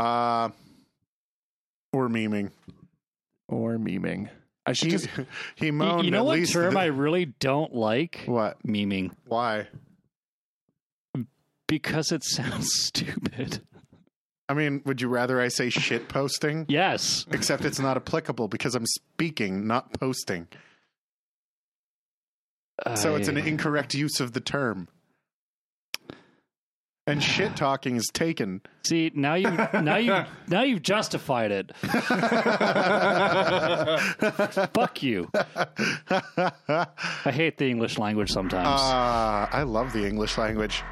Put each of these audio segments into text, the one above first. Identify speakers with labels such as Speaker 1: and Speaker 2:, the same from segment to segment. Speaker 1: Uh, or memeing.
Speaker 2: or memeing. Uh, I should
Speaker 1: He,
Speaker 2: just.
Speaker 1: he
Speaker 3: Y-
Speaker 1: moaned.
Speaker 3: you know
Speaker 1: at
Speaker 3: what
Speaker 1: least
Speaker 3: term
Speaker 1: th-
Speaker 3: I really don't like?
Speaker 1: What?
Speaker 3: Memeing.
Speaker 1: Why?
Speaker 3: Because it sounds stupid.
Speaker 1: I mean, would you rather I say shit posting?
Speaker 3: Yes.
Speaker 1: Except it's not applicable because I'm speaking, not posting. So it's an
Speaker 3: I-
Speaker 1: incorrect use of the term. And shit talking is taken.
Speaker 3: See, now you now you now you've justified it. Fuck you.
Speaker 1: Ah,
Speaker 3: I hate the English language sometimes.
Speaker 1: Uh, I love the English language.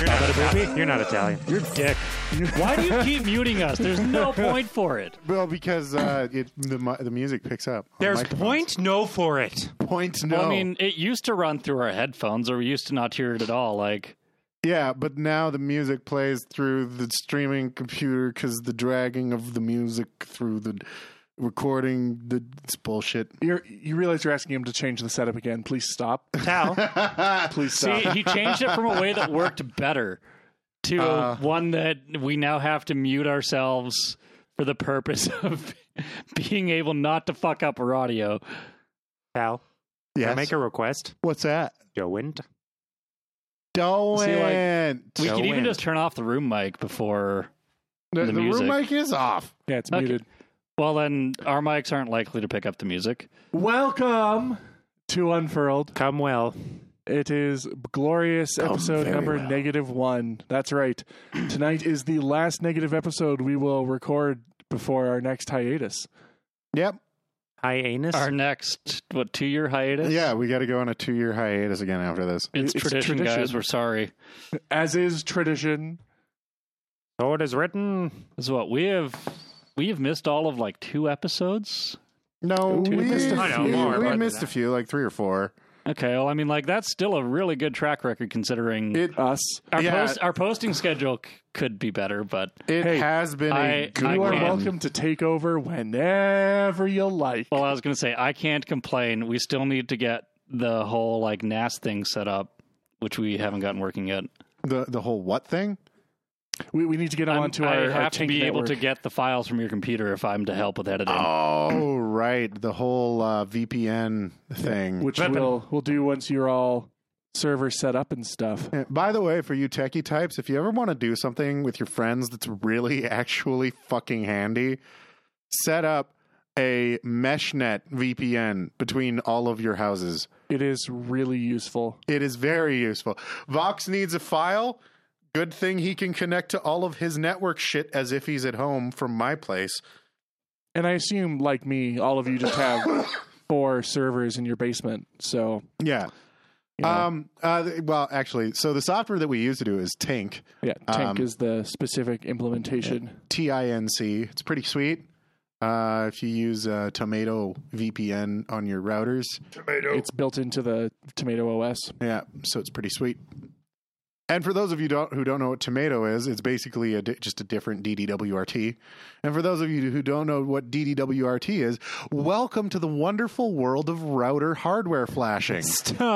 Speaker 4: You're not, Italian. You're not Italian.
Speaker 3: You're dick. Why do you keep muting us? There's no point for it.
Speaker 1: Well, because uh, it, the mu- the music picks up. on
Speaker 4: There's
Speaker 1: microphones.
Speaker 4: point no for it.
Speaker 1: Point no.
Speaker 3: Well, I mean, it used to run through our headphones, or we used to not hear it at all. Like,
Speaker 1: yeah, but now the music plays through the streaming computer because the dragging of the music through the recording. The it's bullshit.
Speaker 2: You're, you realize you're asking him to change the setup again. Please stop.
Speaker 4: Tal,
Speaker 2: Please
Speaker 3: see,
Speaker 2: stop.
Speaker 3: he changed it from a way that worked better to
Speaker 1: Uh.
Speaker 3: one that we now have to mute ourselves for the purpose of being able not to fuck up our audio.
Speaker 4: Tal, can I
Speaker 1: Yes.
Speaker 4: make a request.
Speaker 1: What's that?
Speaker 4: Joint.
Speaker 1: Don't.
Speaker 3: See, like, We
Speaker 4: No
Speaker 3: could even
Speaker 4: wind.
Speaker 3: just turn off the room mic before.
Speaker 1: the
Speaker 3: the
Speaker 1: the
Speaker 3: music.
Speaker 1: room mic is off.
Speaker 2: yeah, it's
Speaker 3: Okay.
Speaker 2: muted.
Speaker 3: Well, then our mics aren't likely to pick up the music.
Speaker 2: Welcome to Unfurled.
Speaker 4: Come well.
Speaker 2: It is glorious episode
Speaker 1: very
Speaker 2: number
Speaker 1: well.
Speaker 2: negative one. That's right. Tonight is the last negative episode we will record before our next hiatus.
Speaker 1: Yep.
Speaker 4: Hi, anus.
Speaker 3: Our next what two year hiatus?
Speaker 1: Yeah, we got to go on a two year hiatus again after this.
Speaker 3: It's,
Speaker 2: It's
Speaker 3: tradition,
Speaker 2: tradition.
Speaker 3: guys. We're sorry.
Speaker 2: As is tradition.
Speaker 4: Sword is written.
Speaker 3: This is what we have. We have missed all of like two episodes.
Speaker 1: No, we,
Speaker 2: we
Speaker 1: missed a
Speaker 2: missed a
Speaker 1: few.
Speaker 4: I know, few. more,
Speaker 1: we
Speaker 4: but-
Speaker 1: missed a few, like three or four.
Speaker 3: Okay, well, I mean, like that's still a really good track record considering
Speaker 1: It
Speaker 2: Us.
Speaker 3: our
Speaker 1: yeah.
Speaker 3: post, our posting schedule c- could be better, but
Speaker 1: it
Speaker 2: Hey,
Speaker 1: has been a
Speaker 3: I-
Speaker 1: good
Speaker 3: I
Speaker 2: You are
Speaker 3: can.
Speaker 1: run.
Speaker 2: welcome to take over whenever you like.
Speaker 3: well, I was gonna say I can't complain. We still need to get the whole like NAS thing set up, which we haven't gotten working yet.
Speaker 1: the the whole what thing.
Speaker 2: We, we need to get
Speaker 3: I'm-
Speaker 2: onto
Speaker 3: I
Speaker 2: our,
Speaker 3: have
Speaker 2: our
Speaker 3: to
Speaker 2: Tink
Speaker 3: be able
Speaker 2: network.
Speaker 3: to get the files from your computer if I'm to help with editing.
Speaker 1: Oh right, the whole uh, VPN thing.
Speaker 2: which
Speaker 4: Weapon.
Speaker 2: we'll we'll do once you're all server set up and stuff.
Speaker 1: Uh, By the way, for you techie types, if you ever want to do something with your friends that's really actually fucking handy, set up a meshnet VPN between all of your houses.
Speaker 2: It is really useful.
Speaker 1: It is very useful. Vox needs a file. Good thing he can connect to all of his network shit as if he's at home from my place.
Speaker 2: And I assume, like me, all of you just have four servers in your basement. So
Speaker 1: Yeah.
Speaker 2: you know,
Speaker 1: Um. Uh, th- well, actually, so the software that we use to do is Tink,
Speaker 2: yeah, Tink
Speaker 1: um,
Speaker 2: is the specific implementation.
Speaker 1: T I N C. It's pretty sweet. Uh, if you use uh, Tomato VPN on your routers,
Speaker 2: It's built into the Tomato OS.
Speaker 1: yeah, so it's pretty sweet. And for those of you don't, who don't know what Tomato is, it's basically a di- just a different DDWRT. And for those of you who don't know what DDWRT is, welcome to the wonderful world of router hardware flashing.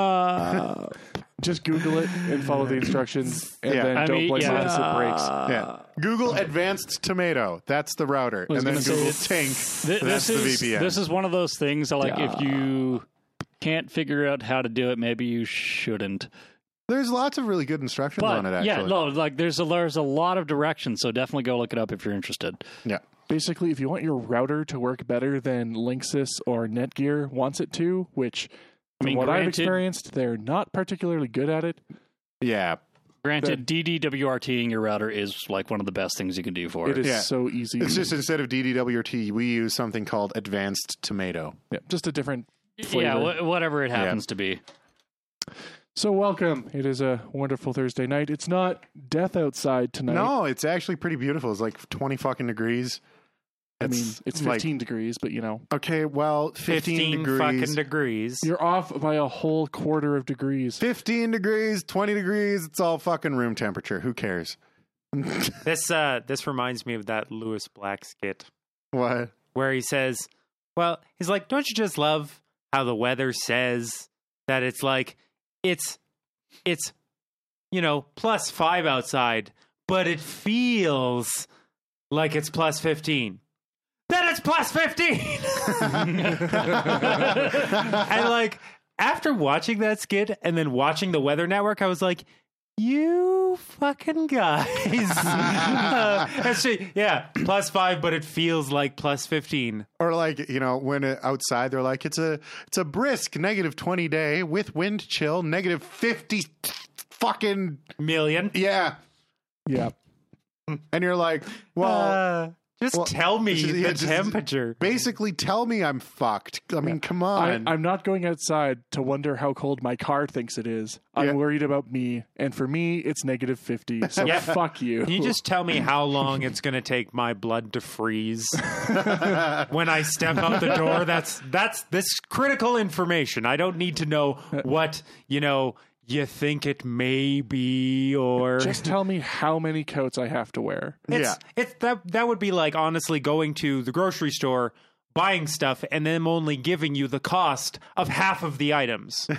Speaker 4: Stop.
Speaker 2: Just Google it and follow the instructions, and
Speaker 1: Yeah.
Speaker 2: then
Speaker 3: I
Speaker 2: don't
Speaker 3: mean,
Speaker 2: blame
Speaker 3: yeah.
Speaker 2: it us. It breaks.
Speaker 1: yeah. Google Advanced Tomato. That's the router.
Speaker 3: was
Speaker 1: And then
Speaker 3: gonna say
Speaker 1: Google
Speaker 3: it's-
Speaker 1: Tink.
Speaker 3: Th-
Speaker 1: That's
Speaker 3: this
Speaker 1: the
Speaker 3: is
Speaker 1: VPN.
Speaker 3: this is one of those things that, like if you can't figure out how to do it, maybe you shouldn't.
Speaker 1: There's lots of really good instructions
Speaker 3: But
Speaker 1: on it,
Speaker 3: yeah,
Speaker 1: actually.
Speaker 3: no, like there's a there's a lot of directions, so definitely go look it up if you're interested.
Speaker 1: yeah.
Speaker 2: Basically, if you want your router to work better than Linksys or Netgear wants it to, which
Speaker 3: I
Speaker 2: from
Speaker 3: mean,
Speaker 2: what I've
Speaker 3: granted-
Speaker 2: experienced, they're not particularly good at it.
Speaker 1: Yeah.
Speaker 3: Granted, DDWRTing your router is like one of the best things you can do for
Speaker 2: It
Speaker 3: it.
Speaker 2: is
Speaker 1: Yeah.
Speaker 2: so easy.
Speaker 1: It's just instead of DDWRT, we use something called Advanced Tomato.
Speaker 2: Yeah, just a different
Speaker 3: yeah,
Speaker 2: flavor.
Speaker 3: wh- whatever it happens to be.
Speaker 2: So welcome. It is a wonderful Thursday night. It's not death outside tonight.
Speaker 1: No, it's actually pretty beautiful. It's like 20 fucking degrees.
Speaker 2: I mean it's 15
Speaker 1: like-
Speaker 2: degrees, but you know
Speaker 1: okay, well, 15,
Speaker 4: 15
Speaker 1: degrees.
Speaker 4: fucking degrees.
Speaker 2: you're off by a whole quarter of degrees.
Speaker 1: 15 degrees, 20 degrees. It's all fucking room temperature. Who cares?
Speaker 4: This uh, this reminds me of that Lewis Black skit
Speaker 1: What?
Speaker 4: where he says, "Well, he's like, don't you just love how the weather says that it's like it's it's you know plus five outside, but it feels like it's plus fifteen. Then it's plus fifteen, and like." After watching that skit and then watching the Weather Network, I was like, "You fucking guys!" uh, actually, yeah, plus five, but it feels like plus fifteen.
Speaker 1: Or like you know when uh, outside they're like it's a it's a brisk negative 20 day with wind chill negative 50 fucking
Speaker 4: million.
Speaker 1: yeah,
Speaker 2: Yeah.
Speaker 1: and you're like well.
Speaker 4: uh, just
Speaker 1: well,
Speaker 4: tell me
Speaker 1: just-
Speaker 4: the
Speaker 1: yeah, just-
Speaker 4: temperature.
Speaker 1: basically tell me I'm fucked. I mean, come
Speaker 2: I,
Speaker 1: on.
Speaker 2: I'm not going outside to wonder how cold my car thinks it is.
Speaker 1: Yeah.
Speaker 2: I'm worried about me, and for me, it's negative fifty. So
Speaker 4: Yeah.
Speaker 2: fuck you.
Speaker 4: Can you just tell me how long it's going to take my blood to freeze when I step out the door? That's that's this critical information. I don't need to know what you know. You think it may be, or
Speaker 2: Just tell me how many coats I have to wear.
Speaker 4: It's, it's that that would be like honestly going to the grocery store, buying stuff, and them only giving you the cost of half of the items.
Speaker 2: This,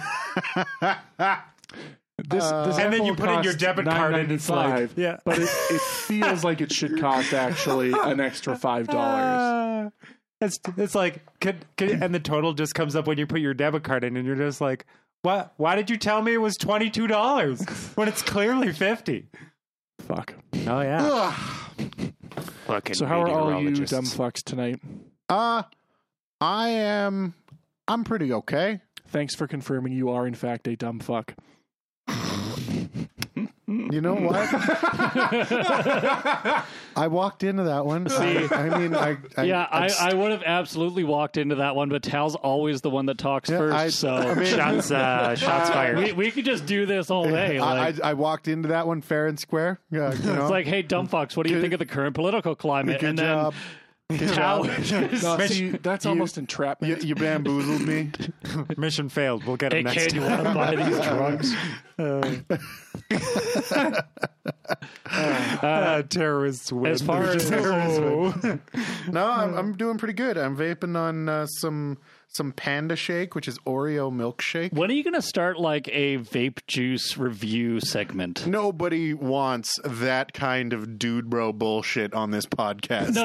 Speaker 2: this
Speaker 4: Uh, And then
Speaker 2: apple
Speaker 4: you put in your
Speaker 2: costs
Speaker 4: debit card and it's
Speaker 2: $9.95,
Speaker 4: like- Yeah.
Speaker 2: but it, it feels like it should cost actually an extra five dollars.
Speaker 4: Uh, it's it's like could, could, and the total just comes up when you put your debit card in, and you're just like, what? Why did you tell me it was twenty two dollars when it's clearly fifty?
Speaker 2: Fuck.
Speaker 4: Oh yeah.
Speaker 1: Ugh.
Speaker 4: Fucking
Speaker 2: So how are all you dumb fucks tonight?
Speaker 1: uh, I am. I'm pretty okay.
Speaker 2: Thanks for confirming you are in fact a dumb fuck.
Speaker 1: You know what? I walked into that one. I, I mean, I, I
Speaker 3: yeah,
Speaker 1: I'm
Speaker 3: I,
Speaker 1: s-
Speaker 3: I would have absolutely walked into that one, but Tal's always the one that talks
Speaker 1: Yeah,
Speaker 3: first.
Speaker 1: I-
Speaker 3: so
Speaker 1: I mean,
Speaker 4: Shots, uh, shots
Speaker 3: we,
Speaker 4: fired.
Speaker 3: we could just do this all day.
Speaker 1: I,
Speaker 3: Like,
Speaker 1: I, I walked into that one fair and square. Yeah, you know.
Speaker 3: it's like, hey, dumb fucks, what do you
Speaker 1: Good-
Speaker 3: think of the current political climate?
Speaker 1: good
Speaker 3: and
Speaker 1: job.
Speaker 3: then Tal is
Speaker 2: No, see, that's almost entrapment.
Speaker 1: Uh, You, you bamboozled me.
Speaker 4: Mission failed. We'll get
Speaker 3: Hey
Speaker 4: it next
Speaker 3: kid, you
Speaker 4: time.
Speaker 3: want to buy these drugs?
Speaker 4: Uh, terrorists win.
Speaker 3: As far as
Speaker 1: No, I'm, I'm doing pretty good. I'm vaping on uh, some some Panda Shake, which is Oreo milkshake.
Speaker 3: when are you going to start like a vape juice review segment?
Speaker 1: Nobody wants that kind of dude bro bullshit on this podcast.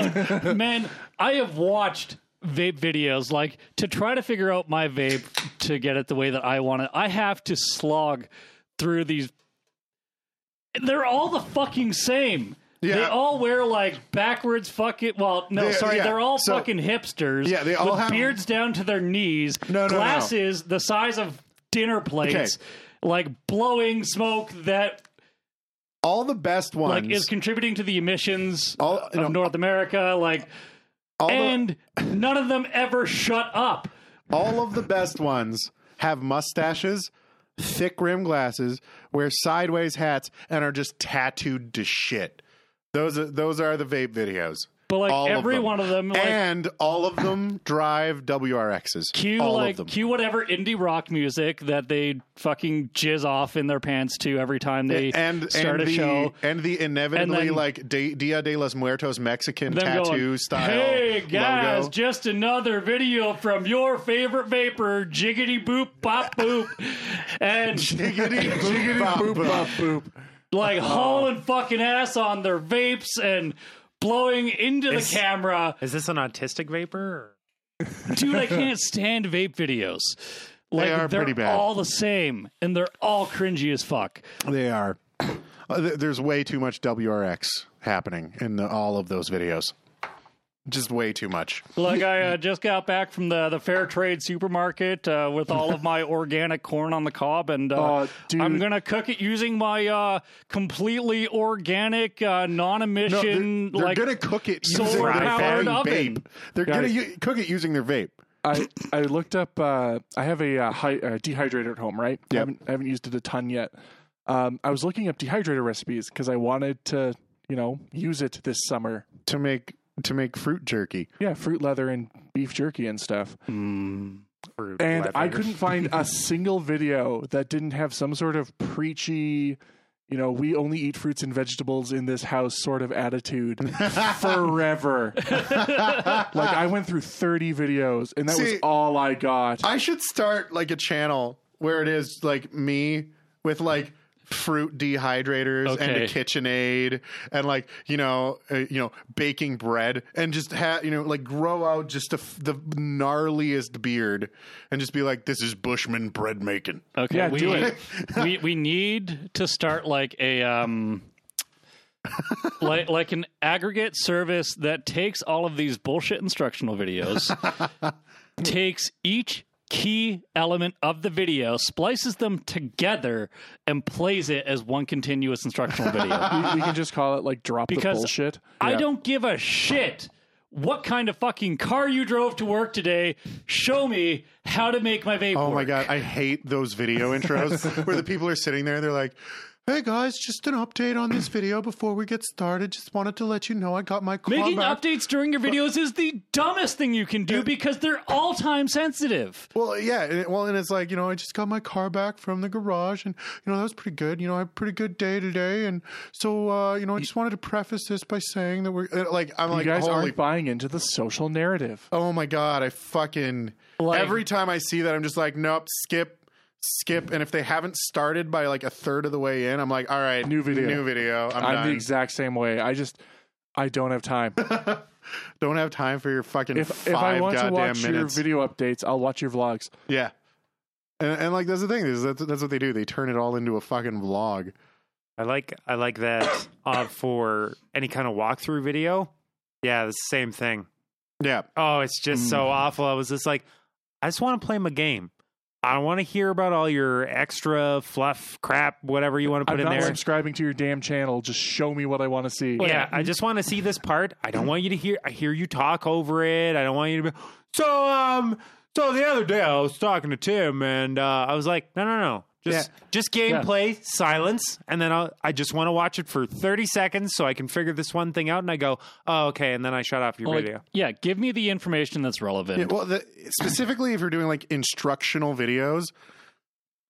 Speaker 3: No, man, I have watched vape videos like to try to figure out my vape to get it the way that I want it. I have to slog through these. They're all the fucking same.
Speaker 1: Yeah.
Speaker 3: They all wear like backwards fucking. Well, no,
Speaker 1: They're-
Speaker 3: sorry,
Speaker 1: yeah,
Speaker 3: they're all
Speaker 1: so-
Speaker 3: fucking hipsters.
Speaker 1: Yeah, they all
Speaker 3: with
Speaker 1: have-
Speaker 3: beards down to their knees.
Speaker 1: No, no, no.
Speaker 3: glasses the size of dinner plates, like blowing smoke that
Speaker 1: All the best ones.
Speaker 3: like is contributing to the emissions
Speaker 1: All-
Speaker 3: of
Speaker 1: no.
Speaker 3: North America. Like
Speaker 1: all, the-
Speaker 3: and none of them ever shut up.
Speaker 1: all of the best ones have mustaches, thick rim glasses, wear sideways hats, and are just tattooed to shit. Those are those are the vape videos.
Speaker 3: But like
Speaker 1: All of
Speaker 3: every
Speaker 1: them.
Speaker 3: one of them, like
Speaker 1: and all of them drive WRXs.
Speaker 3: cue
Speaker 1: all of
Speaker 3: like
Speaker 1: them.
Speaker 3: cue whatever indie rock music that they fucking jizz off in their pants to every time they
Speaker 1: and
Speaker 3: start
Speaker 1: and
Speaker 3: a
Speaker 1: the
Speaker 3: show.
Speaker 1: and the inevitably
Speaker 3: And then-
Speaker 1: like De- Dia de los Muertos Mexican
Speaker 3: Them
Speaker 1: tattoo
Speaker 3: going,
Speaker 1: style.
Speaker 3: Hey guys,
Speaker 1: logo.
Speaker 3: just another video from your favorite vapor, jiggity boop bop boop, and
Speaker 1: Giggity, giggity, boop, boop.
Speaker 2: boop.
Speaker 3: like hauling fucking ass on their vapes and blowing into
Speaker 4: It's-
Speaker 3: the camera.
Speaker 4: Is this an autistic vapor?
Speaker 3: dude, I can't stand vape videos. Like,
Speaker 1: They are
Speaker 3: they're
Speaker 1: pretty bad.
Speaker 3: All the same, and they're all cringy as fuck.
Speaker 1: They are. Uh, th- There's way too much WRX happening in the, all of those videos. Just way too much.
Speaker 3: Look, I uh, just got back from the, the fair trade supermarket uh, with all of my organic corn on the cob, and uh,
Speaker 2: Oh, dude.
Speaker 3: I'm gonna cook it using my uh, completely organic,
Speaker 1: No,
Speaker 3: uh,
Speaker 1: they're,
Speaker 3: non-emission
Speaker 1: they're
Speaker 3: like
Speaker 1: gonna cook it
Speaker 3: solar
Speaker 1: using their
Speaker 3: powered
Speaker 1: fucking
Speaker 3: oven.
Speaker 1: vape. They're
Speaker 2: Guys.
Speaker 1: gonna u- cook it using their vape.
Speaker 2: I I looked up. Uh, I have a, uh, hy- uh dehydrator at home, right? I
Speaker 1: Yep.
Speaker 2: haven't, I haven't used it a ton yet. Um, I was looking up dehydrator recipes because I wanted to, you know, use it this summer.
Speaker 1: to make to make fruit jerky.
Speaker 2: Yeah, fruit leather and beef jerky and stuff.
Speaker 3: Mm,
Speaker 2: and I couldn't find a single video that didn't have some sort of preachy, you know, we only eat fruits and vegetables in this house sort of attitude forever. like I went through 30 videos and that was
Speaker 1: See,
Speaker 2: all I got.
Speaker 1: I should start like a channel where it is like me with like fruit dehydrators and
Speaker 3: Okay.
Speaker 1: a KitchenAid and like you know uh, you know baking bread and just ha- you know like grow out just the, f- the gnarliest beard and just be like this is Bushman bread making.
Speaker 3: Okay,
Speaker 2: Yeah,
Speaker 3: we,
Speaker 2: do it.
Speaker 3: we we need to start like a um like like an aggregate service that takes all of these bullshit instructional videos, takes each key element of the video, splices them together and plays it as one continuous instructional video.
Speaker 2: we, we can just call it like drop
Speaker 3: Because
Speaker 2: the bullshit.
Speaker 3: I
Speaker 2: Yeah.
Speaker 3: don't give a shit what kind of fucking car you drove to work today. Show me how to make my vape
Speaker 1: Oh
Speaker 3: work.
Speaker 1: my god, I hate those video intros where the people are sitting there and they're like, "Hey guys, just an update on this video before we get started. Just wanted to let you know I got my car
Speaker 3: Making
Speaker 1: back."
Speaker 3: updates during your videos is the dumbest thing you can do because they're all time sensitive.
Speaker 1: Well, yeah. and it- Well, and it's like you know, I just got my car back from the garage, and you know that was pretty good. You know, I had a pretty good day today, and so uh, you know, I just wanted to preface this by saying that we're uh, like, I'm
Speaker 2: You
Speaker 1: like,
Speaker 2: guys
Speaker 1: holy,
Speaker 2: aren't buying into the social narrative.
Speaker 1: oh my god, I fucking
Speaker 3: Like-
Speaker 1: every time I see that, I'm just like, nope, skip, skip. And if they haven't started by like a third of the way in, I'm like, all right,
Speaker 2: New video.
Speaker 1: new video. I'm,
Speaker 2: I'm
Speaker 1: done.
Speaker 2: the exact same way. I just I don't have time.
Speaker 1: Don't have time for your fucking
Speaker 2: If
Speaker 1: five
Speaker 2: if I want to
Speaker 1: goddamn
Speaker 2: watch
Speaker 1: minutes.
Speaker 2: your video updates, I'll watch your vlogs.
Speaker 1: yeah. And, and like that's the thing is that's, that's what they do they turn it all into a fucking vlog
Speaker 4: I like I like that uh, for any kind of walkthrough video. Yeah, the same thing.
Speaker 1: yeah
Speaker 4: Oh, it's just so awful. I was just like, I just want to play my game. I don't want to hear about all your extra fluff crap, whatever you want to
Speaker 2: I'm
Speaker 4: put in
Speaker 2: not
Speaker 4: there.
Speaker 2: subscribing to your damn channel. Just show me what I want to see.
Speaker 4: yeah, I just want to see this part. I don't want you to hear. I hear you talk over it. I don't want you to be. So um, so the other day I was talking to Tim, and uh, I was like, no, no, no, just just gameplay, silence, and then I'll, I just want to watch it for thirty seconds so I can figure this one thing out. And I go, oh, okay, and then I shut off your
Speaker 3: Like,
Speaker 4: video.
Speaker 3: yeah, give me the information that's relevant.
Speaker 1: Yeah, well, the, specifically if you're doing like instructional videos,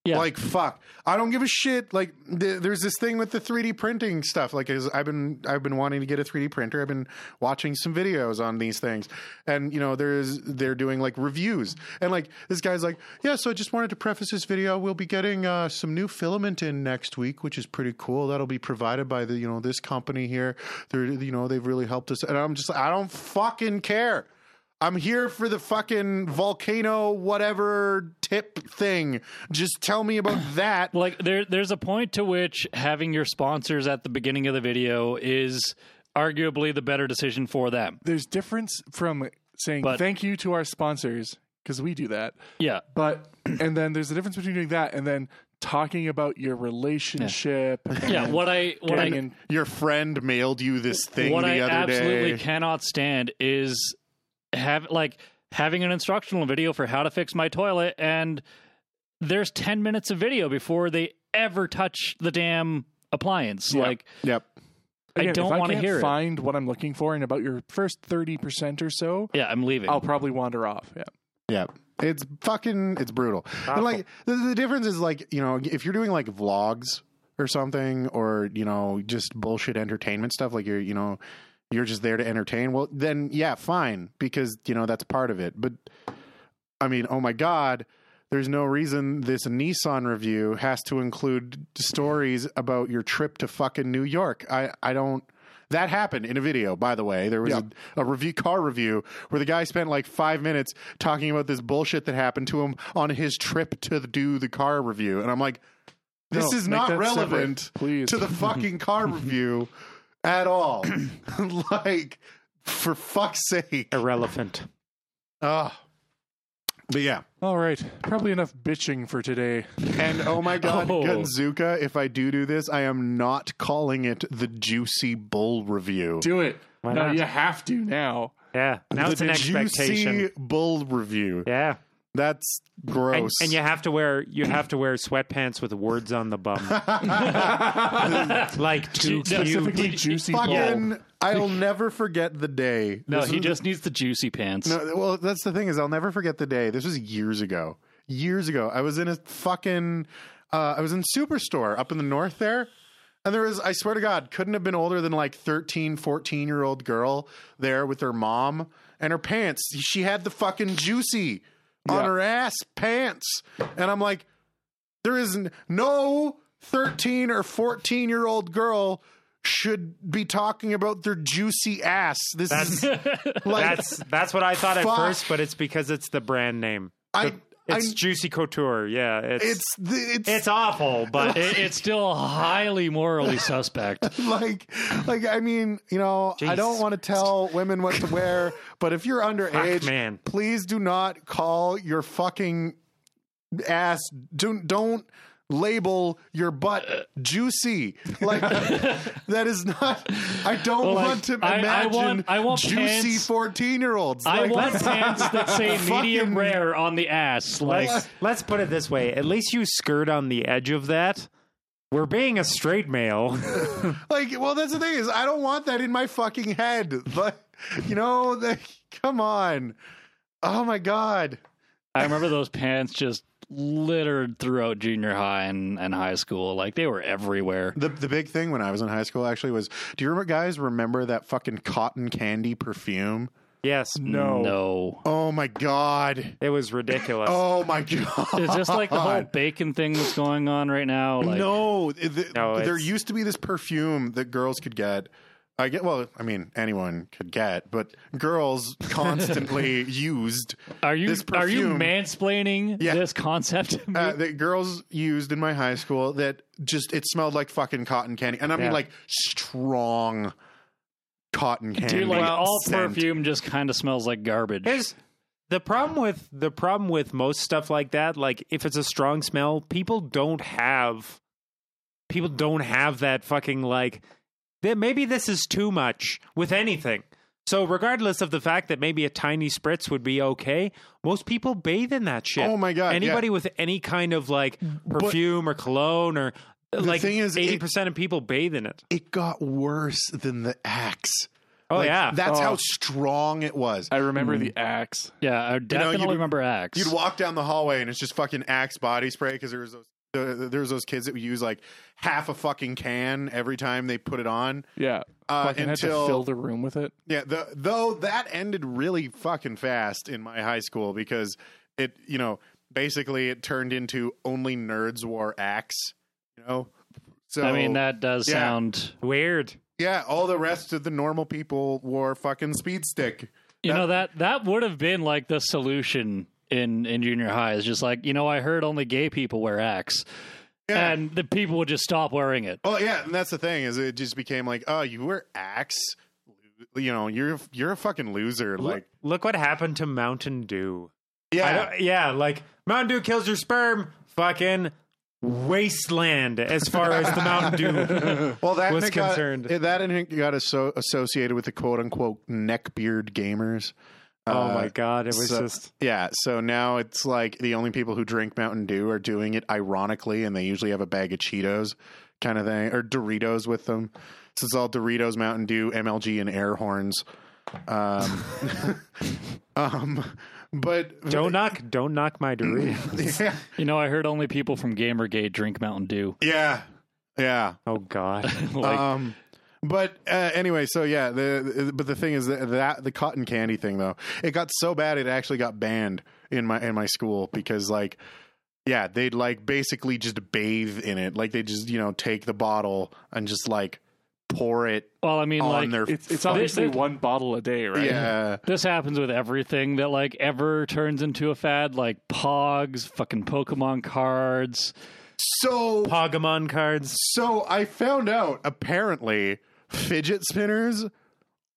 Speaker 3: Yeah.
Speaker 1: like fuck, I don't give a shit. Like, th- there's this thing with the 3D printing stuff. Like, is I've been I've been wanting to get a 3D printer. I've been watching some videos on these things, and you know, there's they're doing like reviews, and like this guy's like, yeah, so I just wanted to preface this video. We'll be getting uh, some new filament in next week, which is pretty cool. That'll be provided by the you know this company here. They're you know they've really helped us, and I'm just I don't fucking care. I'm here for the fucking volcano whatever tip thing. Just tell me about that.
Speaker 3: like there there's a point to which having your sponsors at the beginning of the video is arguably the better decision for them.
Speaker 2: There's difference from saying
Speaker 3: But-
Speaker 2: thank you to our sponsors because we do that.
Speaker 3: Yeah.
Speaker 2: But and then there's a difference between doing that and then talking about your relationship.
Speaker 3: Yeah,
Speaker 2: and
Speaker 3: what I what I
Speaker 2: getting in-
Speaker 1: Your friend mailed you this thing
Speaker 3: what
Speaker 1: the
Speaker 3: I
Speaker 1: other
Speaker 3: absolutely
Speaker 1: day.
Speaker 3: cannot stand is have like having an instructional video for how to fix my toilet, and there's ten minutes of video before they ever touch the damn appliance. Like
Speaker 1: Yep.
Speaker 3: I
Speaker 2: Again, if
Speaker 3: don't want to
Speaker 2: can't
Speaker 3: hear it.
Speaker 2: Find what I'm looking for in about your first thirty percent or so.
Speaker 3: Yeah, I'm leaving.
Speaker 1: Oh,
Speaker 2: I'll probably wander off. Yeah.
Speaker 1: Yeah. It's fucking it's brutal. And like the, the difference is like, you know, if you're doing like vlogs or something or, you know, just bullshit entertainment stuff like you're, you know, you're just there to entertain, well then yeah, fine because, you know, that's part of it. But I mean, oh my god, there's no reason this Nissan review has to include stories about your trip to fucking New York. I I don't that happened in a video, by the way. There was a, a review car review where the guy spent like five minutes talking about this bullshit that happened to him on his trip to do the car review, and I'm like, this
Speaker 2: No,
Speaker 1: is
Speaker 2: make
Speaker 1: not
Speaker 2: that separate,
Speaker 1: relevant
Speaker 2: please.
Speaker 1: to the fucking car review at all. like For fuck's sake.
Speaker 4: Irrelevant.
Speaker 1: Ugh. But yeah.
Speaker 2: All right. Probably enough bitching for today.
Speaker 1: And oh my god,
Speaker 3: Oh.
Speaker 1: Gunzuka, if I do do this, I am not calling it the Juicy Bull review.
Speaker 2: Do it.
Speaker 4: Why
Speaker 2: no,
Speaker 4: not?
Speaker 2: you have to now.
Speaker 4: Yeah. Now
Speaker 1: the
Speaker 4: it's an expectation.
Speaker 1: Juicy Bull review.
Speaker 4: Yeah.
Speaker 1: That's
Speaker 4: And,
Speaker 1: gross.
Speaker 4: and you have to wear you have to wear sweatpants with words on the bum. like too cute.
Speaker 2: Specifically, juicy
Speaker 1: fucking
Speaker 2: ball.
Speaker 1: I'll never forget the day.
Speaker 3: No,
Speaker 1: This
Speaker 3: he
Speaker 1: was-
Speaker 3: just needs the juicy pants.
Speaker 1: No, well, that's the thing is I'll never forget the day. This was years ago. Years ago, I was in a fucking, uh, I was in Superstore up in the north there. And there was, I swear to God, couldn't have been older than like 13, 14 year old girl there with her mom and her pants. She had the fucking juicy on
Speaker 2: Yeah.
Speaker 1: her ass pants. And I'm like, there is n- no 13 or 14 year old girl should be talking about their juicy ass. This is like,
Speaker 4: That's that's what I thought
Speaker 1: Fuck.
Speaker 4: at first, but it's because it's the brand name.
Speaker 1: I,
Speaker 4: It's
Speaker 1: I,
Speaker 4: Juicy Couture. Yeah, it's it's,
Speaker 1: it's the, it's,
Speaker 4: awful, but
Speaker 3: it, it's still highly morally suspect.
Speaker 1: like like I mean, you know, I don't
Speaker 4: Jesus
Speaker 1: want to tell women what to wear, but if you're underage,
Speaker 4: man.
Speaker 1: please do not call your fucking ass don't don't label your butt juicy. Like that is not I don't
Speaker 3: Well, like,
Speaker 1: want to
Speaker 3: I- I
Speaker 1: imagine
Speaker 3: want- I want
Speaker 1: juicy
Speaker 3: pants-
Speaker 1: 14-year-olds.
Speaker 3: I
Speaker 1: Like,
Speaker 3: want pants that say medium
Speaker 1: Fucking-
Speaker 3: rare on the ass. Like,
Speaker 4: let's let's put it this way: at least you skirt on the edge of that. We're being a straight male.
Speaker 1: like well that's the thing is i don't want that in my fucking head like you know like, come on oh my god
Speaker 3: I remember those pants just littered throughout junior high and, and high school. Like they were everywhere.
Speaker 1: the, the big thing when i was in high school actually was do you remember guys remember that fucking cotton candy perfume
Speaker 4: yes,
Speaker 2: No.
Speaker 3: No.
Speaker 1: oh my god
Speaker 4: it was ridiculous.
Speaker 1: oh my god
Speaker 3: It's just like the whole bacon thing that's going on right now. Like,
Speaker 1: no, the,
Speaker 4: No,
Speaker 1: there
Speaker 4: it's-
Speaker 1: used to be this perfume that girls could get i get well i mean anyone could get but girls constantly used
Speaker 3: are you
Speaker 1: this
Speaker 3: are you
Speaker 1: perfume-
Speaker 3: mansplaining
Speaker 1: Yeah.
Speaker 3: this concept? to me?
Speaker 1: uh, that girls used in my high school that just it smelled like fucking cotton candy, and I mean
Speaker 4: Yeah.
Speaker 1: like strong cotton candy.
Speaker 3: Dude, like all
Speaker 1: scent.
Speaker 3: perfume just kind of smells like garbage.
Speaker 4: Here's the problem with the problem with most stuff like that. Like if it's a strong smell, people don't have people don't have that fucking like. That maybe this is too much with anything. So regardless of the fact that maybe a tiny spritz would be okay, most people bathe in that shit.
Speaker 1: Oh my God, yeah.
Speaker 4: Anybody with any kind of like perfume or cologne or like
Speaker 1: thing is, it-
Speaker 4: eighty percent of people bathe in it.
Speaker 1: It got worse than the axe.
Speaker 4: Oh
Speaker 1: Like,
Speaker 4: yeah,
Speaker 1: that's
Speaker 2: Oh.
Speaker 1: how strong it was.
Speaker 2: I remember the axe.
Speaker 3: yeah, I definitely
Speaker 1: you'd-
Speaker 3: remember Axe.
Speaker 1: You'd walk down the hallway and it's just fucking axe body spray because there was those. uh, There was those kids that would use like half a fucking can every time they put it on.
Speaker 2: Yeah.
Speaker 1: Uh,
Speaker 2: Fucking had to
Speaker 1: until-
Speaker 2: fill the room with it.
Speaker 1: Yeah, the, though that ended really fucking fast in my high school because it, you know, basically it turned into only nerds wore axe, you know. So
Speaker 3: I mean, that does
Speaker 1: Yeah.
Speaker 3: sound.
Speaker 4: weird.
Speaker 1: yeah, all the rest of the normal people wore fucking speed stick.
Speaker 3: You know that that would have been like the solution in in junior high. Is just like you know I heard only gay people wear Axe,
Speaker 1: Yeah.
Speaker 3: and the people would just stop wearing it.
Speaker 1: Well, yeah, and that's the thing is it just became like, oh, you wear axe, you know, you're you're a fucking loser. Like,
Speaker 4: Look what happened to Mountain Dew. I
Speaker 1: yeah,
Speaker 4: don't- yeah, like Mountain Dew kills your sperm. Fucking wasteland as far as the Mountain Dew.
Speaker 1: well, that
Speaker 4: was
Speaker 1: and it got-
Speaker 4: concerned.
Speaker 1: it- that and it got asso- associated with the quote unquote neckbeard gamers.
Speaker 4: oh
Speaker 1: Uh,
Speaker 4: my god, it was
Speaker 1: so-
Speaker 4: just
Speaker 1: Yeah, so now it's like the only people who drink Mountain Dew are doing it ironically, and they usually have a bag of Cheetos kind of thing or Doritos with them. So it's all Doritos, Mountain Dew, MLG, and air horns. Um, um, but
Speaker 4: don't knock, don't knock my Doritos.
Speaker 1: yeah,
Speaker 3: You know I heard only people from Gamergate drink Mountain Dew.
Speaker 1: yeah, yeah.
Speaker 4: oh god,
Speaker 3: Like,
Speaker 1: um, but uh, anyway, so yeah, the, the- but the thing is that, that the cotton candy thing though, it got so bad it actually got banned in my in my school because like yeah, they'd like basically just bathe in it. Like they just, you know, take the bottle and just like pour it
Speaker 3: well, I mean,
Speaker 1: on
Speaker 3: like
Speaker 1: their
Speaker 2: It's, it's
Speaker 1: fucking-
Speaker 2: obviously
Speaker 3: they-
Speaker 2: one bottle a day, right?
Speaker 1: yeah.
Speaker 3: this happens with everything that like ever turns into a fad, like Pogs, fucking Pokemon cards.
Speaker 1: So
Speaker 4: Pokemon cards.
Speaker 1: so I found out apparently fidget spinners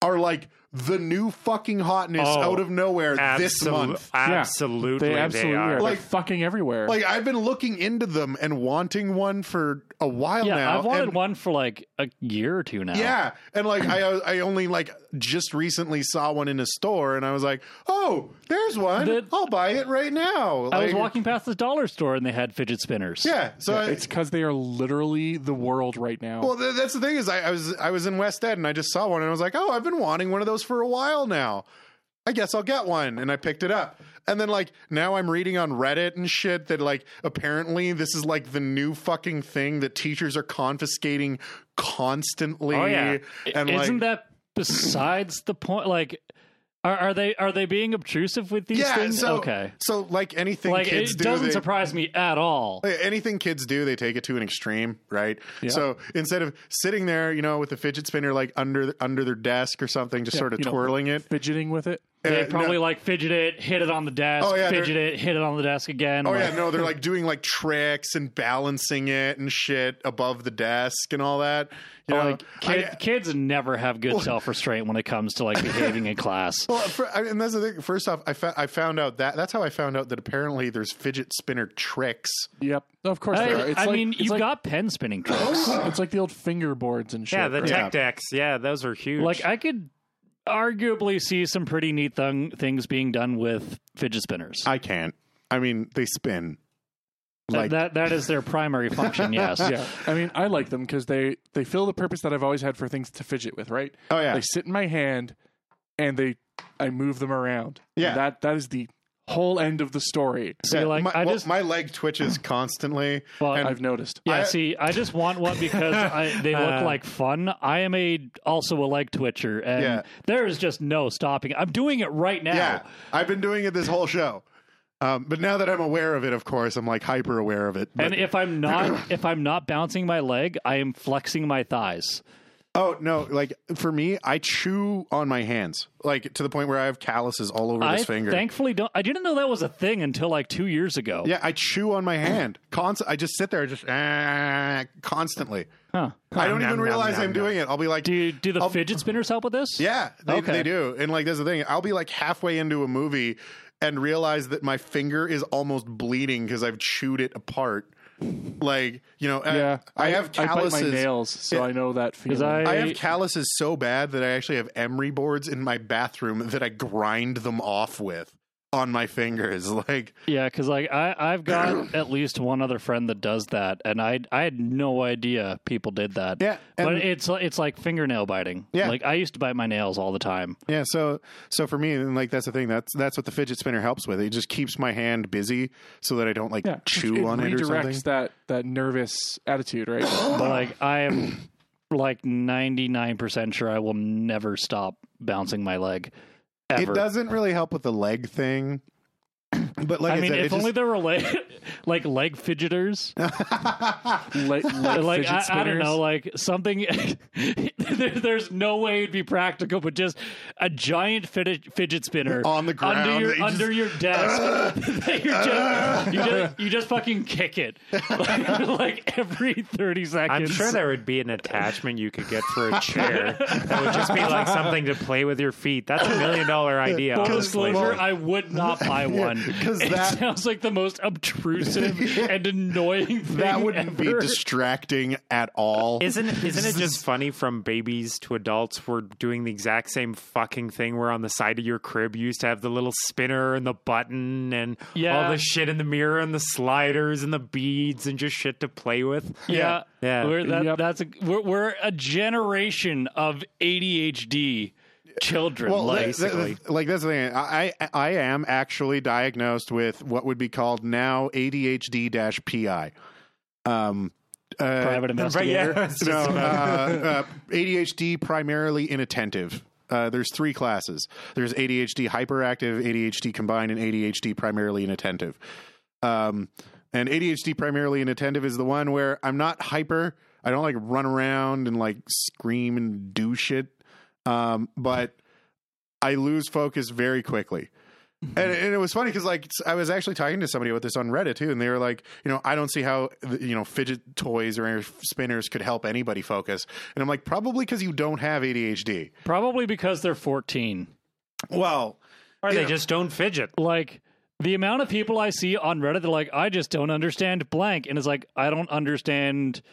Speaker 1: are like the new fucking hotness
Speaker 4: Oh,
Speaker 1: out of nowhere this
Speaker 4: Absol-
Speaker 1: month.
Speaker 4: Absolutely,
Speaker 2: they absolutely
Speaker 4: they
Speaker 2: are.
Speaker 4: are.
Speaker 2: Like
Speaker 1: Like-
Speaker 2: fucking everywhere.
Speaker 1: Like I've been looking into them and wanting one for a while
Speaker 3: yeah,
Speaker 1: now.
Speaker 3: I've wanted
Speaker 1: and-
Speaker 3: one for like a year or two now.
Speaker 1: Yeah, and like I I only like just recently saw one in a store, and I was like, oh, there's one.
Speaker 3: The-
Speaker 1: I'll buy it right now.
Speaker 3: I was
Speaker 1: Like,
Speaker 3: walking past the dollar store and they had fidget spinners.
Speaker 1: Yeah, so
Speaker 2: Yeah,
Speaker 1: I-
Speaker 2: it's because they are literally the world right now.
Speaker 1: Well, th- that's the thing is, I, I was I was in West End and I just saw one and I was like, oh, I've been wanting one of those for a while now. I guess I'll get one, and I picked it up. And then like now I'm reading on Reddit and shit that like apparently this is like the new fucking thing that teachers are confiscating constantly.
Speaker 4: Oh, yeah.
Speaker 1: and
Speaker 3: Isn't
Speaker 1: like,
Speaker 3: that besides the point? Like, are, are they are they being obtrusive with these
Speaker 1: yeah,
Speaker 3: things?
Speaker 1: so
Speaker 3: okay,
Speaker 1: so like anything
Speaker 3: like
Speaker 1: kids
Speaker 3: it
Speaker 1: do,
Speaker 3: doesn't
Speaker 1: they-
Speaker 3: surprise me at all.
Speaker 1: Like, anything kids do they take it to an extreme right so instead of sitting there you know with the fidget spinner like under under their desk or something just sort of
Speaker 2: you know,
Speaker 1: twirling it
Speaker 2: Fidgeting with it.
Speaker 3: They
Speaker 1: Uh, no.
Speaker 3: probably like fidget it, hit it on the desk,
Speaker 1: Oh, yeah, they're-
Speaker 3: fidget it, hit it on the desk again.
Speaker 1: Oh
Speaker 3: like-
Speaker 1: yeah, no, they're like doing like tricks and balancing it and shit above the desk and all that. You know,
Speaker 3: Like kid,
Speaker 1: I-
Speaker 3: kids never have good self restraint when it comes to like behaving in class.
Speaker 1: well, for, I, and that's the thing. First off, I, fa- I found out that that's how I found out that apparently there's fidget spinner tricks.
Speaker 2: Yep. Of course they are.
Speaker 3: I,
Speaker 2: It's
Speaker 3: I
Speaker 2: like,
Speaker 3: mean,
Speaker 2: it's
Speaker 3: you've
Speaker 2: like,
Speaker 3: got pen spinning
Speaker 1: Oh,
Speaker 3: tricks.
Speaker 2: it's like the old fingerboards and shit.
Speaker 4: yeah, the
Speaker 2: right?
Speaker 4: tech decks. Yeah, those are huge.
Speaker 3: like I could arguably see some pretty neat thung- things being done with fidget spinners.
Speaker 1: I can't. I mean, they spin.
Speaker 3: That-
Speaker 1: Like
Speaker 3: that that is their primary function. Yes.
Speaker 2: yeah. I mean, I like them because they they fill the purpose that I've always had for things to fidget with, right?
Speaker 1: oh yeah,
Speaker 2: They sit in my hand, and they I move them around.
Speaker 1: Yeah.
Speaker 2: And that that is the whole end of the story.
Speaker 3: So you're
Speaker 1: Yeah,
Speaker 3: like,
Speaker 1: my,
Speaker 3: I
Speaker 1: well,
Speaker 3: just
Speaker 1: my leg twitches constantly.
Speaker 3: well,
Speaker 1: and-
Speaker 2: I've noticed.
Speaker 3: yeah.
Speaker 1: I-
Speaker 3: see, I just want one because I, they look
Speaker 4: Uh.
Speaker 3: like fun. I am a also a leg twitcher, and
Speaker 1: Yeah.
Speaker 3: there is just no stopping. I'm doing it right now.
Speaker 1: Yeah, I've been doing it this whole show. Um, but now that I'm aware of it, of course, I'm like hyper aware of it. But-
Speaker 3: And if I'm not if I'm not bouncing my leg, I am flexing my thighs.
Speaker 1: Oh no! Like for me, I chew on my hands, like to the point where I have calluses all over
Speaker 3: I
Speaker 1: this finger.
Speaker 3: thankfully don't. I didn't know that was a thing until like two years ago.
Speaker 1: yeah, I chew on my hand. Const- I just sit there, just ah, constantly.
Speaker 3: Huh.
Speaker 1: I don't
Speaker 4: Nom,
Speaker 1: even
Speaker 4: nom,
Speaker 1: realize
Speaker 4: nom,
Speaker 1: I'm
Speaker 4: nom.
Speaker 1: doing it. I'll be like,
Speaker 3: Do you, do the fidget spinners help with this?
Speaker 1: Um, yeah, they,
Speaker 3: Okay.
Speaker 1: they do. And like, that's the thing. I'll be like halfway into a movie and realize that my finger is almost bleeding because I've chewed it apart. Like you know, I-
Speaker 2: Yeah.
Speaker 1: I, have calluses.
Speaker 2: I bite my nails, so I know that feeling.
Speaker 3: I-
Speaker 1: I have calluses so bad that I actually have emery boards in my bathroom that I grind them off with on my fingers. Like,
Speaker 3: Yeah, because like I, I've got at least one other friend that does that, and I I had no idea people did that.
Speaker 1: Yeah,
Speaker 3: but
Speaker 1: and-
Speaker 3: it's it's like fingernail biting.
Speaker 1: Yeah.
Speaker 3: like I used to bite my nails all the time.
Speaker 1: yeah. So, so for me, and like that's the thing. That's that's what the fidget spinner helps with. It just keeps my hand busy so that I don't like
Speaker 2: yeah.
Speaker 1: chew on it or something.
Speaker 2: redirects that that nervous attitude, right?
Speaker 3: But like I am like ninety nine percent sure I will never stop bouncing my leg. Ever.
Speaker 1: It doesn't really help with the leg thing. But like I,
Speaker 3: I mean,
Speaker 1: said,
Speaker 3: if
Speaker 1: it
Speaker 3: only
Speaker 1: just,
Speaker 3: there were like like leg fidgeters, like
Speaker 2: like like, fidget
Speaker 3: I, I don't
Speaker 2: spinners.
Speaker 3: know, like something. there, there's no way it'd be practical, but just a giant fidget, fidget spinner
Speaker 1: On the ground
Speaker 3: under your
Speaker 1: that you
Speaker 3: under your desk. that you're just, you just you just fucking kick it like, like every thirty seconds.
Speaker 4: I'm sure there would be an attachment you could get for a chair that would just be like something to play with your feet. That's a million dollar idea,
Speaker 3: Full
Speaker 4: honestly.
Speaker 3: disclosure, I would not buy one
Speaker 1: 'cause
Speaker 3: it
Speaker 1: that-
Speaker 3: sounds like the most obtrusive and annoying thing.
Speaker 1: that wouldn't
Speaker 3: ever.
Speaker 1: be distracting at all.
Speaker 4: Isn't isn't it just funny from babies to adults? We're doing the exact same fucking thing. We're on the side of your crib. You used to have the little spinner and the button and
Speaker 3: Yeah.
Speaker 4: all the shit in the mirror and the sliders and the beads and just shit to play with.
Speaker 3: Yeah,
Speaker 4: Yeah.
Speaker 3: We're, that,
Speaker 2: Yep.
Speaker 3: That's a, we're, we're a generation of ADHD children. like,
Speaker 1: th- th-
Speaker 4: basically.
Speaker 1: th- like that's the thing. I I I am actually diagnosed with what would be called now ADHD dash PI. Um, uh,
Speaker 3: private investigator.
Speaker 4: it's just
Speaker 1: no, uh,
Speaker 4: about-
Speaker 1: uh, ADHD primarily inattentive. Uh, there's three classes. There's ADHD hyperactive, ADHD combined, and ADHD primarily inattentive. Um, and ADHD primarily inattentive is the one where I'm not hyper. I don't like run around and like scream and do shit. Um, but I lose focus very quickly. and, and it was funny because like I was actually talking to somebody about this on Reddit too, and they were like, you know, I don't see how you know fidget toys or spinners could help anybody focus, and I'm like, probably because you don't have ADHD.
Speaker 3: Probably because they're 14.
Speaker 1: Well,
Speaker 4: Or they
Speaker 1: Yeah.
Speaker 4: just don't fidget.
Speaker 3: Like the amount of people I see on Reddit, they're like, I just don't understand blank. And it's like, I don't understand,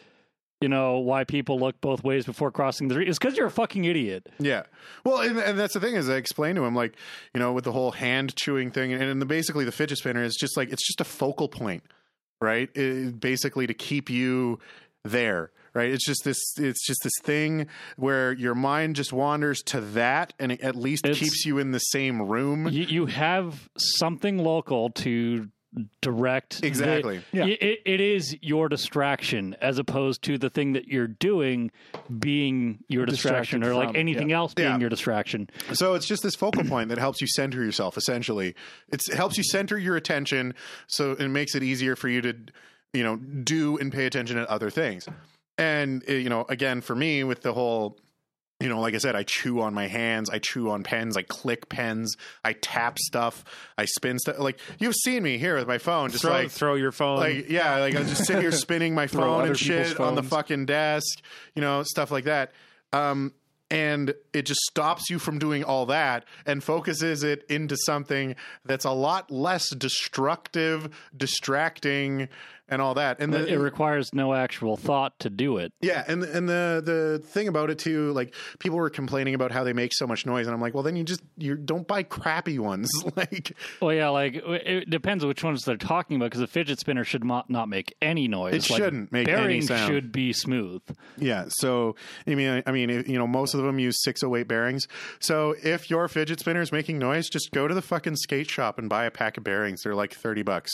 Speaker 3: you know, why people look both ways before crossing the street. It's because you're a fucking idiot.
Speaker 1: Yeah. Well, and, and that's the thing is I explained to him like, you know, with the whole hand chewing thing and, and the, basically the fidget spinner is just like it's just a focal point, right? It- basically to keep you there, right? It's just this it's just this thing where your mind just wanders to that and it at least
Speaker 3: It's-
Speaker 1: keeps you in the same room.
Speaker 3: You, you have something local to direct. the-
Speaker 1: Exactly.
Speaker 2: Yeah.
Speaker 3: It- it- it is your distraction as opposed to the thing that you're doing being your distraction
Speaker 2: Distracted
Speaker 3: or like
Speaker 2: from,
Speaker 3: anything else being
Speaker 1: Yeah.
Speaker 3: your distraction.
Speaker 1: So it's just this focal point that helps you center yourself. Essentially, it's, it helps you center your attention, so it makes it easier for you to, you know, do and pay attention to other things. And eh, you know, again, for me with the whole, you know, like I said, I chew on my hands, I chew on pens, I click pens, I tap stuff, I spin stuff. Like you've seen me here with my phone, just
Speaker 4: Throw,
Speaker 1: like
Speaker 4: throw your phone.
Speaker 1: like yeah, like I was just sitting here spinning my phone
Speaker 2: Um, other
Speaker 1: and shit
Speaker 2: people's
Speaker 1: on the
Speaker 2: phones.
Speaker 1: fucking desk, you know, stuff like that. Um, and it just stops you from doing all that and focuses it into something that's a lot less destructive, distracting, and all that. And the,
Speaker 3: It requires no actual thought to do it.
Speaker 1: yeah, and and the the thing about it too, like people were complaining about how they make so much noise, and I'm like, well, then you just you don't buy crappy ones. like,
Speaker 3: Well, Oh, yeah, like it depends on which ones they're talking about because a fidget spinner should not, not make any noise.
Speaker 1: It
Speaker 3: Like,
Speaker 1: shouldn't make any
Speaker 3: bearings
Speaker 1: sound.
Speaker 3: should be smooth.
Speaker 1: Yeah. So, I mean, I mean, you know, most of them use 608 bearings. So, if your fidget spinner is making noise, just go to the fucking skate shop and buy a pack of bearings. They're like 30 bucks.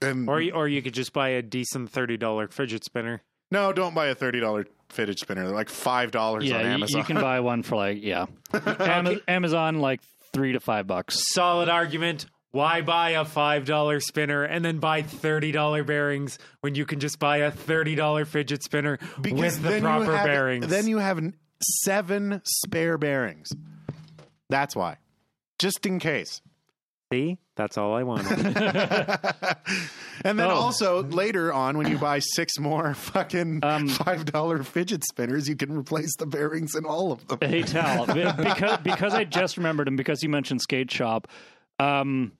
Speaker 1: And
Speaker 4: or, you- or you could just buy a decent $30 fidget spinner.
Speaker 1: no, don't buy a $30 fidget spinner. They're like $5 on
Speaker 3: yeah, you,
Speaker 1: Amazon.
Speaker 3: you can buy one for like yeah, Ama- Amazon like three to five bucks.
Speaker 4: Solid argument. Why buy a $5 spinner and then buy $30 bearings when you can just buy a $30 fidget spinner with the proper
Speaker 1: you have,
Speaker 4: bearings?
Speaker 1: Then you have n- seven spare bearings. That's why. Just in case.
Speaker 4: See? That's all I wanted.
Speaker 1: And then
Speaker 3: Oh.
Speaker 1: also later on, when you buy six more fucking
Speaker 3: Um,
Speaker 1: five dollar fidget spinners, you can replace the bearings in all of them.
Speaker 3: Hey, Tal, be- because because I just remembered and because you mentioned skate shop, um,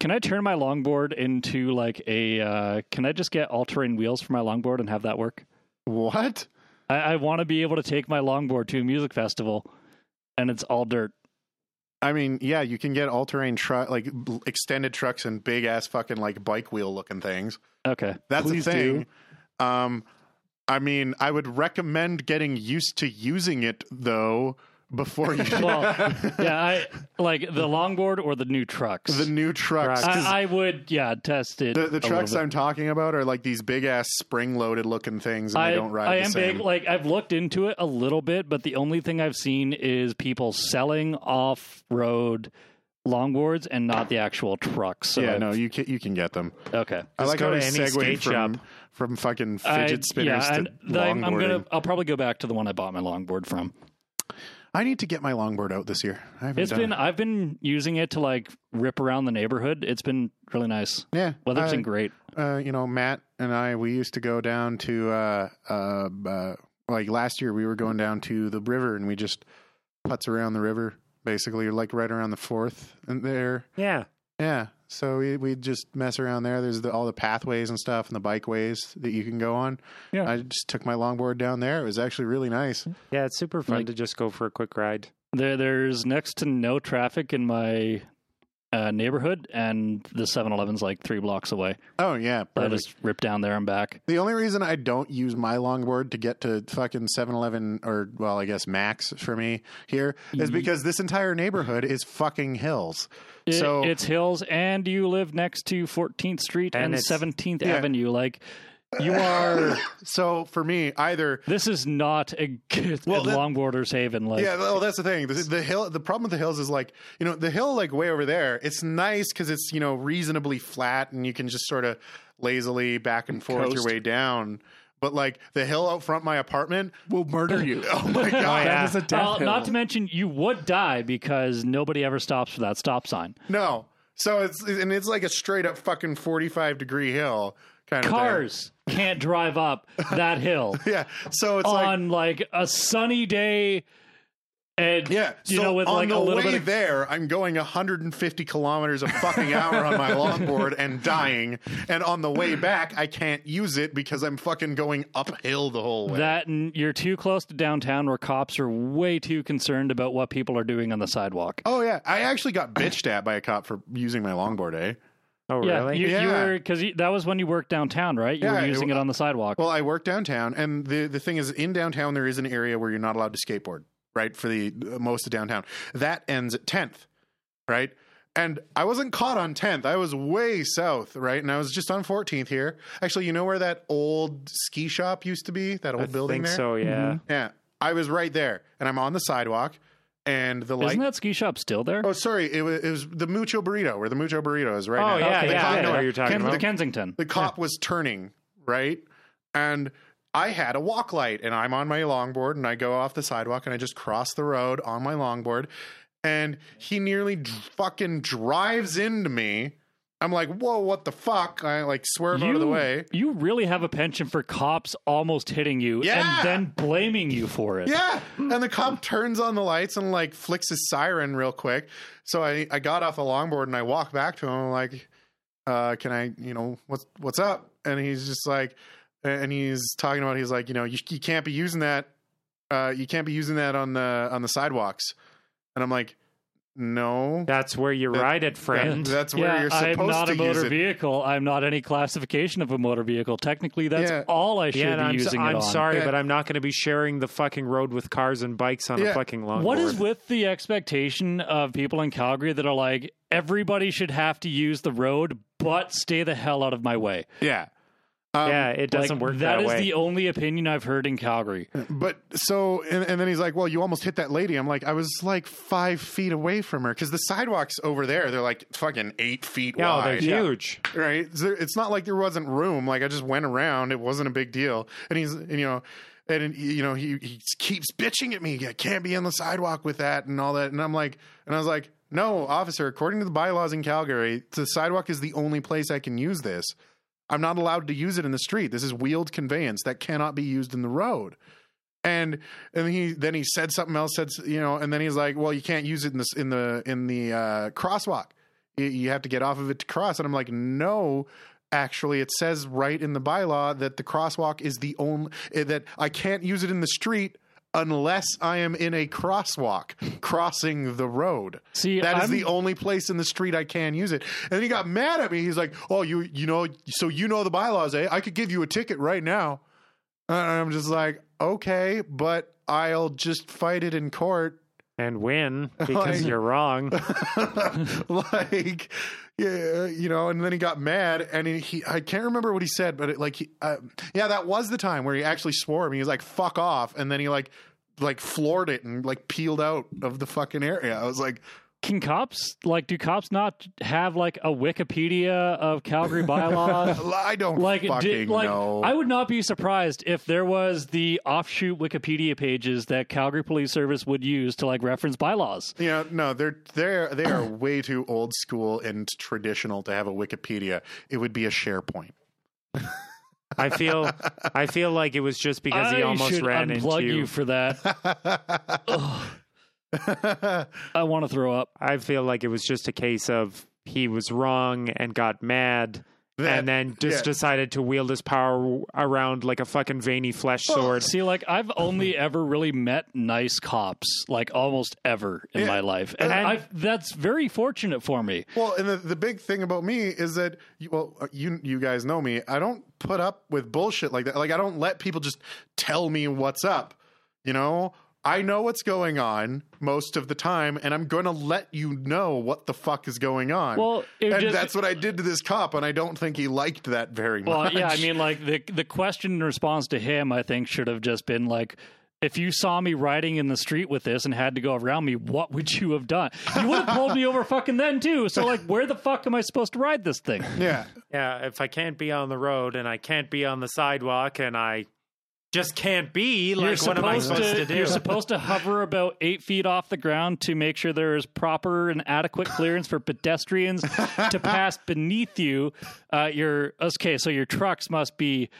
Speaker 3: can I turn my longboard into like a? Uh, can I just get all terrain wheels for my longboard and have that work?
Speaker 1: What?
Speaker 3: I, I want to be able to take my longboard to a music festival, and it's all dirt.
Speaker 1: I mean, yeah, you can get all terrain truck, like bl- extended trucks and big ass fucking like bike wheel looking things.
Speaker 3: Okay.
Speaker 1: That's
Speaker 2: Please
Speaker 1: a thing. Um, I mean, I would recommend getting used to using it though before you
Speaker 3: well, yeah, I like the longboard or the new trucks.
Speaker 1: the new trucks. 'cause
Speaker 3: I, I would, yeah, test it.
Speaker 1: the, the
Speaker 3: a little
Speaker 1: trucks
Speaker 3: bit.
Speaker 1: I'm talking about are like these big ass spring loaded looking things, and
Speaker 3: I,
Speaker 1: they don't ride.
Speaker 3: I
Speaker 1: the
Speaker 3: am
Speaker 1: same.
Speaker 3: big. Like I've looked into it a little bit, but the only thing I've seen is people selling off-road longboards and not the actual trucks. So
Speaker 1: yeah,
Speaker 3: I've-
Speaker 1: no, you can you can get them.
Speaker 3: Okay.
Speaker 1: I like
Speaker 4: go
Speaker 1: how
Speaker 4: to
Speaker 1: they
Speaker 4: any
Speaker 1: segue
Speaker 4: skate
Speaker 1: from
Speaker 4: shop.
Speaker 1: from fucking
Speaker 3: I-
Speaker 1: fidget spinners
Speaker 3: yeah,
Speaker 1: to
Speaker 3: and the- I'm,
Speaker 1: longboarding.
Speaker 3: I'm gonna. I'll probably go back to the one I bought my longboard from.
Speaker 1: I need to get my longboard out this year. I haven't
Speaker 3: It's
Speaker 1: done
Speaker 3: been. I've been using it to like rip around the neighborhood. It's been really nice.
Speaker 1: Yeah,
Speaker 3: Weather's
Speaker 1: I-
Speaker 3: been great.
Speaker 1: uh, you know, Matt and I, we used to go down to uh, uh, uh, like last year. We were going down to the river, and we just putts around the river, basically, like right around the fourth and there.
Speaker 4: yeah.
Speaker 1: Yeah. So we we just mess around there. There's the, all the pathways and stuff, and the bikeways that you can go on.
Speaker 2: Yeah.
Speaker 1: I just took my longboard down there. It was actually really nice.
Speaker 4: Yeah, it's super fun
Speaker 3: Like-
Speaker 4: to just go for a quick ride.
Speaker 3: There, there's next to no traffic in my uh, neighborhood, and the 7-Eleven's like three blocks away.
Speaker 1: Oh yeah,
Speaker 3: I
Speaker 1: perfect.
Speaker 3: just rip down there and back.
Speaker 1: The only reason I don't use my longboard to get to fucking 7-Eleven or well, I guess Max for me here is because this entire neighborhood is fucking hills.
Speaker 3: It-
Speaker 1: so
Speaker 3: it's hills, and you live next to 14th Street
Speaker 4: And
Speaker 3: and,
Speaker 4: it's-
Speaker 3: 17th
Speaker 1: yeah.
Speaker 3: Avenue. Like you are.
Speaker 1: so for me, either
Speaker 3: this is not a good
Speaker 1: Well, that-
Speaker 3: longboarders haven. Like
Speaker 1: yeah, well, that's the thing. The, the hill, the problem with the hills is like you know the hill like way over there. It's nice because it's you know reasonably flat and you can just sort of lazily back and forth your
Speaker 2: Coast.
Speaker 1: way down. but like the hill out front my apartment.
Speaker 2: will murder you.
Speaker 1: Oh my
Speaker 2: That
Speaker 1: god!
Speaker 2: is
Speaker 4: yeah.
Speaker 2: a death
Speaker 3: Well,
Speaker 2: hill.
Speaker 3: Uh, not to mention, you would die because nobody ever stops for that stop sign.
Speaker 1: No. So it's and it's like a straight up fucking forty five degree hill kind of thing.
Speaker 3: Cars can't drive up that hill
Speaker 1: Yeah. So it's like
Speaker 3: on like, a sunny day, and
Speaker 1: yeah.
Speaker 3: you
Speaker 1: so
Speaker 3: know, with
Speaker 1: on
Speaker 3: like
Speaker 1: the
Speaker 3: a little
Speaker 1: way
Speaker 3: bit of
Speaker 1: there, I'm going 150 kilometers a fucking hour on my longboard and dying. And on the way back, I can't use it because I'm fucking going uphill the whole way.
Speaker 3: that, and you're too close to downtown where cops are way too concerned about what people are doing on the sidewalk.
Speaker 1: oh yeah, I actually got bitched at by a cop for using my longboard. Eh.
Speaker 4: Oh,
Speaker 3: yeah,
Speaker 4: really?
Speaker 3: you, you
Speaker 1: Yeah.
Speaker 3: were because that was when you worked downtown, right? You
Speaker 1: Yeah,
Speaker 3: were
Speaker 1: it
Speaker 3: using it,
Speaker 1: w-
Speaker 3: on the sidewalk.
Speaker 1: Well, I work downtown, and the the thing is, in downtown there is an area where you're not allowed to skateboard, right? For the uh, most of downtown, that ends at tenth, right? And I wasn't caught on tenth. I was way south, right? And I was just on fourteenth here. Actually, you know where that old ski shop used to be? That old
Speaker 4: I
Speaker 1: building
Speaker 4: think
Speaker 1: there.
Speaker 4: so, yeah.
Speaker 1: Yeah, I was right there, and I'm on the sidewalk, and the light.
Speaker 3: Isn't that ski shop still there?
Speaker 1: oh, sorry, it was, it was the Mucho Burrito, where the Mucho Burrito is right
Speaker 4: Oh,
Speaker 1: now.
Speaker 4: yeah,
Speaker 1: The
Speaker 4: yeah,
Speaker 1: cop-
Speaker 4: I know what you're talking
Speaker 3: Ken-
Speaker 4: about.
Speaker 3: the Kensington.
Speaker 1: the cop was turning right and i had a walk light and i'm on my longboard and i go off the sidewalk and i just cross the road on my longboard and he nearly d- fucking drives into me i'm like whoa what the fuck i like swerve out of the way
Speaker 3: you really have a penchant for cops almost hitting you
Speaker 1: Yeah.
Speaker 3: and then blaming you for it.
Speaker 1: yeah and the cop turns on the lights and like flicks his siren real quick so i i got off the longboard and i walk back to him I'm like uh can i you know what's what's up and he's just like and he's talking about he's like you know you, you can't be using that uh you can't be using that on the on the sidewalks and i'm like no
Speaker 4: That's where you
Speaker 1: That-
Speaker 4: ride it,
Speaker 1: that-
Speaker 4: friend.
Speaker 1: that's where
Speaker 3: Yeah,
Speaker 1: you're supposed
Speaker 3: I'm not
Speaker 1: to
Speaker 3: a motor
Speaker 1: use it
Speaker 3: vehicle. I'm not any classification of a motor vehicle. Technically, that's
Speaker 1: Yeah.
Speaker 3: all I should
Speaker 4: yeah, and
Speaker 3: be
Speaker 4: I'm, so-
Speaker 3: using it
Speaker 4: I'm
Speaker 3: on.
Speaker 4: sorry,
Speaker 1: Yeah.
Speaker 4: but I'm not going to be sharing the fucking road with cars and bikes on a
Speaker 1: Yeah.
Speaker 4: fucking longboard.
Speaker 3: What is with the expectation of people in Calgary that are like everybody should have to use the road, but stay the hell out of my way?
Speaker 1: yeah
Speaker 4: yeah, it doesn't
Speaker 3: Um, like,
Speaker 4: work that,
Speaker 3: That
Speaker 4: way.
Speaker 3: is the only opinion I've heard in Calgary.
Speaker 1: But so, and, and then he's like, "Well, you almost hit that lady." I'm like, "I was like five feet away from her because the sidewalks over there, they're like fucking eight feet
Speaker 4: yeah, oh, they're
Speaker 1: wide,
Speaker 4: huge.
Speaker 1: right? So it's not like there wasn't room. Like I just went around; it wasn't a big deal. And he's, and, you know, and you know, he he keeps bitching at me. I can't be on the sidewalk with that and all that. And I'm like, and I was like, "No, officer. According to the bylaws in Calgary, the sidewalk is the only place I can use this." I'm not allowed to use it in the street. This is wheeled conveyance that cannot be used in the road and and he then he said something else said s- you know and then he's like well you can't use it in this in the in the uh crosswalk you, you have to get off of it to cross and i'm like no actually it says right in the bylaw that the crosswalk is the only eh, that i can't use it in the street unless i am in a crosswalk crossing the road
Speaker 3: See,
Speaker 1: that is
Speaker 3: I'm-
Speaker 1: the only place in the street I can use it. And then he got mad at me. He's like, "Oh, you you know, so you know the bylaws, eh? I could give you a ticket right now." And I'm just like, "Okay, but I'll just fight it in court."
Speaker 4: And win because
Speaker 1: Like-
Speaker 4: you're wrong.
Speaker 1: like, yeah, you know. And then he got mad, and he, he I can't remember what he said, but it, like, he, uh, yeah, that was the time where he actually swore at me. He was like, "Fuck off," and then he like like floored it and like peeled out of the fucking area. I was like,
Speaker 3: Can cops like do cops not have like a Wikipedia of Calgary bylaws?
Speaker 1: "I don't
Speaker 3: like,
Speaker 1: fucking
Speaker 3: did, like
Speaker 1: know."
Speaker 3: I would not be surprised if there was the offshoot Wikipedia pages that Calgary Police Service would use to like reference bylaws.
Speaker 1: You know, no, they're they're they are way too old school and traditional to have a Wikipedia. It would be a SharePoint.
Speaker 4: I feel I feel like it was just because
Speaker 3: I
Speaker 4: he almost
Speaker 3: should
Speaker 4: ran into
Speaker 3: unplug you. for that. I want to throw up.
Speaker 4: I feel like it was just a case of he was wrong and got mad
Speaker 1: That-
Speaker 4: and then just
Speaker 1: yeah.
Speaker 4: decided to wield his power around like a fucking veiny flesh sword.
Speaker 3: See, like I've only ever really met nice cops, like almost ever in my life, and,
Speaker 4: And-
Speaker 3: I've, that's very fortunate for me.
Speaker 1: well, and the, the big thing about me is that you- well, you you guys know me. I don't put up with bullshit like that. Like I don't let people just tell me what's up. You know, I know what's going on most of the time, and I'm going to let you know what the fuck is going on.
Speaker 3: Well, it
Speaker 1: and
Speaker 3: just-
Speaker 1: that's what I did to this cop, and I don't think he liked that very much.
Speaker 3: Well, yeah, I mean, like the the question and response to him, I think, should have just been like, if you saw me riding in the street with this and had to go around me, what would you have done? You would have pulled me over fucking then too. So like, where the fuck am I supposed to ride this thing?
Speaker 1: yeah.
Speaker 4: Yeah, if I can't be on the road and I can't be on the sidewalk and I just can't be.
Speaker 3: You're
Speaker 4: Like, what am I supposed to, do?
Speaker 3: You're supposed to hover about eight feet off the ground to make sure there is proper and adequate clearance for pedestrians to pass beneath you. Uh, your okay, so your trucks must be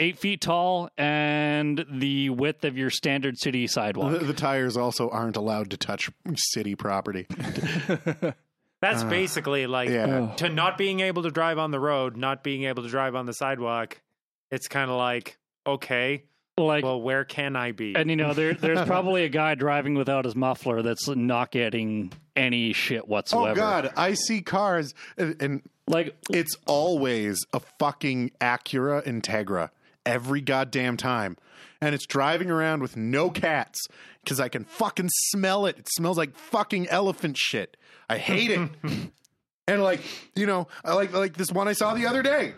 Speaker 3: eight feet tall and the width of your standard city sidewalk.
Speaker 1: The, the tires also aren't allowed to touch city property.
Speaker 4: That's basically like
Speaker 1: Yeah.
Speaker 4: to not being able to drive on the road, not being able to drive on the sidewalk. It's kind of like, okay,
Speaker 3: like,
Speaker 4: Uh-huh. well, where can I be?
Speaker 3: and you know, there, there's probably a guy driving without his muffler that's not getting any shit whatsoever.
Speaker 1: Oh God, I see cars, and, and
Speaker 3: Like,
Speaker 1: it's always a fucking Acura Integra every goddamn time, and it's driving around with no cats because I can fucking smell it. It smells like fucking elephant shit. I hate it. and like you know, I like like this one I saw the other day.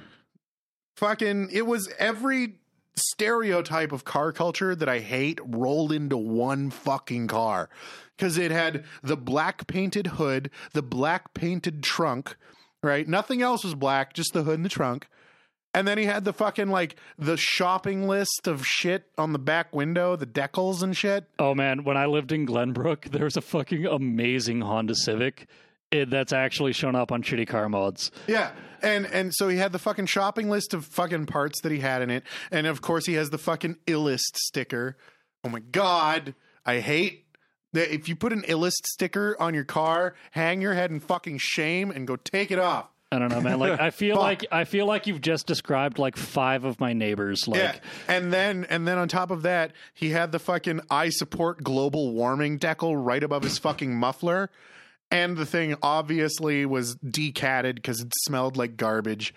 Speaker 1: Fucking, it was every stereotype of car culture that I hate rolled into one fucking car. Because it had the black painted hood, the black painted trunk, right? Nothing else was black, just the hood and the trunk. And then he had the fucking like the shopping list of shit on the back window, the decals and shit.
Speaker 3: Oh man, when I lived in Glenbrook, there was a fucking amazing Honda Civic eh, that's actually shown up on shitty car mods.
Speaker 1: Yeah. And and so he had the fucking shopping list of fucking parts that he had in it. And of course he has the fucking illest sticker. Oh my god. I hate that if you put an illest sticker on your car, hang your head in fucking shame and go take it off.
Speaker 3: I don't know, man. Like I feel
Speaker 1: Fuck.
Speaker 3: like I feel like you've just described like five of my neighbors. Like
Speaker 1: yeah. And then and then on top of that, he had the fucking I support global warming decal right above his fucking muffler. And the thing obviously was decatted because it smelled like garbage.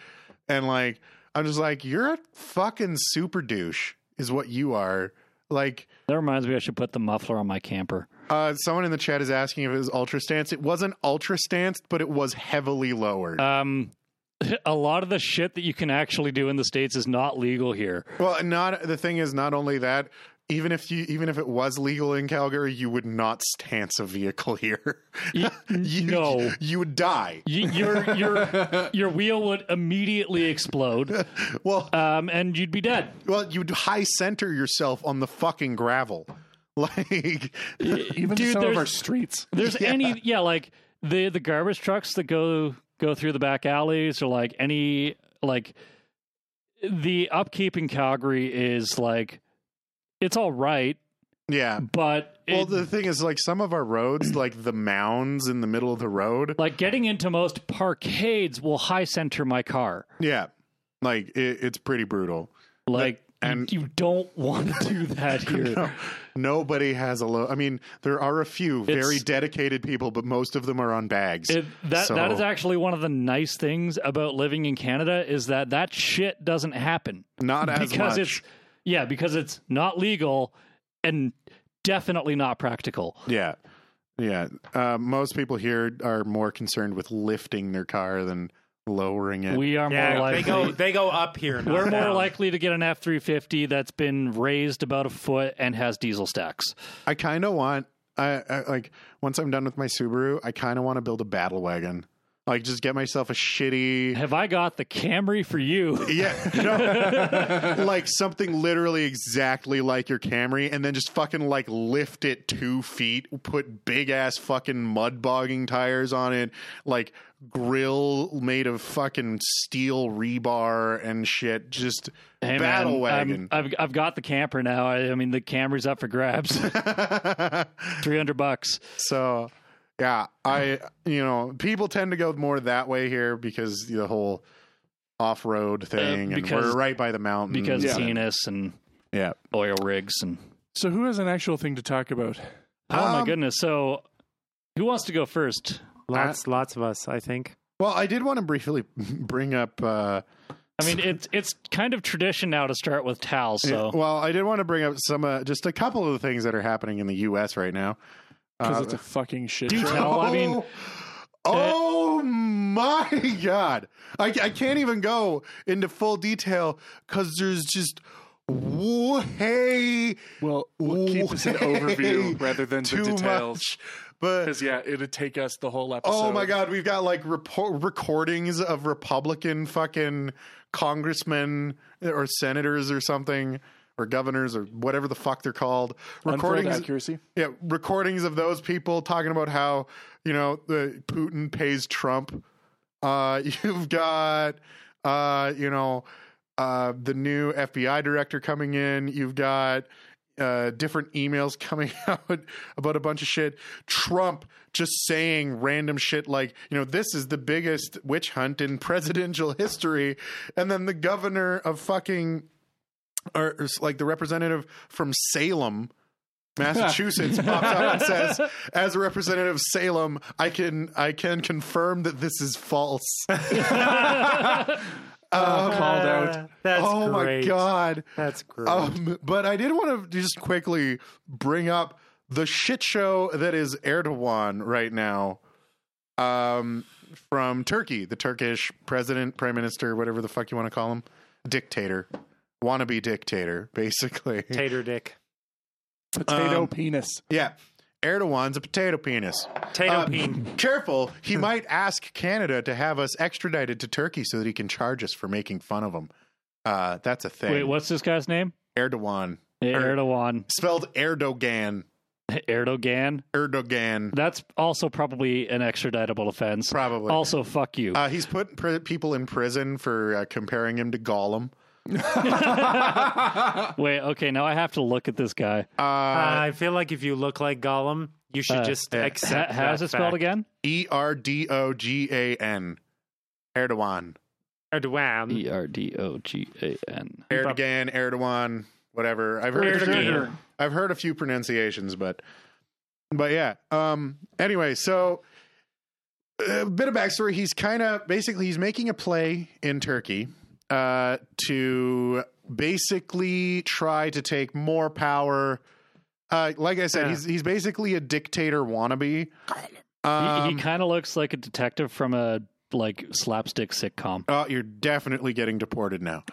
Speaker 1: And like I'm just like, you're a fucking super douche, is what you are. Like
Speaker 3: that reminds me, I should put the muffler on my camper.
Speaker 1: uh, someone in the chat is asking if it was ultra stance. It wasn't ultra stance, but it was heavily lowered.
Speaker 3: Um, a lot of the shit that you can actually do in the states is not legal here.
Speaker 1: Well, and not the thing is not only that. Even if you, even if it was legal in Calgary, you would not stance a vehicle here.
Speaker 3: Y-
Speaker 1: you,
Speaker 3: no.
Speaker 1: you would die.
Speaker 3: Y- your your your wheel would immediately explode,
Speaker 1: Well,
Speaker 3: um, and you'd be dead.
Speaker 1: well, you'd high center yourself on the fucking gravel. Like,
Speaker 2: Even to
Speaker 3: Dude,
Speaker 2: some of
Speaker 3: there's-
Speaker 2: our streets.
Speaker 3: There's any yeah, like the the garbage trucks that go go through the back alleys or like any like the upkeep in Calgary is like it's all right,
Speaker 1: yeah.
Speaker 3: but it,
Speaker 1: Well, the thing is, like, some of our roads, like the mounds in the middle of the road,
Speaker 3: like getting into most parkades will high center my car.
Speaker 1: yeah, like it, it's pretty brutal.
Speaker 3: Like
Speaker 1: and-
Speaker 3: you don't want to do that here.
Speaker 1: Nobody has a low. I mean, there are a few very
Speaker 3: It's-
Speaker 1: dedicated people, but most of them are on bags.
Speaker 3: It, that
Speaker 1: So-
Speaker 3: that is actually one of the nice things about living in Canada is that that shit doesn't happen.
Speaker 1: not as
Speaker 3: because
Speaker 1: much.
Speaker 3: it's yeah because it's not legal and definitely not practical
Speaker 1: Yeah. Yeah. Uh, most people here are more concerned with lifting their car than lowering it.
Speaker 3: we are
Speaker 4: yeah,
Speaker 3: more likely
Speaker 4: they go they go up here. not
Speaker 3: we're more
Speaker 4: down.
Speaker 3: likely to get an f-350 that's been raised about a foot and has diesel stacks
Speaker 1: I kind of want, I, I like, once I'm done with my Subaru, I kind of want to build a battle wagon. Like, just get myself a shitty.
Speaker 3: have i got the camry for you
Speaker 1: Yeah, no. like something literally exactly like your Camry, and then just fucking like lift it two feet, put big ass fucking mud bogging tires on it, like grill made of fucking steel rebar and shit. Just
Speaker 3: Hey, man,
Speaker 1: battle
Speaker 3: I'm-
Speaker 1: wagon.
Speaker 3: I've, I've got the camper now I, I mean the camry's up for grabs 300 bucks
Speaker 1: so. Yeah, I you know people tend to go more that way here because the whole off road thing,
Speaker 3: Uh, because-
Speaker 1: and we're right by the mountains.
Speaker 3: because
Speaker 2: Yeah.
Speaker 3: Zenas and
Speaker 1: yeah,
Speaker 3: oil rigs and
Speaker 2: So who has an actual thing to talk about?
Speaker 3: oh my
Speaker 1: Um,
Speaker 3: goodness so who wants to go first
Speaker 4: lots lots of us. I think
Speaker 1: Well, I did want to briefly bring up. Uh,
Speaker 3: I mean, it's it's kind of tradition now to start with towels.
Speaker 2: Oh.
Speaker 3: So
Speaker 1: Well, I did want to bring up some, uh, just a couple of the things that are happening in the U.S. right now.
Speaker 2: Because
Speaker 1: Uh,
Speaker 2: it's a fucking shit
Speaker 3: do
Speaker 2: show.
Speaker 3: tell. Well, I mean,
Speaker 1: oh
Speaker 2: eh,
Speaker 1: my god, I, I can't even go into full detail because there's just way
Speaker 2: Well, we'll keep this an overview
Speaker 1: way
Speaker 2: rather than the
Speaker 1: too
Speaker 2: details.
Speaker 1: much. But
Speaker 2: Because yeah, it'd take us the whole episode.
Speaker 1: Oh my God, we've got like report recordings of Republican fucking congressmen or senators or something or governors or whatever the fuck they're called. Recordings,
Speaker 2: accuracy.
Speaker 1: yeah, recordings of those people talking about how you know the Putin pays Trump. Uh, you've got uh, you know uh, the new FBI director coming in. You've got uh, different emails coming out about a bunch of shit. Trump just saying random shit like, you know, this is the biggest witch hunt in presidential history, and then the governor of fucking or, or like the representative from Salem. Massachusetts pops up and says, "As a representative of Salem, I can I can confirm that this is false." Um,
Speaker 2: Called out.
Speaker 4: Oh, That's
Speaker 1: oh
Speaker 4: great.
Speaker 1: my god!
Speaker 4: That's great.
Speaker 1: Um, but I did want to just quickly bring up the shit show that is Erdogan right now um, from Turkey, the Turkish president, prime minister, whatever the fuck you want to call him, dictator, wannabe dictator, basically.
Speaker 4: Tater dick.
Speaker 2: Potato
Speaker 1: um,
Speaker 2: penis.
Speaker 1: yeah. Erdogan's a potato penis.
Speaker 4: Tater
Speaker 3: Um,
Speaker 1: Uh,
Speaker 4: peen.
Speaker 1: Careful, he might ask Canada to have us extradited to Turkey so that he can charge us for making fun of him. Uh, that's a thing.
Speaker 3: Wait, what's this guy's name?
Speaker 1: Erdogan.
Speaker 3: Erdogan.
Speaker 1: Spelled Erdogan.
Speaker 3: Erdogan.
Speaker 1: Erdogan.
Speaker 3: That's also probably an extraditable offense.
Speaker 1: Probably.
Speaker 3: Also, fuck you.
Speaker 1: Uh, he's put pr- people in prison for uh, comparing him to Gollum.
Speaker 3: Wait, okay, now I have to look at this guy.
Speaker 1: Uh,
Speaker 4: I feel like if you look like Gollum, you should
Speaker 3: Uh,
Speaker 4: just
Speaker 1: yeah.
Speaker 4: accept.
Speaker 3: Ha- how's
Speaker 4: that
Speaker 3: it spelled
Speaker 4: fact.
Speaker 3: again?
Speaker 1: E R D O G A N. Erdogan.
Speaker 4: Erdogan.
Speaker 3: E R D O G A N.
Speaker 1: Erdogan, Erdogan, whatever. I've heard a few,
Speaker 4: Erdogan.
Speaker 1: I've heard a few pronunciations, but but yeah. Um anyway, so a bit of backstory. He's kind of basically he's making a play in Turkey uh to basically try to take more power. Uh like I said,
Speaker 4: Yeah.
Speaker 1: he's he's basically a dictator wannabe.
Speaker 3: He,
Speaker 1: Um,
Speaker 3: kind of looks like a detective from a like slapstick sitcom.
Speaker 1: Oh, you're definitely getting deported now.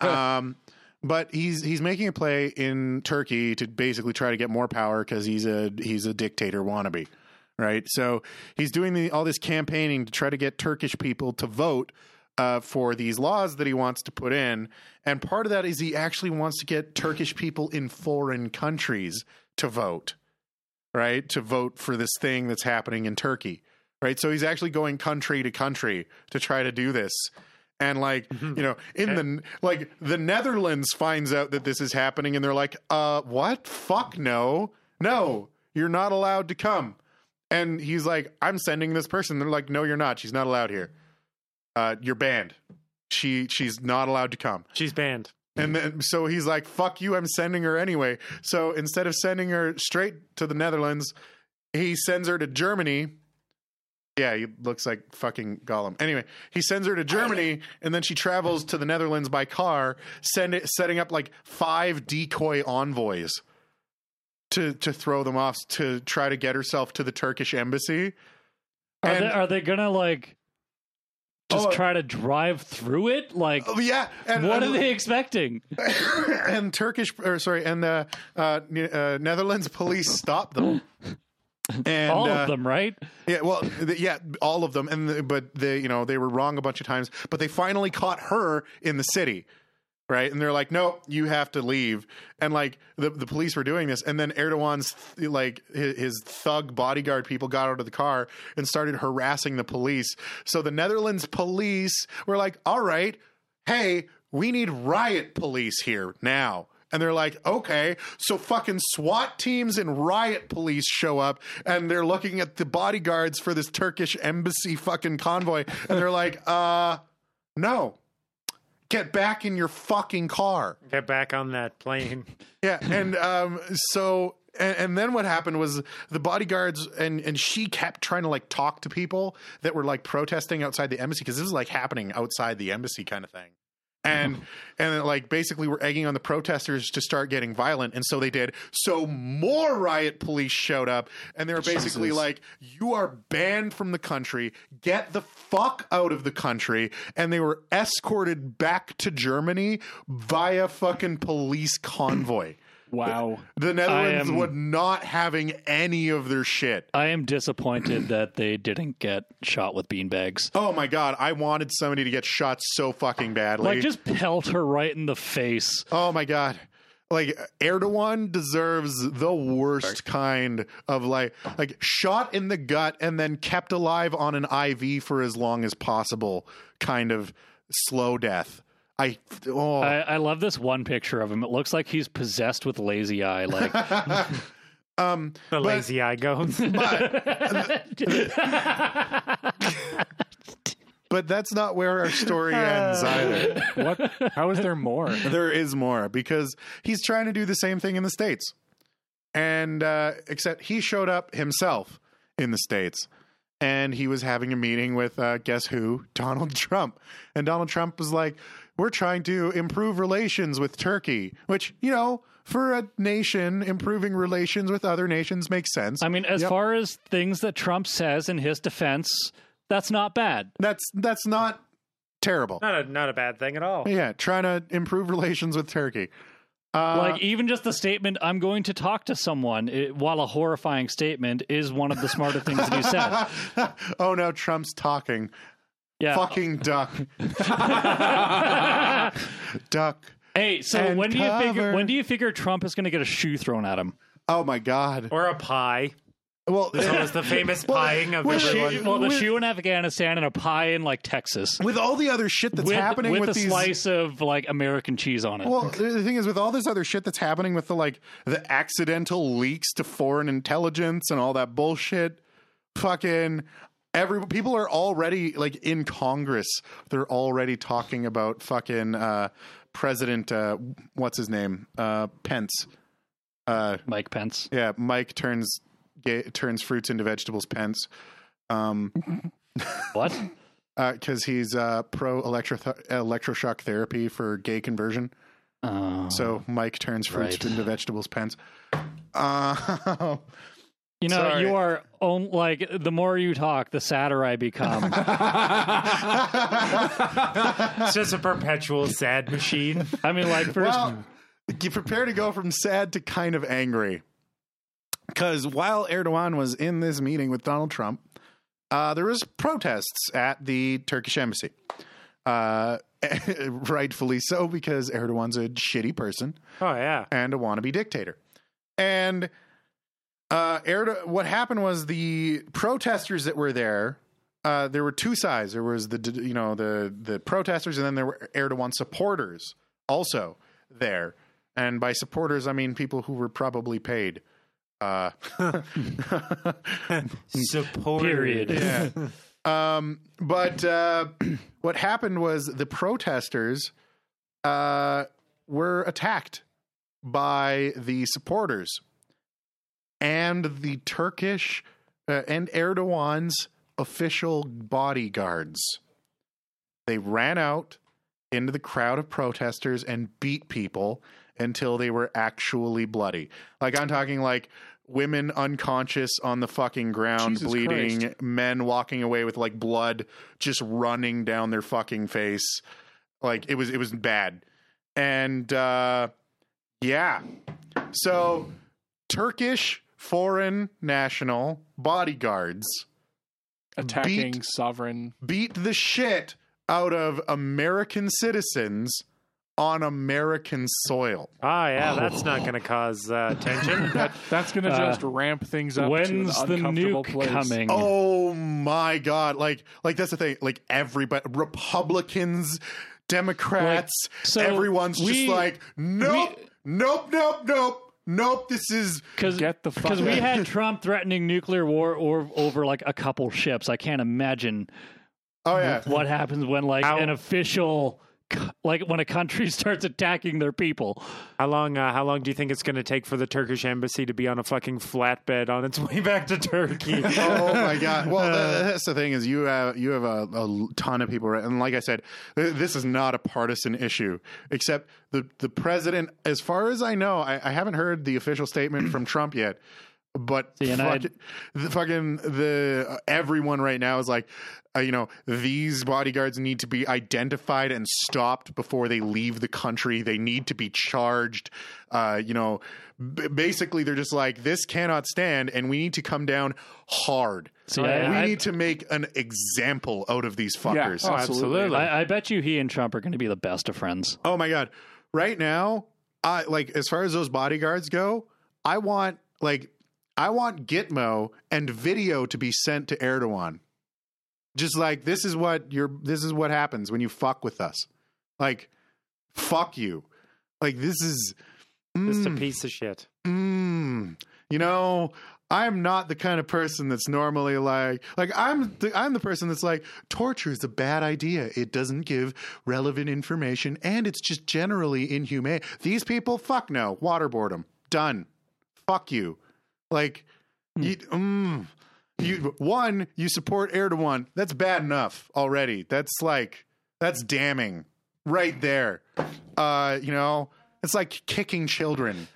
Speaker 1: um, but he's he's making a play in Turkey to basically try to get more power because he's a he's a dictator wannabe, right? So he's doing the, all this campaigning to try to get Turkish people to vote uh, for these laws that he wants to put in, and part of that is he actually wants to get Turkish people in foreign countries to vote, right? To vote for this thing that's happening in Turkey, right? So he's actually going country to country to try to do this. And like, you know, in the like the Netherlands finds out that this is happening and they're like, "Uh, what? Fuck no. No, you're not allowed to come." And he's like, "I'm sending this person." They're like, "No, you're not. She's not allowed here. Uh, you're banned. She she's not allowed to come."
Speaker 4: She's banned.
Speaker 1: And then so he's like, "Fuck you! I'm sending her anyway." So instead of sending her straight to the Netherlands, he sends her to Germany. Yeah, he looks like fucking Gollum. Anyway, he sends her to Germany, and then she travels to the Netherlands by car, send it, setting up like five decoy envoys to to throw them off to try to get herself to the Turkish embassy.
Speaker 3: Are
Speaker 1: And-
Speaker 3: they, are they gonna like just
Speaker 1: Oh,
Speaker 3: try to drive through it? Like,
Speaker 1: Oh, yeah, and
Speaker 3: what are they expecting?
Speaker 1: and Turkish, or sorry, and uh, uh, Ne- uh, Netherlands police stopped them. And,
Speaker 3: All
Speaker 1: uh,
Speaker 3: of them, right?
Speaker 1: Yeah, well, th- yeah, all of them. And the, but they, you know, they were wrong a bunch of times. But they finally caught her in the city, right? And they're like, "No, you have to leave." And like the the police were doing this, and then Erdogan's th- like his, his thug bodyguard people got out of the car and started harassing the police. So the Netherlands police were like, "All right, hey, we need riot police here now." And they're like, okay, so fucking SWAT teams and riot police show up and they're looking at the bodyguards for this Turkish embassy fucking convoy. And they're like, uh, no, get back in your fucking car.
Speaker 4: Get back on that plane.
Speaker 1: Yeah, and um, so and, and then what happened was the bodyguards and and she kept trying to like talk to people that were like protesting outside the embassy because this is like happening outside the embassy kind of thing. And and it, like basically we're egging on the protesters to start getting violent, and so they did. So more riot police showed up, and they were basically
Speaker 2: Jesus.
Speaker 1: like, "You are banned from the country. Get the fuck out of the country." And they were escorted back to Germany via fucking police convoy.
Speaker 2: Wow.
Speaker 1: The Netherlands
Speaker 3: am-
Speaker 1: would not having any of their shit.
Speaker 3: I am disappointed that they didn't get shot with beanbags.
Speaker 1: Oh my god, I wanted somebody to get shot so fucking badly.
Speaker 3: Like, just pelt her right in the face.
Speaker 1: oh my god. like Erdogan deserves the worst kind of like like shot in the gut and then kept alive on an IV for as long as possible kind of slow death. I oh
Speaker 3: I, I love this one picture of him. It looks like he's possessed with lazy eye. Like
Speaker 1: um
Speaker 4: The lazy eye goes.
Speaker 1: but that's not where our story ends either.
Speaker 2: What? How is there more?
Speaker 1: there is more because he's trying to do the same thing in the states and uh, except he showed up himself in the states and he was having a meeting with uh, guess who donald trump and donald trump was like we're trying to improve relations with turkey which you know for a nation improving relations with other nations makes sense
Speaker 3: I mean, as far as things that Trump says in his defense, that's not bad.
Speaker 1: that's that's not terrible
Speaker 4: not a not a bad thing at all.
Speaker 1: yeah trying to improve relations with turkey uh,
Speaker 3: like even just the statement "I'm going to talk to someone," it, while a horrifying statement, is one of the smarter things that he said.
Speaker 1: oh no trump's talking
Speaker 3: Yeah.
Speaker 1: fucking duck. duck.
Speaker 3: Hey, so
Speaker 1: And
Speaker 3: when do you figure
Speaker 1: cover.
Speaker 3: when do you figure Trump is going to get a shoe thrown at him?
Speaker 1: Oh my god.
Speaker 4: Or a pie.
Speaker 1: Well,
Speaker 4: That was the famous
Speaker 1: Well,
Speaker 4: pieing of
Speaker 1: well, she-
Speaker 4: everyone.
Speaker 3: Well, the
Speaker 1: With-
Speaker 3: shoe in Afghanistan and a pie in like Texas.
Speaker 1: with all the other shit that's
Speaker 3: with,
Speaker 1: happening with,
Speaker 3: with a
Speaker 1: these
Speaker 3: slice of like American cheese on it.
Speaker 1: Well, the thing is with all this other shit that's happening with the like the accidental leaks to foreign intelligence and all that bullshit, fucking every people are already like in Congress. They're already talking about fucking uh President uh what's his name? Uh Pence. Uh
Speaker 3: Mike Pence.
Speaker 1: Yeah, Mike turns ga turns fruits into vegetables. Pence, um,
Speaker 3: What?
Speaker 1: because he's uh, pro electro electroshock therapy for gay conversion.
Speaker 3: Oh.
Speaker 1: So Mike turns fruits
Speaker 3: Right.
Speaker 1: into vegetables. Pence. Uh,
Speaker 3: you know,
Speaker 1: sorry.
Speaker 3: you are on, like the more you talk, the sadder I become.
Speaker 4: It's just a perpetual sad machine.
Speaker 3: I mean, like first,
Speaker 1: well, you prepare to go from sad to kind of angry. Because while Erdogan was in this meeting with Donald Trump, uh, there was protests at the Turkish embassy. Uh, rightfully so, because Erdogan's a shitty person.
Speaker 4: Oh yeah.
Speaker 1: and a wannabe dictator. And uh, Erdo- what happened was the protesters that were there. Uh, there were two sides. There was the d- you know the the protesters, and then there were Erdogan supporters also there. And by supporters, I mean people who were probably paid. Uh,
Speaker 4: Support.
Speaker 3: period.
Speaker 1: yeah. um, but uh, what happened was the protesters uh, were attacked by the supporters and the Turkish uh, and Erdogan's official bodyguards. They ran out into the crowd of protesters and beat people until they were actually bloody. Like I'm talking like women unconscious on the fucking ground
Speaker 2: Jesus
Speaker 1: bleeding,
Speaker 2: Christ.
Speaker 1: men walking away with like blood just running down their fucking face. Like it was it was bad. And uh yeah. So Turkish foreign national bodyguards
Speaker 2: Attacking
Speaker 1: Beat-
Speaker 2: sovereign.
Speaker 1: beat the shit out of American citizens on American soil.
Speaker 4: Oh yeah, that's not going to cause uh, tension.
Speaker 2: That's gonna just ramp things up.
Speaker 3: when's
Speaker 2: to an
Speaker 3: the
Speaker 2: uncomfortable
Speaker 3: nuke
Speaker 2: place.
Speaker 3: coming?
Speaker 1: Oh my god! Like, like that's the thing. Like everybody, Republicans, Democrats,
Speaker 3: Like, so
Speaker 1: everyone's
Speaker 3: we-
Speaker 1: just like, nope, nope, nope, nope, nope. This is
Speaker 3: Because
Speaker 2: Get the fuck
Speaker 3: because we
Speaker 2: out.
Speaker 3: had Trump threatening nuclear war or over like a couple ships. I can't imagine
Speaker 1: oh yeah.
Speaker 3: what happens when like
Speaker 4: How-
Speaker 3: an official c- like when a country starts attacking their people.
Speaker 4: how long? Uh, how long do you think it's going to take for the Turkish embassy to be on a fucking flatbed on its way back to Turkey?
Speaker 1: oh my god! Well,
Speaker 3: Uh,
Speaker 1: tha- that's the thing is you have you have a, a ton of people, right? and like I said, th- this is not a partisan issue. Except the the president, as far as I know, I, I haven't heard the official statement from Trump yet. But
Speaker 3: See, and
Speaker 1: fuck
Speaker 3: I'd-
Speaker 1: it, the fucking the uh, everyone right now is like, uh, you know, these bodyguards need to be identified and stopped before they leave the country. They need to be charged. Uh, you know, b- basically they're just like this cannot stand, and we need to come down hard.
Speaker 3: See,
Speaker 4: yeah,
Speaker 1: we
Speaker 3: I,
Speaker 1: need to make an example out of these
Speaker 2: Yeah.
Speaker 1: fuckers.
Speaker 2: Oh,
Speaker 4: absolutely.
Speaker 3: I, I bet you he and Trump are going to be the best of friends.
Speaker 1: oh my god! Right now, I like as far as those bodyguards go, I want like I want Gitmo and video to be sent to Erdogan. Just like this is what your this is what happens when you fuck with us. Like fuck you. Like this is
Speaker 4: Just a
Speaker 1: mm,
Speaker 4: piece of shit.
Speaker 1: mm, you know i'm not the kind of person that's normally like like i'm the, i'm the person that's like torture is a bad idea it doesn't give relevant information and it's just generally inhumane these people fuck no waterboard them done fuck you like you, mm, you one you support erdogan that's bad enough already that's like that's damning right there uh you know it's like kicking children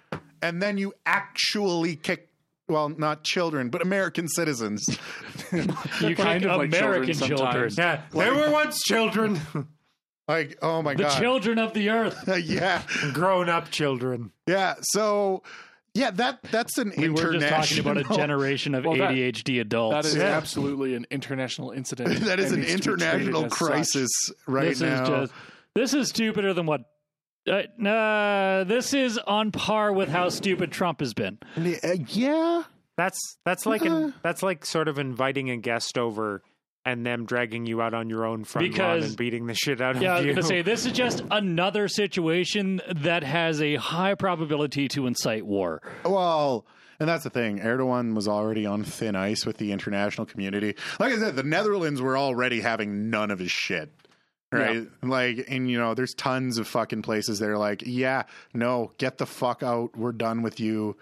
Speaker 1: and then you actually kick well not children but american citizens
Speaker 3: You
Speaker 2: Kind
Speaker 3: kind
Speaker 2: of
Speaker 3: of
Speaker 2: like children
Speaker 3: American children.
Speaker 2: sometimes.
Speaker 4: Yeah, there were once children,
Speaker 1: like oh my
Speaker 3: The
Speaker 1: god
Speaker 3: children of the earth.
Speaker 1: yeah
Speaker 4: grown up children.
Speaker 1: yeah so yeah that that's an
Speaker 3: We were
Speaker 1: international
Speaker 3: just talking about a generation of
Speaker 2: Well, that-
Speaker 3: ADHD
Speaker 2: That
Speaker 3: adults.
Speaker 2: is
Speaker 1: Yeah.
Speaker 2: absolutely an international incident.
Speaker 1: that is
Speaker 2: and
Speaker 1: an
Speaker 2: needs to be treated
Speaker 1: international
Speaker 2: as such.
Speaker 1: crisis right
Speaker 3: this
Speaker 1: now
Speaker 3: is just this is stupider than what. Uh, nah, this is on par with how stupid Trump has been.
Speaker 1: Uh, yeah
Speaker 4: That's that's like
Speaker 1: Uh.
Speaker 4: an,
Speaker 2: Uh-huh.
Speaker 4: that's like sort of inviting a guest over and them dragging you out on your own front lawn
Speaker 3: Because-
Speaker 4: and beating the shit out
Speaker 3: Yeah, I
Speaker 4: of
Speaker 3: was
Speaker 4: you.
Speaker 3: gonna say this is just another situation that has a high probability to incite war.
Speaker 1: Well, and that's the thing. Erdogan was already on thin ice with the international community. Like I said, the Netherlands were already having none of his shit. Right. Like, and you know, there's tons of fucking places that are like, yeah, no, get the fuck out. We're done with you.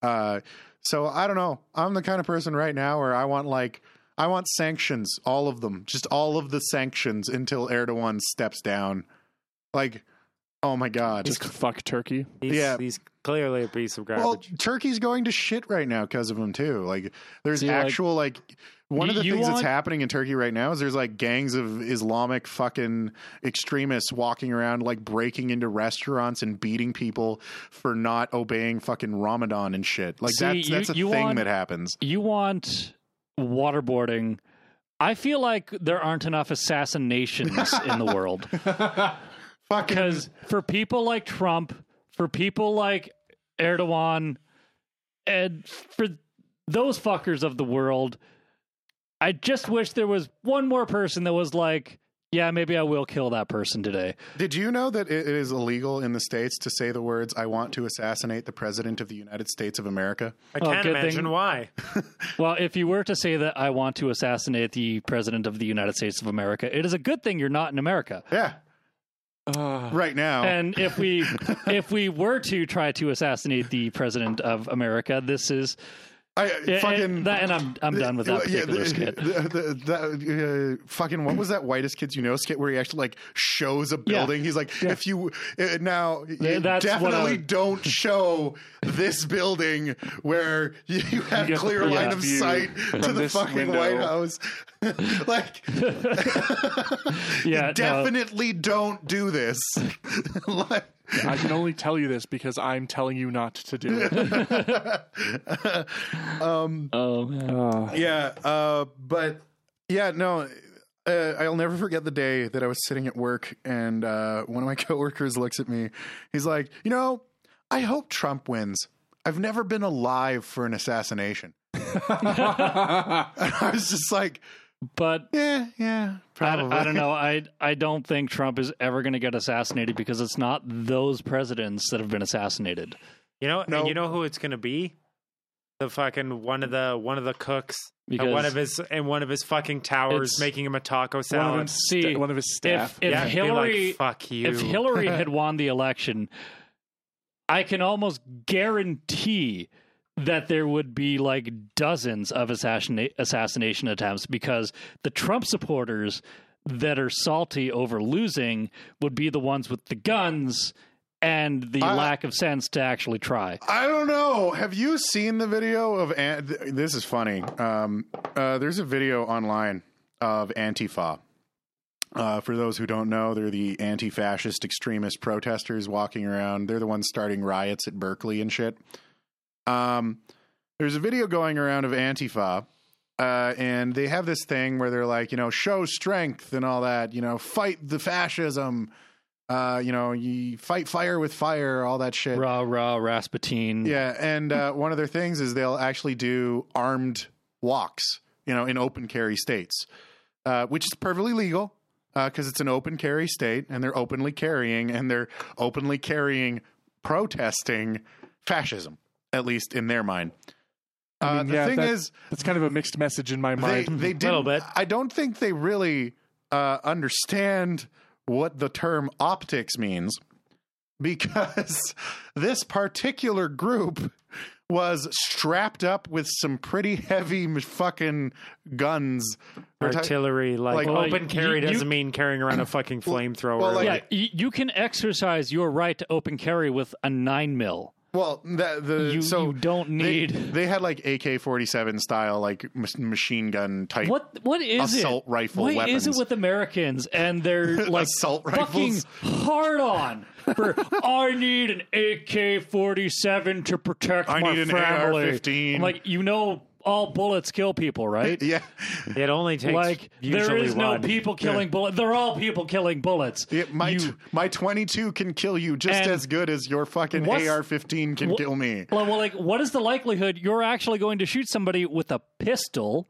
Speaker 1: Uh, so I don't know. I'm the kind of person right now where I want like, I want sanctions, all of them, just all of the sanctions until Erdogan steps down. Like, oh my God.
Speaker 2: Just fuck Turkey.
Speaker 4: he's,
Speaker 1: yeah.
Speaker 4: he's clearly a piece of
Speaker 1: Well,
Speaker 4: garbage.
Speaker 1: Turkey's going to shit right now because of him too. Like, there's
Speaker 3: See, like-
Speaker 1: actual like, one of
Speaker 3: You-
Speaker 1: the
Speaker 3: you
Speaker 1: things that's
Speaker 3: want-
Speaker 1: happening in Turkey right now is there's like gangs of Islamic fucking extremists walking around like breaking into restaurants and beating people for not obeying fucking Ramadan and shit. Like
Speaker 3: See,
Speaker 1: that's
Speaker 3: you-
Speaker 1: that's a
Speaker 3: you
Speaker 1: thing
Speaker 3: want-
Speaker 1: that happens.
Speaker 3: You want waterboarding. I feel like there aren't enough assassinations in the world.
Speaker 1: Fucking
Speaker 3: because for people like Trump, for people like Erdogan, and for those fuckers of the world, I just wish there was one more person that was like, yeah, maybe I will kill that person today.
Speaker 1: Did you know that it it is illegal in the states to say the words "I want to assassinate the president of the United States of America"?
Speaker 4: I
Speaker 3: well,
Speaker 4: can't
Speaker 3: Oh, good
Speaker 4: imagine
Speaker 3: thing-
Speaker 4: why.
Speaker 3: Well, if you were to say that I want to assassinate the president of the United States of America, it is a good thing you're not in America.
Speaker 1: Yeah,
Speaker 2: Uh,
Speaker 1: right now.
Speaker 3: And if we if we were to try to assassinate the president of America, this is
Speaker 1: I fucking
Speaker 3: and, that, and I'm I'm done with that
Speaker 1: Yeah,
Speaker 3: particular
Speaker 1: the-
Speaker 3: skit.
Speaker 1: the- the- that, uh, fucking what was that whitest kids you know skit where he actually like shows a building? He's like, if you uh, now you
Speaker 3: that's what
Speaker 1: definitely
Speaker 3: I-
Speaker 1: don't show this building where you, you have
Speaker 2: get the
Speaker 1: clear line
Speaker 2: best
Speaker 1: of
Speaker 2: view
Speaker 1: sight
Speaker 2: from
Speaker 1: to the
Speaker 2: this
Speaker 1: fucking
Speaker 2: window.
Speaker 1: White House. like,
Speaker 3: Yeah, no.
Speaker 1: definitely don't do this. like,
Speaker 2: I can only tell you this because I'm telling you not to do it.
Speaker 3: Oh man.
Speaker 1: yeah uh but yeah no uh, I'll never forget the day that I was sitting at work and uh, one of my coworkers looks at me. He's like, "You know, I hope Trump wins. I've never been alive for an assassination." And I was just like,
Speaker 3: But
Speaker 1: "Yeah, yeah,
Speaker 3: I,
Speaker 1: probably."
Speaker 3: I don't know. I I don't think Trump is ever going to get assassinated because it's not those presidents that have been assassinated.
Speaker 4: You know,
Speaker 1: No.
Speaker 4: and you know who it's gonna be? The fucking one of the one of the cooks at one
Speaker 3: Because-
Speaker 4: of his in one of his fucking towers,
Speaker 3: It's-
Speaker 4: making him a taco
Speaker 2: one, of
Speaker 4: salad.
Speaker 2: his sta-
Speaker 3: See,
Speaker 2: one of his staff.
Speaker 3: If if
Speaker 4: yeah, be
Speaker 3: Hillary
Speaker 4: like, fuck you.
Speaker 3: if Hillary had won the election, I can almost guarantee that there would be like dozens of assassina- assassination attempts because the Trump supporters that are salty over losing would be the ones with the guns and the
Speaker 1: I-
Speaker 3: lack of sense to actually try.
Speaker 1: I don't know. Have you seen the video of an- th- this is funny. Um, uh, there's a video online of Antifa. Uh, for those who don't know, they're the anti-fascist extremist protesters walking around. They're the ones starting riots at Berkeley and shit. Um, there's a video going around of Antifa, uh, and they have this thing where they're like, you know, show strength and all that. You know, fight the fascism. Uh, you know, you fight fire with fire, all that shit.
Speaker 3: Rah rah Rasputin.
Speaker 1: Yeah, and uh, one of their things is they'll actually do armed walks, you know, in open carry states, uh, which is perfectly legal because it's an open carry state, and they're openly carrying, and they're openly carrying, protesting fascism, at least in their mind. Uh,
Speaker 2: I mean,
Speaker 1: the
Speaker 2: yeah,
Speaker 1: thing
Speaker 2: that-
Speaker 1: is,
Speaker 2: That's kind of a mixed message in my
Speaker 1: they
Speaker 2: mind.
Speaker 1: they
Speaker 3: Little
Speaker 1: didn't.
Speaker 3: bit.
Speaker 1: I don't think they really uh, understand what the term optics means because this particular group was strapped up with some pretty heavy m- fucking guns. We're ta-
Speaker 4: Artillery, like,
Speaker 1: Like-
Speaker 4: open
Speaker 3: Like,
Speaker 4: carry
Speaker 3: you-
Speaker 4: doesn't
Speaker 3: you-
Speaker 4: mean carrying around a fucking flamethrower.
Speaker 1: well, like-
Speaker 3: Yeah, y- you can exercise your right to open carry with a nine mil.
Speaker 1: Well, the, the
Speaker 3: You-
Speaker 1: so
Speaker 3: you don't
Speaker 1: they-
Speaker 3: need-
Speaker 1: They, had like AK forty seven style like m- machine gun type.
Speaker 3: What what is
Speaker 1: Assault
Speaker 3: it?
Speaker 1: rifle
Speaker 3: What is it
Speaker 1: weapons.
Speaker 3: with Americans and their like
Speaker 1: Assault
Speaker 3: fucking
Speaker 1: rifles.
Speaker 3: hard on for I need an AK forty seven to protect
Speaker 1: I
Speaker 3: my
Speaker 1: need an
Speaker 3: family.
Speaker 1: AR-15.
Speaker 3: I'm like you know all bullets kill people, right?
Speaker 1: Yeah,
Speaker 4: it only takes
Speaker 3: Like there
Speaker 4: usually
Speaker 3: is
Speaker 4: one.
Speaker 3: no people killing bullets. They're all people killing bullets.
Speaker 1: It- my
Speaker 3: You-
Speaker 1: t- my twenty two can kill you just
Speaker 3: And
Speaker 1: as good as your fucking
Speaker 3: what's-
Speaker 1: AR fifteen can
Speaker 3: wha-
Speaker 1: kill me.
Speaker 3: Well, well, like, what is the likelihood you're actually going to shoot somebody with a pistol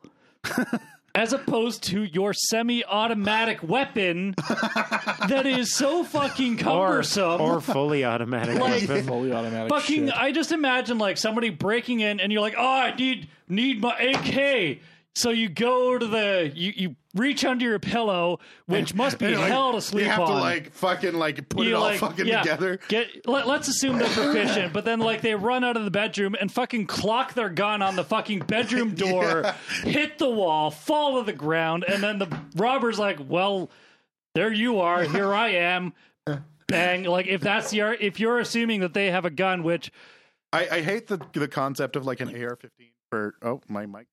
Speaker 3: as opposed to your semi automatic weapon that is so fucking
Speaker 4: or,
Speaker 3: cumbersome?
Speaker 4: or fully automatic.
Speaker 3: Like-
Speaker 4: weapon.
Speaker 2: Fully automatic.
Speaker 3: fucking,
Speaker 2: shit.
Speaker 3: I just imagine, like, somebody breaking in and you're like, oh, I need, need my AK. So you go to the, you, you reach under your pillow, which must be
Speaker 1: And, like,
Speaker 3: hell to sleep
Speaker 1: You have
Speaker 3: on.
Speaker 1: to like fucking like put it
Speaker 3: you,
Speaker 1: all
Speaker 3: like,
Speaker 1: fucking
Speaker 3: yeah,
Speaker 1: together.
Speaker 3: Get let, us assume they're proficient, but then like they run out of the bedroom and fucking clock their gun on the fucking bedroom door, hit the wall, fall to the ground, and then the robber's like, "Well, there you are. Here I am." Bang! Like if that's your if you're assuming that they have a gun, which
Speaker 1: I, I hate the the concept of like an AR-15 for oh my mic.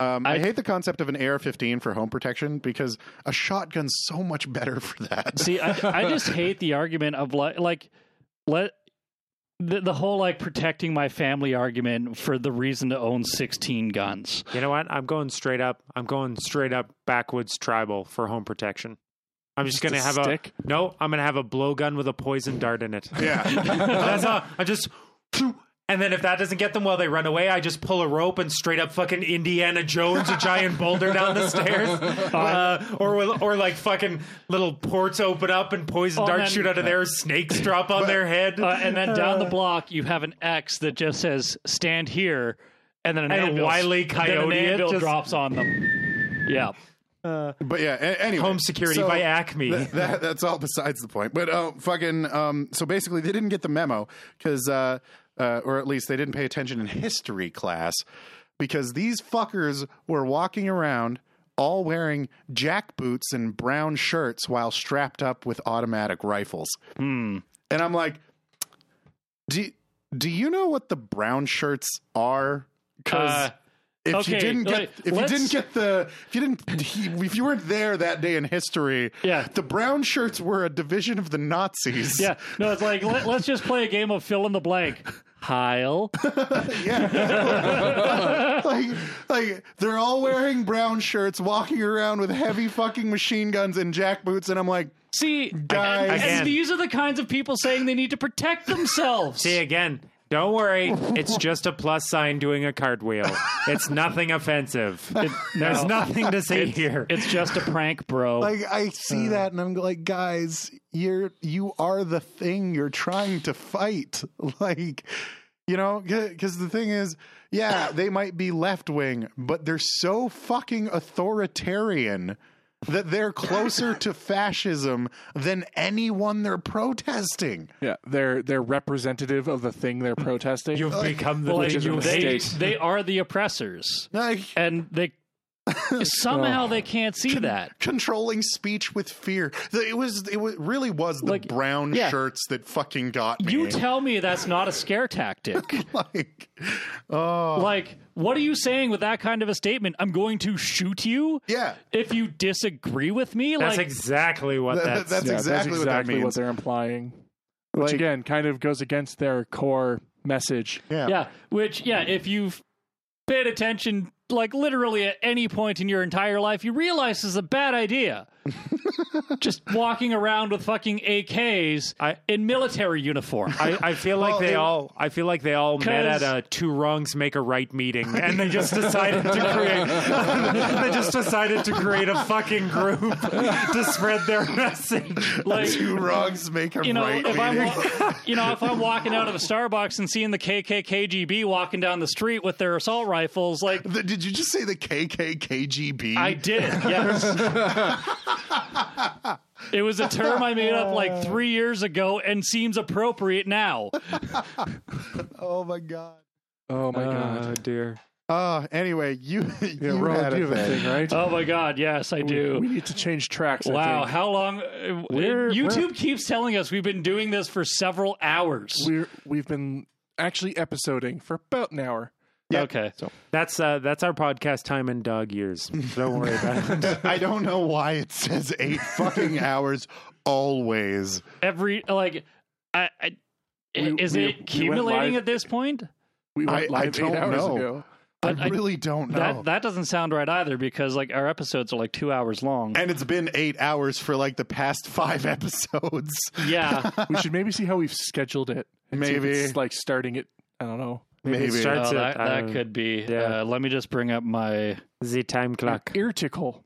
Speaker 1: Um, I,
Speaker 3: I-
Speaker 1: hate the concept of an AR-15 for home protection because a shotgun's so much better for that.
Speaker 3: see, I, I just hate the argument of like like let. The, the whole like protecting my family argument for the reason to own 16 guns.
Speaker 4: You know what? I'm going straight up. I'm going straight up backwoods tribal for home protection. I'm just, gonna
Speaker 2: a
Speaker 4: have
Speaker 2: stick?
Speaker 4: a no. I'm gonna have a blowgun with a poison dart in it.
Speaker 1: yeah,
Speaker 4: That's all. I just and then if that doesn't get them while they run away, I just pull a rope and straight up fucking Indiana Jones a giant boulder down the stairs, uh, or will- or like fucking little ports open up and poison
Speaker 3: Oh,
Speaker 4: dart
Speaker 3: man.
Speaker 4: shoot out of there, snakes drop on their head,
Speaker 3: Uh, and then down the block, you have an X that just says "Stand here," and then an
Speaker 4: And
Speaker 3: ambulance,
Speaker 4: Wile E.
Speaker 3: and then an
Speaker 4: Coyote it
Speaker 3: ambulance
Speaker 4: just-
Speaker 3: drops on them. Yeah,
Speaker 1: but yeah. a- anyway,
Speaker 4: home security
Speaker 1: So
Speaker 4: by Acme.
Speaker 1: th- that- that's all besides the point. But oh, fucking. Um, so basically, they didn't get the memo because, uh, uh, or at least they didn't pay attention in history class because these fuckers were walking around all wearing jack boots and brown shirts while strapped up with automatic rifles.
Speaker 4: Hmm.
Speaker 1: And I'm like, do do you know what the brown shirts are? Because
Speaker 3: Uh,
Speaker 1: if you
Speaker 3: okay,
Speaker 1: didn't get
Speaker 3: like,
Speaker 1: if you
Speaker 3: let's-
Speaker 1: didn't get the if you didn't he, if you weren't there that day in history,
Speaker 3: Yeah.
Speaker 1: the brown shirts were a division of the Nazis.
Speaker 3: yeah. No, it's like let, us just play a game of fill in the blank. Heil.
Speaker 1: like like they're all wearing brown shirts, walking around with heavy fucking machine guns and jack boots, and I'm like,
Speaker 3: See,
Speaker 1: Guys.
Speaker 3: and,
Speaker 4: Again.
Speaker 3: and these are the kinds of people saying they need to protect themselves.
Speaker 4: See again. Don't worry, it's just a plus sign doing a cartwheel. It's nothing offensive. There's
Speaker 3: no.
Speaker 4: nothing to see here.
Speaker 3: it's just a prank, bro.
Speaker 1: like I
Speaker 3: Uh.
Speaker 1: see that, and I'm like, guys, you're you are the thing you're trying to fight, like. You know, because the thing is, yeah, they might be left wing, but they're so fucking authoritarian that they're closer to fascism than anyone they're protesting.
Speaker 2: yeah, they're they're representative of the thing they're protesting.
Speaker 4: You've become the
Speaker 3: Like,
Speaker 4: thing
Speaker 2: is a
Speaker 4: you
Speaker 3: they,
Speaker 4: hate.
Speaker 2: mistake.
Speaker 3: they are the oppressors,
Speaker 1: Like,
Speaker 3: and they somehow they can't see that.
Speaker 1: controlling speech with fear. The- It was, it was, really was the
Speaker 3: Like,
Speaker 1: brown
Speaker 3: yeah.
Speaker 1: shirts that fucking got me.
Speaker 3: You tell me that's not a scare tactic.
Speaker 1: like, oh,
Speaker 3: Like, what are you saying with that kind of a statement? I'm going to shoot you
Speaker 1: yeah.
Speaker 3: if you disagree with me.
Speaker 4: That's
Speaker 3: like,
Speaker 4: exactly what
Speaker 1: That-
Speaker 4: that's.
Speaker 1: that's
Speaker 2: Yeah,
Speaker 1: exactly
Speaker 2: that's
Speaker 1: what that
Speaker 2: exactly
Speaker 1: means.
Speaker 2: they're implying. Which
Speaker 1: Like-
Speaker 2: again kind of goes against their core message.
Speaker 1: Yeah.
Speaker 3: yeah. Which, yeah, if you've paid attention, like literally at any point in your entire life, you realize this is a bad idea. just walking around with fucking AKs
Speaker 4: I-
Speaker 3: in military uniform.
Speaker 4: I, I feel like they all I feel like they all met
Speaker 3: 'Cause-
Speaker 4: at a two wrongs make a right meeting and they just decided to create they just decided to create a fucking group to spread their message.
Speaker 3: Like,
Speaker 1: Two wrongs make a
Speaker 3: you know,
Speaker 1: right.
Speaker 3: if I'm,
Speaker 1: meeting.
Speaker 3: wa- you know, if I'm walking out of a Starbucks and seeing the KKKGB walking down the street with their assault rifles, like
Speaker 1: The- Did you just say the KKKGB?
Speaker 3: I did, yes. it was a term I made up
Speaker 2: Uh.
Speaker 3: like three years ago and seems appropriate now.
Speaker 1: oh my god.
Speaker 2: Oh my god.
Speaker 4: dear.
Speaker 1: Uh, anyway, you
Speaker 2: Yeah,
Speaker 1: you
Speaker 2: Ron,
Speaker 1: had
Speaker 2: do
Speaker 1: a
Speaker 2: you have a
Speaker 1: thing.
Speaker 2: thing, right?
Speaker 3: Oh my god, yes, I do.
Speaker 2: We need to change tracks. I
Speaker 3: Wow,
Speaker 2: think.
Speaker 3: how long? uh,
Speaker 2: We're-
Speaker 3: YouTube
Speaker 2: we're-
Speaker 3: keeps telling us we've been doing this for several hours.
Speaker 2: We're, we've been actually episoding for about an hour.
Speaker 3: Okay.
Speaker 4: That's uh that's our podcast time in dog years. Don't worry about it.
Speaker 1: I don't know why it says eight fucking hours always.
Speaker 3: Every, like, I, I,
Speaker 2: We-
Speaker 3: is
Speaker 2: we-
Speaker 3: it
Speaker 2: we went
Speaker 3: accumulating
Speaker 2: live-
Speaker 3: at this point?
Speaker 2: We went
Speaker 1: I- I
Speaker 2: live eight
Speaker 1: don't
Speaker 2: hours
Speaker 1: know.
Speaker 2: ago.
Speaker 3: But
Speaker 1: I
Speaker 3: I-
Speaker 1: really don't know.
Speaker 3: That, that doesn't sound right either because, like, our episodes are like two hours long.
Speaker 1: and it's been eight hours for like the past five episodes.
Speaker 3: yeah.
Speaker 2: We should maybe see how we've scheduled it. and see if
Speaker 1: Maybe.
Speaker 2: it's like starting it. I don't know.
Speaker 4: Maybe.
Speaker 1: Maybe.
Speaker 4: It starts
Speaker 3: Oh,
Speaker 4: at,
Speaker 3: that, that
Speaker 4: uh,
Speaker 3: could be.
Speaker 4: yeah.
Speaker 3: Uh, let me just bring up my
Speaker 4: the time clock.
Speaker 2: Ear tickle.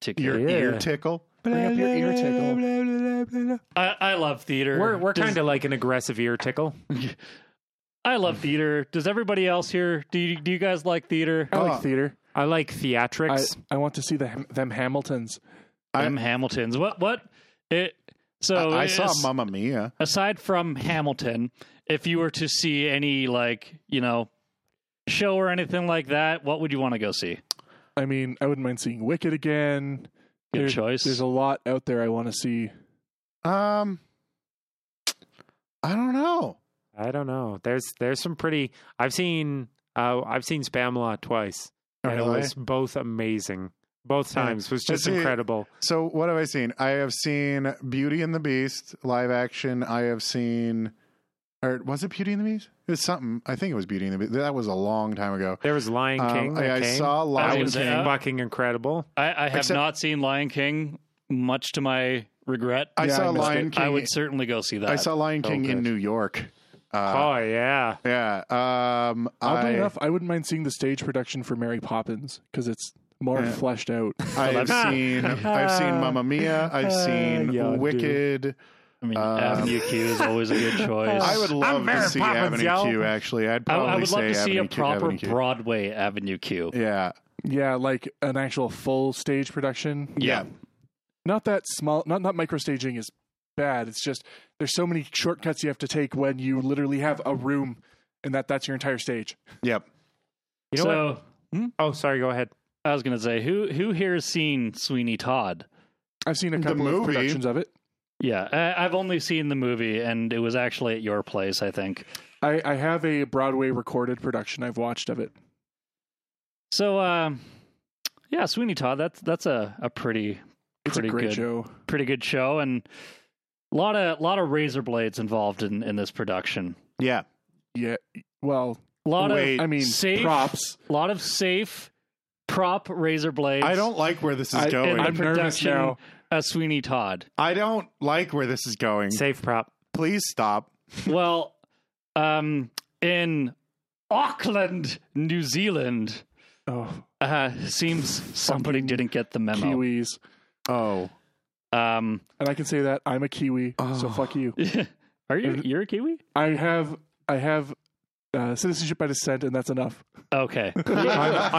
Speaker 3: ticket.
Speaker 1: Your
Speaker 4: Yeah.
Speaker 1: ear tickle.
Speaker 2: Bring up your ear tickle.
Speaker 3: I, I love theater.
Speaker 4: We're we're
Speaker 3: Does-
Speaker 4: kind of like an aggressive ear tickle.
Speaker 3: I love theater. Does everybody else here? Do you, do you guys like theater?
Speaker 2: I
Speaker 1: Oh.
Speaker 2: like theater.
Speaker 4: I like
Speaker 2: I,
Speaker 4: theatrics.
Speaker 2: I want to see the them Hamiltons.
Speaker 1: I-
Speaker 3: Them Hamiltons. What? What? It. So
Speaker 1: I, I saw
Speaker 3: it's-
Speaker 1: Mamma Mia.
Speaker 3: aside from Hamilton, if you were to see any like you know show or anything like that, what would you want to go see?
Speaker 2: I mean, I wouldn't mind seeing Wicked again.
Speaker 3: Good choice.
Speaker 2: There's a lot out there I want to see.
Speaker 1: Um, I don't know.
Speaker 4: I, don't know. There's there's some pretty I've seen uh, I've seen Spam Law twice. And
Speaker 1: Oh, Really?
Speaker 4: it was both amazing. Both
Speaker 1: Yeah.
Speaker 4: times was
Speaker 1: Let's
Speaker 4: just
Speaker 1: see.
Speaker 4: incredible.
Speaker 1: So what have I seen? I have seen Beauty and the Beast live action. I have seen, or was it Beauty and the Beast? It was something. I think it was Beauty and the Beast. That was a long time ago.
Speaker 4: There was Lion
Speaker 1: Um,
Speaker 4: King.
Speaker 1: I,
Speaker 4: that
Speaker 1: I
Speaker 4: came.
Speaker 1: saw
Speaker 3: I
Speaker 1: Lion
Speaker 4: Lion
Speaker 3: was-
Speaker 1: King.
Speaker 4: King, fucking incredible.
Speaker 3: I, I have
Speaker 1: Except-
Speaker 3: not seen Lion King, much to my regret.
Speaker 1: I
Speaker 2: Yeah,
Speaker 1: saw
Speaker 2: I missed
Speaker 1: Lion King.
Speaker 3: I would certainly go see that.
Speaker 1: I saw Lion
Speaker 4: Oh,
Speaker 1: King in
Speaker 4: good.
Speaker 1: New York. Uh,
Speaker 4: oh yeah,
Speaker 1: Yeah. Um,
Speaker 2: Oddly
Speaker 1: I,
Speaker 2: enough, I wouldn't mind seeing the stage production for Mary Poppins because it's more
Speaker 1: Yeah.
Speaker 2: fleshed out.
Speaker 1: I've seen I've seen Mamma Mia. I've seen
Speaker 4: Yeah, dude.
Speaker 1: Wicked.
Speaker 3: I mean,
Speaker 1: Um,
Speaker 3: Avenue Q is always a good choice.
Speaker 1: I would love to
Speaker 4: Mary
Speaker 1: see
Speaker 4: Poppins,
Speaker 1: Avenue
Speaker 4: yo.
Speaker 1: Q. Actually, I'd
Speaker 3: I,
Speaker 1: probably
Speaker 3: I would
Speaker 1: say
Speaker 3: love to see
Speaker 1: Avenue
Speaker 3: a proper
Speaker 1: Q, Avenue Q.
Speaker 3: Broadway Avenue Q.
Speaker 1: yeah.
Speaker 2: yeah, like an actual full stage production.
Speaker 1: Yeah.
Speaker 2: Not that small. Not not micro staging is bad. It's just there's so many shortcuts you have to take when you literally have a room and that that's your entire stage.
Speaker 1: Yep.
Speaker 4: you know what?
Speaker 3: so
Speaker 4: Oh, sorry. Go ahead.
Speaker 3: I was going to say, who who here has seen Sweeney Todd?
Speaker 2: I've seen a couple of
Speaker 1: movie.
Speaker 2: productions of it.
Speaker 3: Yeah, I, I've only seen the movie, and it was actually at your place, I think.
Speaker 2: I, I have a Broadway recorded production I've watched of it.
Speaker 3: So, um, yeah, Sweeney Todd. That's that's a, a pretty
Speaker 2: It's
Speaker 3: pretty
Speaker 2: a great
Speaker 3: good
Speaker 2: show.
Speaker 3: pretty good show, and a lot of lot of razor blades involved in in this production.
Speaker 1: Yeah.
Speaker 2: Yeah. Well,
Speaker 3: A lot
Speaker 1: Wait,
Speaker 2: I mean,
Speaker 3: safe-
Speaker 2: props.
Speaker 3: of lot of safe prop razor blades.
Speaker 1: I don't like where this is
Speaker 2: I-
Speaker 1: going.
Speaker 3: in
Speaker 2: I'm
Speaker 3: the
Speaker 2: nervous
Speaker 3: production
Speaker 2: now.
Speaker 3: as Sweeney Todd.
Speaker 1: I don't like where this is going.
Speaker 4: Safe prop.
Speaker 1: Please stop.
Speaker 3: well, um, in Auckland, New Zealand,
Speaker 2: Oh,
Speaker 3: uh, seems somebody
Speaker 2: Fucking
Speaker 3: didn't get the memo.
Speaker 2: Kiwis.
Speaker 1: Oh.
Speaker 3: Um,
Speaker 2: And I can say that I'm a Kiwi, so
Speaker 1: Oh.
Speaker 2: fuck you.
Speaker 3: are you you're a Kiwi?
Speaker 2: I have I have uh, citizenship by descent, and that's enough.
Speaker 3: Okay.
Speaker 4: I'm
Speaker 3: Close enough.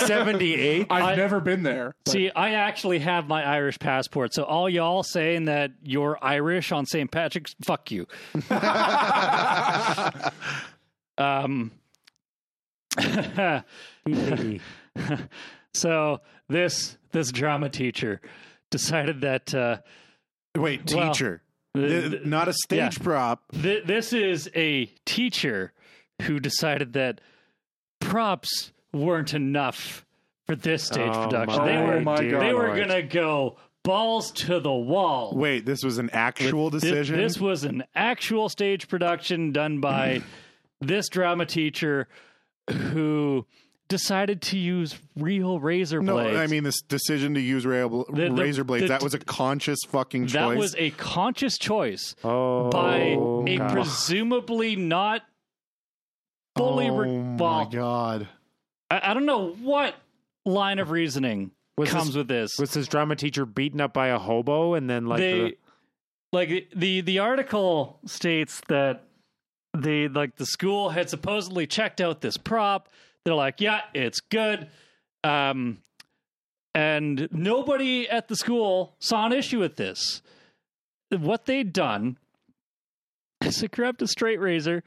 Speaker 4: 178.
Speaker 2: I've
Speaker 3: I-
Speaker 2: never been there. but
Speaker 3: See, I actually have my Irish passport. So all y'all saying that you're Irish on St. Patrick's, fuck you. um, so this this drama teacher decided that uh,
Speaker 1: Wait,
Speaker 3: Well, uh,
Speaker 1: teacher.
Speaker 3: th-
Speaker 1: Th- not a stage prop.
Speaker 3: th- this is a teacher who decided that props weren't enough for this stage
Speaker 4: Oh,
Speaker 3: production. They
Speaker 2: my
Speaker 3: were
Speaker 2: my
Speaker 4: dear
Speaker 2: God.
Speaker 3: they were
Speaker 4: Lord.
Speaker 3: gonna go balls to the wall.
Speaker 1: Wait, this was an actual
Speaker 3: Thi-
Speaker 1: decision.
Speaker 3: This was an actual stage production done by this drama teacher who decided to use real razor
Speaker 1: No,
Speaker 3: blades.
Speaker 1: I mean this decision to use rail,
Speaker 3: The- the-
Speaker 1: razor blades.
Speaker 3: the-
Speaker 1: that was a conscious fucking choice.
Speaker 3: that was a conscious choice
Speaker 4: Oh,
Speaker 3: by a
Speaker 4: God.
Speaker 3: presumably not fully.
Speaker 1: Oh
Speaker 3: re-
Speaker 1: my
Speaker 3: well,
Speaker 1: god!
Speaker 3: I, I don't know what line of reasoning
Speaker 4: Was
Speaker 3: comes
Speaker 4: this-
Speaker 3: with this.
Speaker 4: was his drama teacher beaten up by a hobo and then like
Speaker 3: they
Speaker 4: the,
Speaker 3: like the the article states that the like the school had supposedly checked out this prop they're like yeah it's good um and nobody at the school saw an issue with this what they'd done is they grabbed a straight razor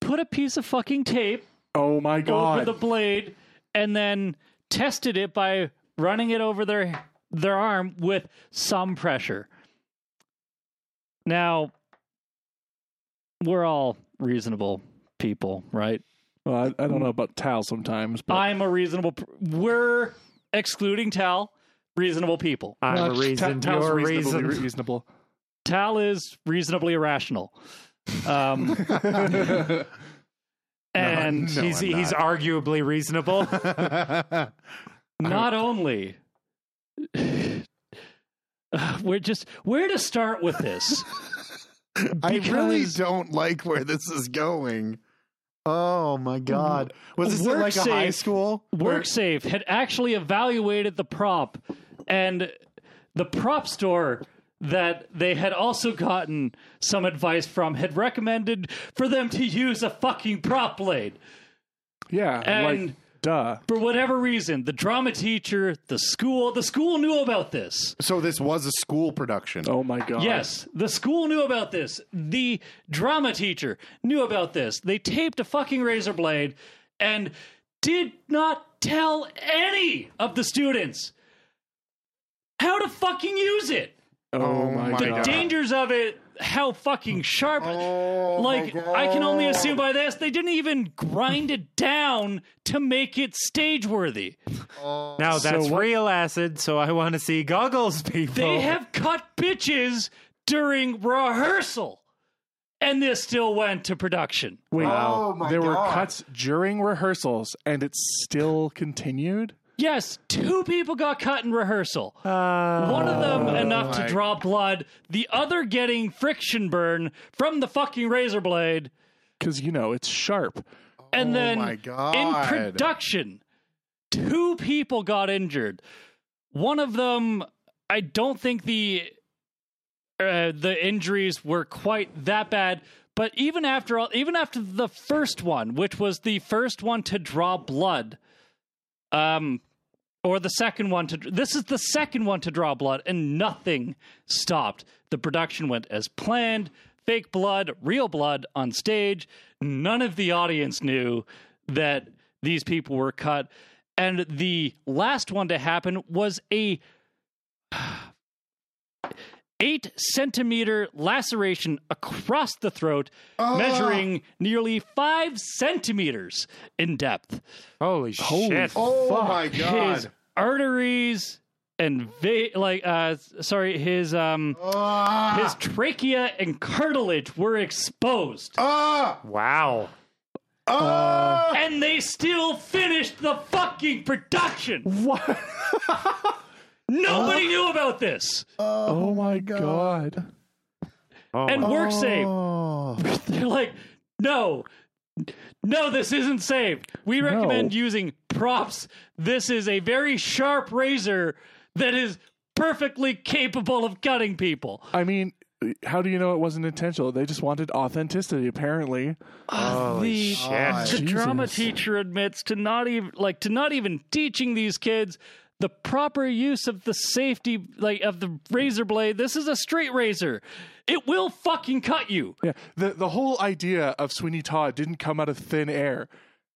Speaker 3: put a piece of fucking tape
Speaker 2: Oh my
Speaker 3: over
Speaker 2: god.
Speaker 3: the blade and then tested it by running it over their their arm with some pressure. Now we're all reasonable people, right?
Speaker 2: Well, I, I don't know about Tal sometimes, but
Speaker 3: I'm a reasonable pr- we're excluding Tal, reasonable people.
Speaker 4: I'm
Speaker 2: Well,
Speaker 4: a
Speaker 2: Ta-
Speaker 4: reason,
Speaker 2: Tal's
Speaker 4: you're a
Speaker 2: reasonably
Speaker 4: reason.
Speaker 2: reasonable.
Speaker 3: Tal is reasonably irrational. Um and
Speaker 1: No,
Speaker 4: he's
Speaker 1: I'm
Speaker 4: he's arguably reasonable.
Speaker 3: not only Uh, we're just where to start with this
Speaker 1: I really
Speaker 3: Because-
Speaker 1: don't like where this is going. Oh my god! Was this at
Speaker 3: Work
Speaker 1: like a high
Speaker 3: safe.
Speaker 1: school? Where-
Speaker 3: WorkSafe had actually evaluated the prop, and the prop store that they had also gotten some advice from had recommended for them to use a fucking prop blade.
Speaker 2: Yeah,
Speaker 3: And-
Speaker 2: like duh.
Speaker 3: For whatever reason, the drama teacher, the school, the school knew about this.
Speaker 1: So this was a school production.
Speaker 2: Oh my god.
Speaker 3: Yes, the school knew about this. The drama teacher knew about this. They taped a fucking razor blade and did not tell any of the students how to fucking use it.
Speaker 2: Oh,
Speaker 1: Oh
Speaker 2: my,
Speaker 1: my
Speaker 3: The
Speaker 2: god.
Speaker 1: God.
Speaker 3: dangers of it, how fucking sharp.
Speaker 1: Oh,
Speaker 3: like,
Speaker 1: my
Speaker 3: I can only
Speaker 1: God.
Speaker 3: assume by this, they didn't even grind it down to make it stage worthy.
Speaker 4: now that's
Speaker 2: what-
Speaker 4: real acid, so I want to see goggles, people.
Speaker 1: Oh.
Speaker 3: They have cut bitches during rehearsal, and this still went to production.
Speaker 2: Wait,
Speaker 1: Wow. Oh my
Speaker 2: there
Speaker 1: God.
Speaker 2: were cuts during rehearsals, and it still continued.
Speaker 3: Yes, two people got cut in rehearsal.
Speaker 4: Uh,
Speaker 3: One of them enough
Speaker 1: Oh my-
Speaker 3: to draw blood, the other getting friction burn from the fucking razor blade,
Speaker 2: because Oh, you know it's sharp.
Speaker 3: and then
Speaker 1: Oh my God.
Speaker 3: in production, two people got injured. One of them, I don't think the uh, the injuries were quite that bad. But even after all, even after the first one, which was the first one to draw blood, um, or the second one to this is the second one to draw blood, and nothing stopped. The production went as planned. Fake blood, real blood on stage. None of the audience knew that these people were cut. And the last one to happen was a eight centimeter laceration across the throat, measuring nearly five centimeters in depth.
Speaker 4: holy, shit!
Speaker 1: Oh my
Speaker 3: His
Speaker 1: god!
Speaker 3: arteries and va- like uh s- sorry, his um
Speaker 1: Ah,
Speaker 3: his trachea and cartilage were exposed.
Speaker 1: ah,
Speaker 4: Wow.
Speaker 1: ah.
Speaker 3: And they still finished the fucking production.
Speaker 2: What?
Speaker 3: Nobody knew about this.
Speaker 2: Oh, my god.
Speaker 4: Oh,
Speaker 3: And
Speaker 4: my-
Speaker 3: work safe.
Speaker 1: Oh.
Speaker 3: They're like, no, no, this isn't safe. We recommend using props. This is a very sharp razor that is perfectly capable of cutting people.
Speaker 2: I mean, how do you know it wasn't intentional? They just wanted authenticity, apparently.
Speaker 3: the,
Speaker 1: shit.
Speaker 3: the drama
Speaker 2: Jesus.
Speaker 3: teacher admits to not even like to not even teaching these kids the proper use of the safety like of the razor blade. This is a straight razor. It will fucking cut you.
Speaker 2: Yeah. The the whole idea of Sweeney Todd didn't come out of thin air,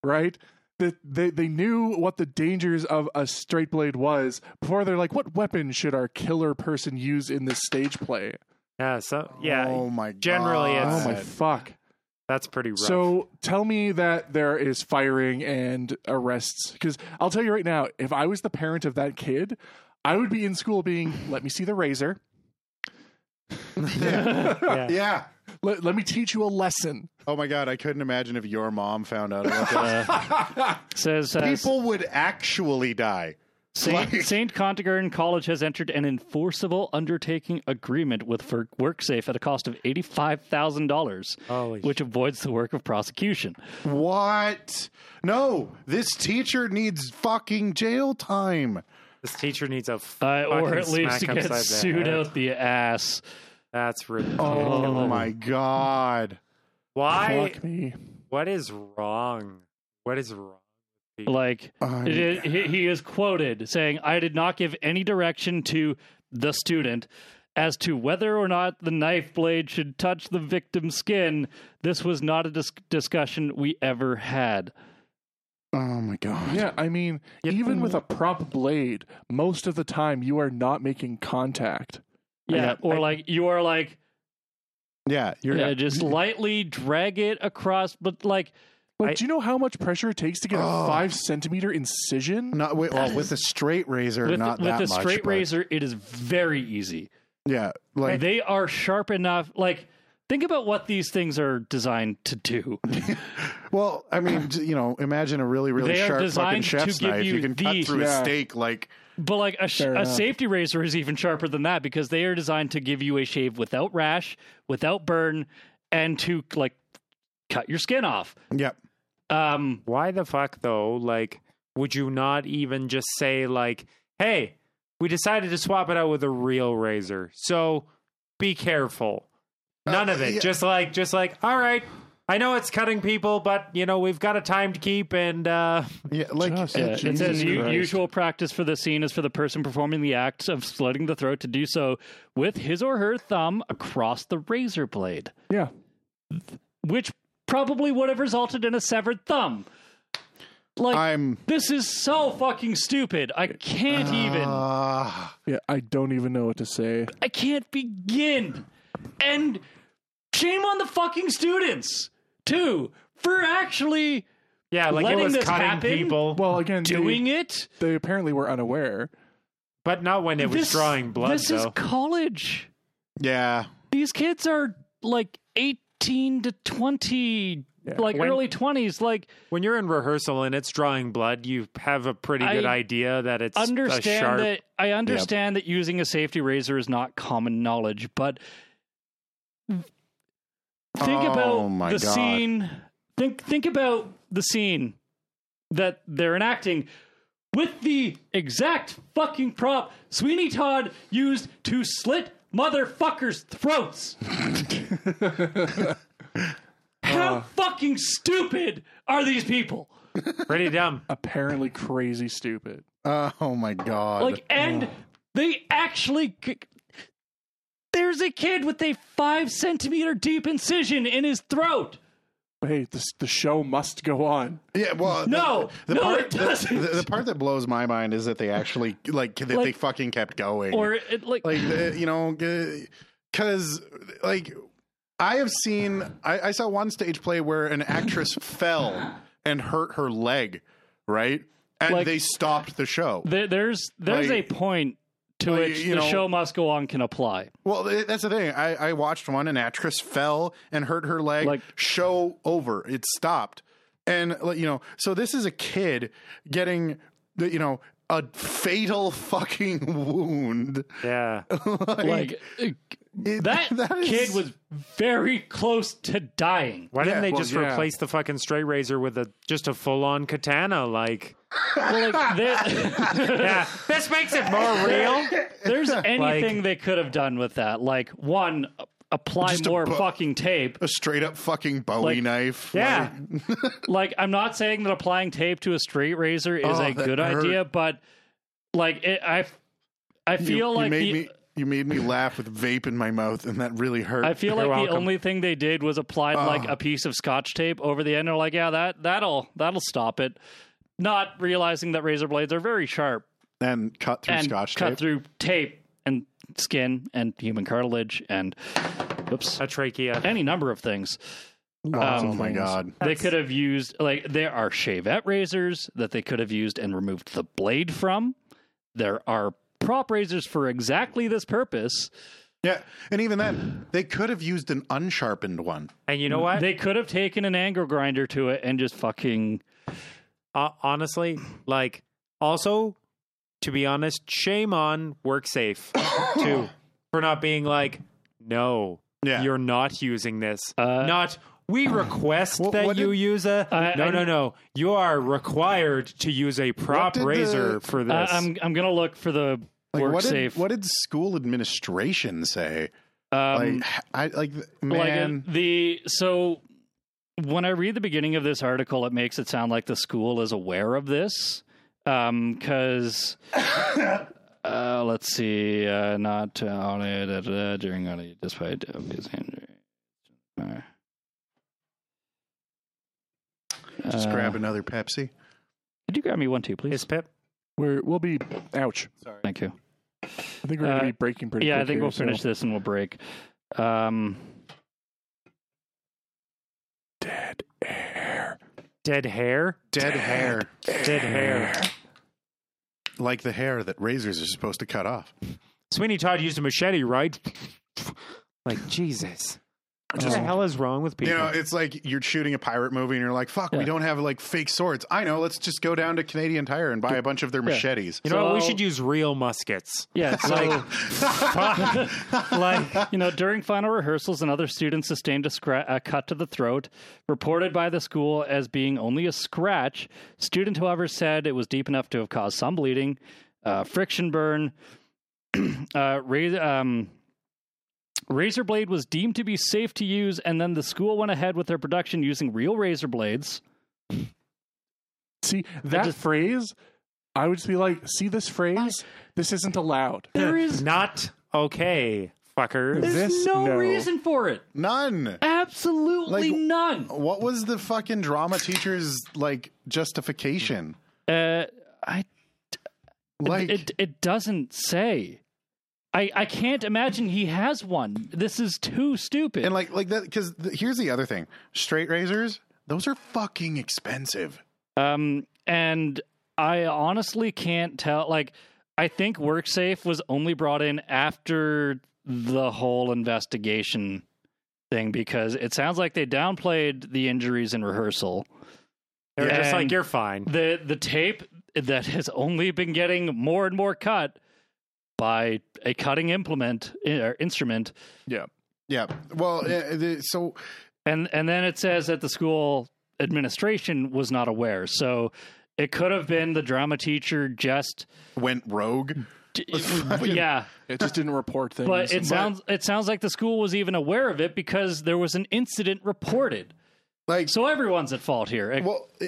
Speaker 2: right? That they, they knew what the dangers of a straight blade was before they're like, what weapon should our killer person use in this stage play?
Speaker 4: yeah. So yeah,
Speaker 1: Oh my god.
Speaker 4: generally it's-
Speaker 2: Oh my
Speaker 4: Sad.
Speaker 2: fuck.
Speaker 4: that's pretty rough.
Speaker 2: So tell me that there is firing and arrests. Because I'll tell you right now, if I was the parent of that kid, I would be in school being, let me see the razor.
Speaker 1: yeah.
Speaker 2: Let, let me teach you a lesson.
Speaker 1: Oh my god, I couldn't imagine if your mom found out about that.
Speaker 3: Says, uh,
Speaker 1: People would actually die.
Speaker 3: Saint, Saint Contigern College has entered an enforceable undertaking agreement with Fer- WorkSafe at a cost of eighty-five thousand dollars,
Speaker 4: Holy
Speaker 3: which avoids the work of prosecution.
Speaker 1: What? No, this teacher needs fucking jail time.
Speaker 4: This teacher needs a
Speaker 3: Uh,
Speaker 4: fucking
Speaker 3: or at least
Speaker 4: smack
Speaker 3: get
Speaker 4: upside the
Speaker 3: sued
Speaker 4: head.
Speaker 3: out the ass.
Speaker 4: That's
Speaker 1: Oh,
Speaker 4: ridiculous.
Speaker 1: my god.
Speaker 4: Why?
Speaker 2: Fuck me.
Speaker 4: What is wrong? What is wrong?
Speaker 3: Like
Speaker 4: Uh,
Speaker 1: I'm-
Speaker 3: it is, he, he is quoted saying, "I did not give any direction to the student." As to whether or not the knife blade should touch the victim's skin, this was not a dis- discussion we ever had.
Speaker 1: oh my god.
Speaker 2: Yeah, I mean, even with a prop blade, most of the time you are not making contact.
Speaker 3: Yeah,
Speaker 2: Yeah,
Speaker 3: or
Speaker 2: I-
Speaker 3: like you are like
Speaker 1: Yeah, you're
Speaker 3: Yeah, just lightly drag it across, but like
Speaker 2: Like,
Speaker 4: I-
Speaker 2: do you know how much pressure it takes to get
Speaker 1: Oh.
Speaker 2: a five centimeter incision?
Speaker 1: not wait, well, with a straight razor
Speaker 3: with,
Speaker 1: not
Speaker 3: with
Speaker 1: that
Speaker 3: a
Speaker 1: much,
Speaker 3: straight
Speaker 1: but-
Speaker 3: razor, it is very easy.
Speaker 1: Yeah, like
Speaker 3: they are sharp enough. Like, think about what these things are designed to do.
Speaker 1: well, I mean, j- you know, imagine a really really
Speaker 3: They are
Speaker 1: sharp fucking
Speaker 3: designed to
Speaker 1: chef's
Speaker 3: give
Speaker 1: knife.
Speaker 3: you
Speaker 1: You can
Speaker 3: the-
Speaker 1: cut through
Speaker 2: Yeah.
Speaker 1: a steak like
Speaker 3: But like a, sh-
Speaker 2: Fair
Speaker 3: a
Speaker 2: enough.
Speaker 3: safety razor is even sharper than that because they are designed to give you a shave without rash, without burn, and to like cut your skin off.
Speaker 1: yep.
Speaker 3: Um,
Speaker 4: Why the fuck though? Like, would you not even just say like, "Hey, we decided to swap it out with a real razor, so be careful." None
Speaker 1: Uh,
Speaker 4: of it.
Speaker 1: yeah.
Speaker 4: Just like, just like, all right. I know it's cutting people, but you know we've got a time to keep, and uh,
Speaker 1: Yeah, like
Speaker 2: Just-
Speaker 1: it-
Speaker 3: yeah, it
Speaker 2: Oh, Jesus
Speaker 3: says "U-
Speaker 2: Christ.
Speaker 3: usual practice for the scene is for the person performing the act of slitting the throat to do so with his or her thumb across the razor blade,
Speaker 2: Yeah.
Speaker 3: which probably would have resulted in a severed thumb. Like
Speaker 1: I'm
Speaker 3: This is so fucking stupid. I can't even.
Speaker 1: uh,
Speaker 2: Yeah, I don't even know what to say.
Speaker 3: I can't begin. And shame on the fucking students, too, for actually
Speaker 4: yeah, like
Speaker 3: Letting
Speaker 4: it was
Speaker 3: this
Speaker 4: cutting
Speaker 3: happen?
Speaker 4: people,
Speaker 2: Well, again, they-
Speaker 3: doing it.
Speaker 2: They, apparently were unaware.
Speaker 4: but not when it was
Speaker 3: This-
Speaker 4: drawing blood.
Speaker 3: This
Speaker 4: though.
Speaker 3: is college.
Speaker 1: yeah.
Speaker 3: These kids are like 18 to 20, like
Speaker 4: When-
Speaker 3: early 20s. Like,
Speaker 4: when you're in rehearsal and it's drawing blood, you have a pretty good
Speaker 3: I
Speaker 4: idea that it's a
Speaker 3: understand
Speaker 4: sharp.
Speaker 3: that I understand that using a safety razor is not common knowledge, but think
Speaker 1: Oh
Speaker 3: about
Speaker 1: my
Speaker 3: the
Speaker 1: God.
Speaker 3: scene. Think think about the scene that they're enacting with the exact fucking prop Sweeney Todd used to slit motherfuckers' throats. How fucking stupid are these people?
Speaker 4: pretty dumb.
Speaker 2: Apparently crazy stupid.
Speaker 1: Uh, oh my god.
Speaker 3: Like, and they actually. c- There's a kid with a five centimeter deep incision in his throat.
Speaker 2: But hey, this, the show must go on.
Speaker 1: yeah, well,
Speaker 3: No,
Speaker 1: the, the
Speaker 3: no,
Speaker 1: part,
Speaker 3: it
Speaker 1: the-
Speaker 3: doesn't.
Speaker 1: The, the part that blows my mind is that they actually like that they
Speaker 3: Like-
Speaker 1: fucking kept going.
Speaker 3: Or it, like,
Speaker 1: like the- you know because like i have seen I, I saw one stage play where an actress fell and hurt her leg right and
Speaker 3: Like-
Speaker 1: they stopped the show
Speaker 3: there, there's there's
Speaker 1: like-
Speaker 3: a point to
Speaker 1: like,
Speaker 3: which
Speaker 1: you
Speaker 3: the
Speaker 1: know-
Speaker 3: show must go on can apply.
Speaker 1: well th- that's the thing I, I watched one an actress fell and hurt her leg
Speaker 3: Like-
Speaker 1: show over it stopped and like, you know so this is a kid getting the you know a fatal fucking wound
Speaker 4: Yeah.
Speaker 3: Like
Speaker 1: It-
Speaker 3: that,
Speaker 1: is-
Speaker 3: kid was very close to dying.
Speaker 4: Why didn't
Speaker 1: Yeah,
Speaker 4: they
Speaker 1: well,
Speaker 4: just
Speaker 2: yeah.
Speaker 4: replace the fucking straight razor with a just a full on katana? Like,
Speaker 3: Well, like, there-
Speaker 4: yeah, this makes it more real.
Speaker 3: there's anything they could have done with that. Like one, apply
Speaker 1: Just a
Speaker 3: more
Speaker 1: bu-
Speaker 3: fucking tape.
Speaker 1: a straight up fucking Bowie
Speaker 3: Like-
Speaker 1: knife
Speaker 4: Yeah,
Speaker 3: like I'm not saying that applying tape to a straight razor is
Speaker 1: Oh,
Speaker 3: a
Speaker 1: that
Speaker 3: good
Speaker 1: hurt.
Speaker 3: idea, but like it, I, I feel like
Speaker 1: made
Speaker 3: the,
Speaker 1: me you made me laugh with vape in my mouth, and that really hurt. Ah.
Speaker 3: I feel
Speaker 4: You're
Speaker 3: like the
Speaker 4: welcome.
Speaker 3: only thing they did was applied like a piece of scotch tape over the end. They're like, yeah, that that'll that'll stop it. Not realizing that razor blades are very sharp
Speaker 1: and cut through
Speaker 3: and
Speaker 1: scotch
Speaker 3: cut
Speaker 1: tape.
Speaker 3: through tape and skin and human cartilage and oops,
Speaker 4: a trachea.
Speaker 3: any number of things.
Speaker 1: oh
Speaker 3: Um,
Speaker 1: my god!
Speaker 3: they could have used like there are shavette razors that they could have used and removed the blade from. There are prop razors for exactly this purpose.
Speaker 1: Yeah, and even then, they could have used an unsharpened one.
Speaker 4: And you know what?
Speaker 3: They could have taken an anger grinder to it and just fucking.
Speaker 4: uh, honestly, like also to be honest, shame on WorkSafe too for not being like, no,
Speaker 1: Yeah.
Speaker 4: you're not using this.
Speaker 3: Uh,
Speaker 4: not we request
Speaker 1: What-
Speaker 4: that
Speaker 1: what
Speaker 4: you
Speaker 1: did-
Speaker 4: use a
Speaker 3: I-
Speaker 4: no,
Speaker 3: I-
Speaker 4: no, no. You are required to use a prop
Speaker 1: did the-
Speaker 4: razor for this.
Speaker 3: I, uh, I'm I'm gonna look for the
Speaker 1: Like,
Speaker 3: work
Speaker 1: what did
Speaker 3: safe.
Speaker 1: what did school administration say?
Speaker 3: um,
Speaker 1: Like, I like
Speaker 3: Like, uh,
Speaker 1: man.
Speaker 3: the so when I read the beginning of this article, it makes it sound like the school is aware of this because. Uh, let's see. Uh, not uh, on it uh, uh, during on it despite of his injury. Uh,
Speaker 1: just
Speaker 3: uh,
Speaker 1: grab another Pepsi.
Speaker 3: Could you grab me one too, please?
Speaker 4: Is Pip?
Speaker 2: We're, we'll be ouch.
Speaker 3: Thank you.
Speaker 2: I think we're going
Speaker 3: Uh,
Speaker 2: to be breaking pretty.
Speaker 3: yeah, I
Speaker 2: quick
Speaker 3: think
Speaker 2: here,
Speaker 3: we'll
Speaker 2: so-
Speaker 3: finish this and we'll break. Um,
Speaker 2: Dead air.
Speaker 4: Dead hair?
Speaker 1: Dead hair,
Speaker 4: Dead hair.
Speaker 1: like the hair that razors are supposed to cut off.
Speaker 4: Sweeney Todd used a machete, right? like Jesus. What the hell is wrong with people?
Speaker 1: You know, it's like you're shooting a pirate movie and you're like, "Fuck, we
Speaker 3: Yeah.
Speaker 1: don't have like fake swords." I know. Let's just go down to Canadian Tire and buy a bunch of their machetes.
Speaker 4: You know what? We
Speaker 3: So-
Speaker 4: should use real muskets.
Speaker 3: yeah, so
Speaker 4: Like
Speaker 3: you know, during final rehearsals, another student sustained a, scra- a cut to the throat, reported by the school as being only a scratch. Student, however, said it was deep enough to have caused some bleeding, uh, friction burn. uh, ra- um, razor blade was deemed to be safe to use, and then the school went ahead with their production using real razor blades.
Speaker 2: See that
Speaker 3: just-
Speaker 2: phrase? I would just be like, see this phrase? This isn't allowed.
Speaker 3: There is
Speaker 4: not okay, fuckers.
Speaker 2: There's this- no no. reason
Speaker 3: for it.
Speaker 1: None.
Speaker 3: Absolutely
Speaker 1: Like-
Speaker 3: none.
Speaker 1: What was the fucking drama teacher's like justification?
Speaker 3: Uh, I
Speaker 1: Like,
Speaker 3: it it doesn't say. I I can't imagine he has one. This is too stupid.
Speaker 1: and like, like that. Because here's the other thing: straight razors, those are fucking expensive.
Speaker 3: um, and I honestly can't tell. Like, I think WorkSafe was only brought in after the whole investigation thing because it sounds like they downplayed the injuries in rehearsal.
Speaker 4: They're just
Speaker 3: And-
Speaker 4: like you're fine.
Speaker 3: the the tape that has only been getting more and more cut by a cutting implement eh, or instrument
Speaker 2: Yeah.
Speaker 1: Yeah. Well, uh, the, so
Speaker 3: and and then it says that the school administration was not aware so it could have been the drama teacher just
Speaker 1: went rogue. fucking-
Speaker 3: yeah
Speaker 2: It just didn't report things.
Speaker 3: but it sounds it sounds like the school was even aware of it because there was an incident reported
Speaker 1: Like,
Speaker 3: so everyone's at fault here ex-
Speaker 1: well, uh,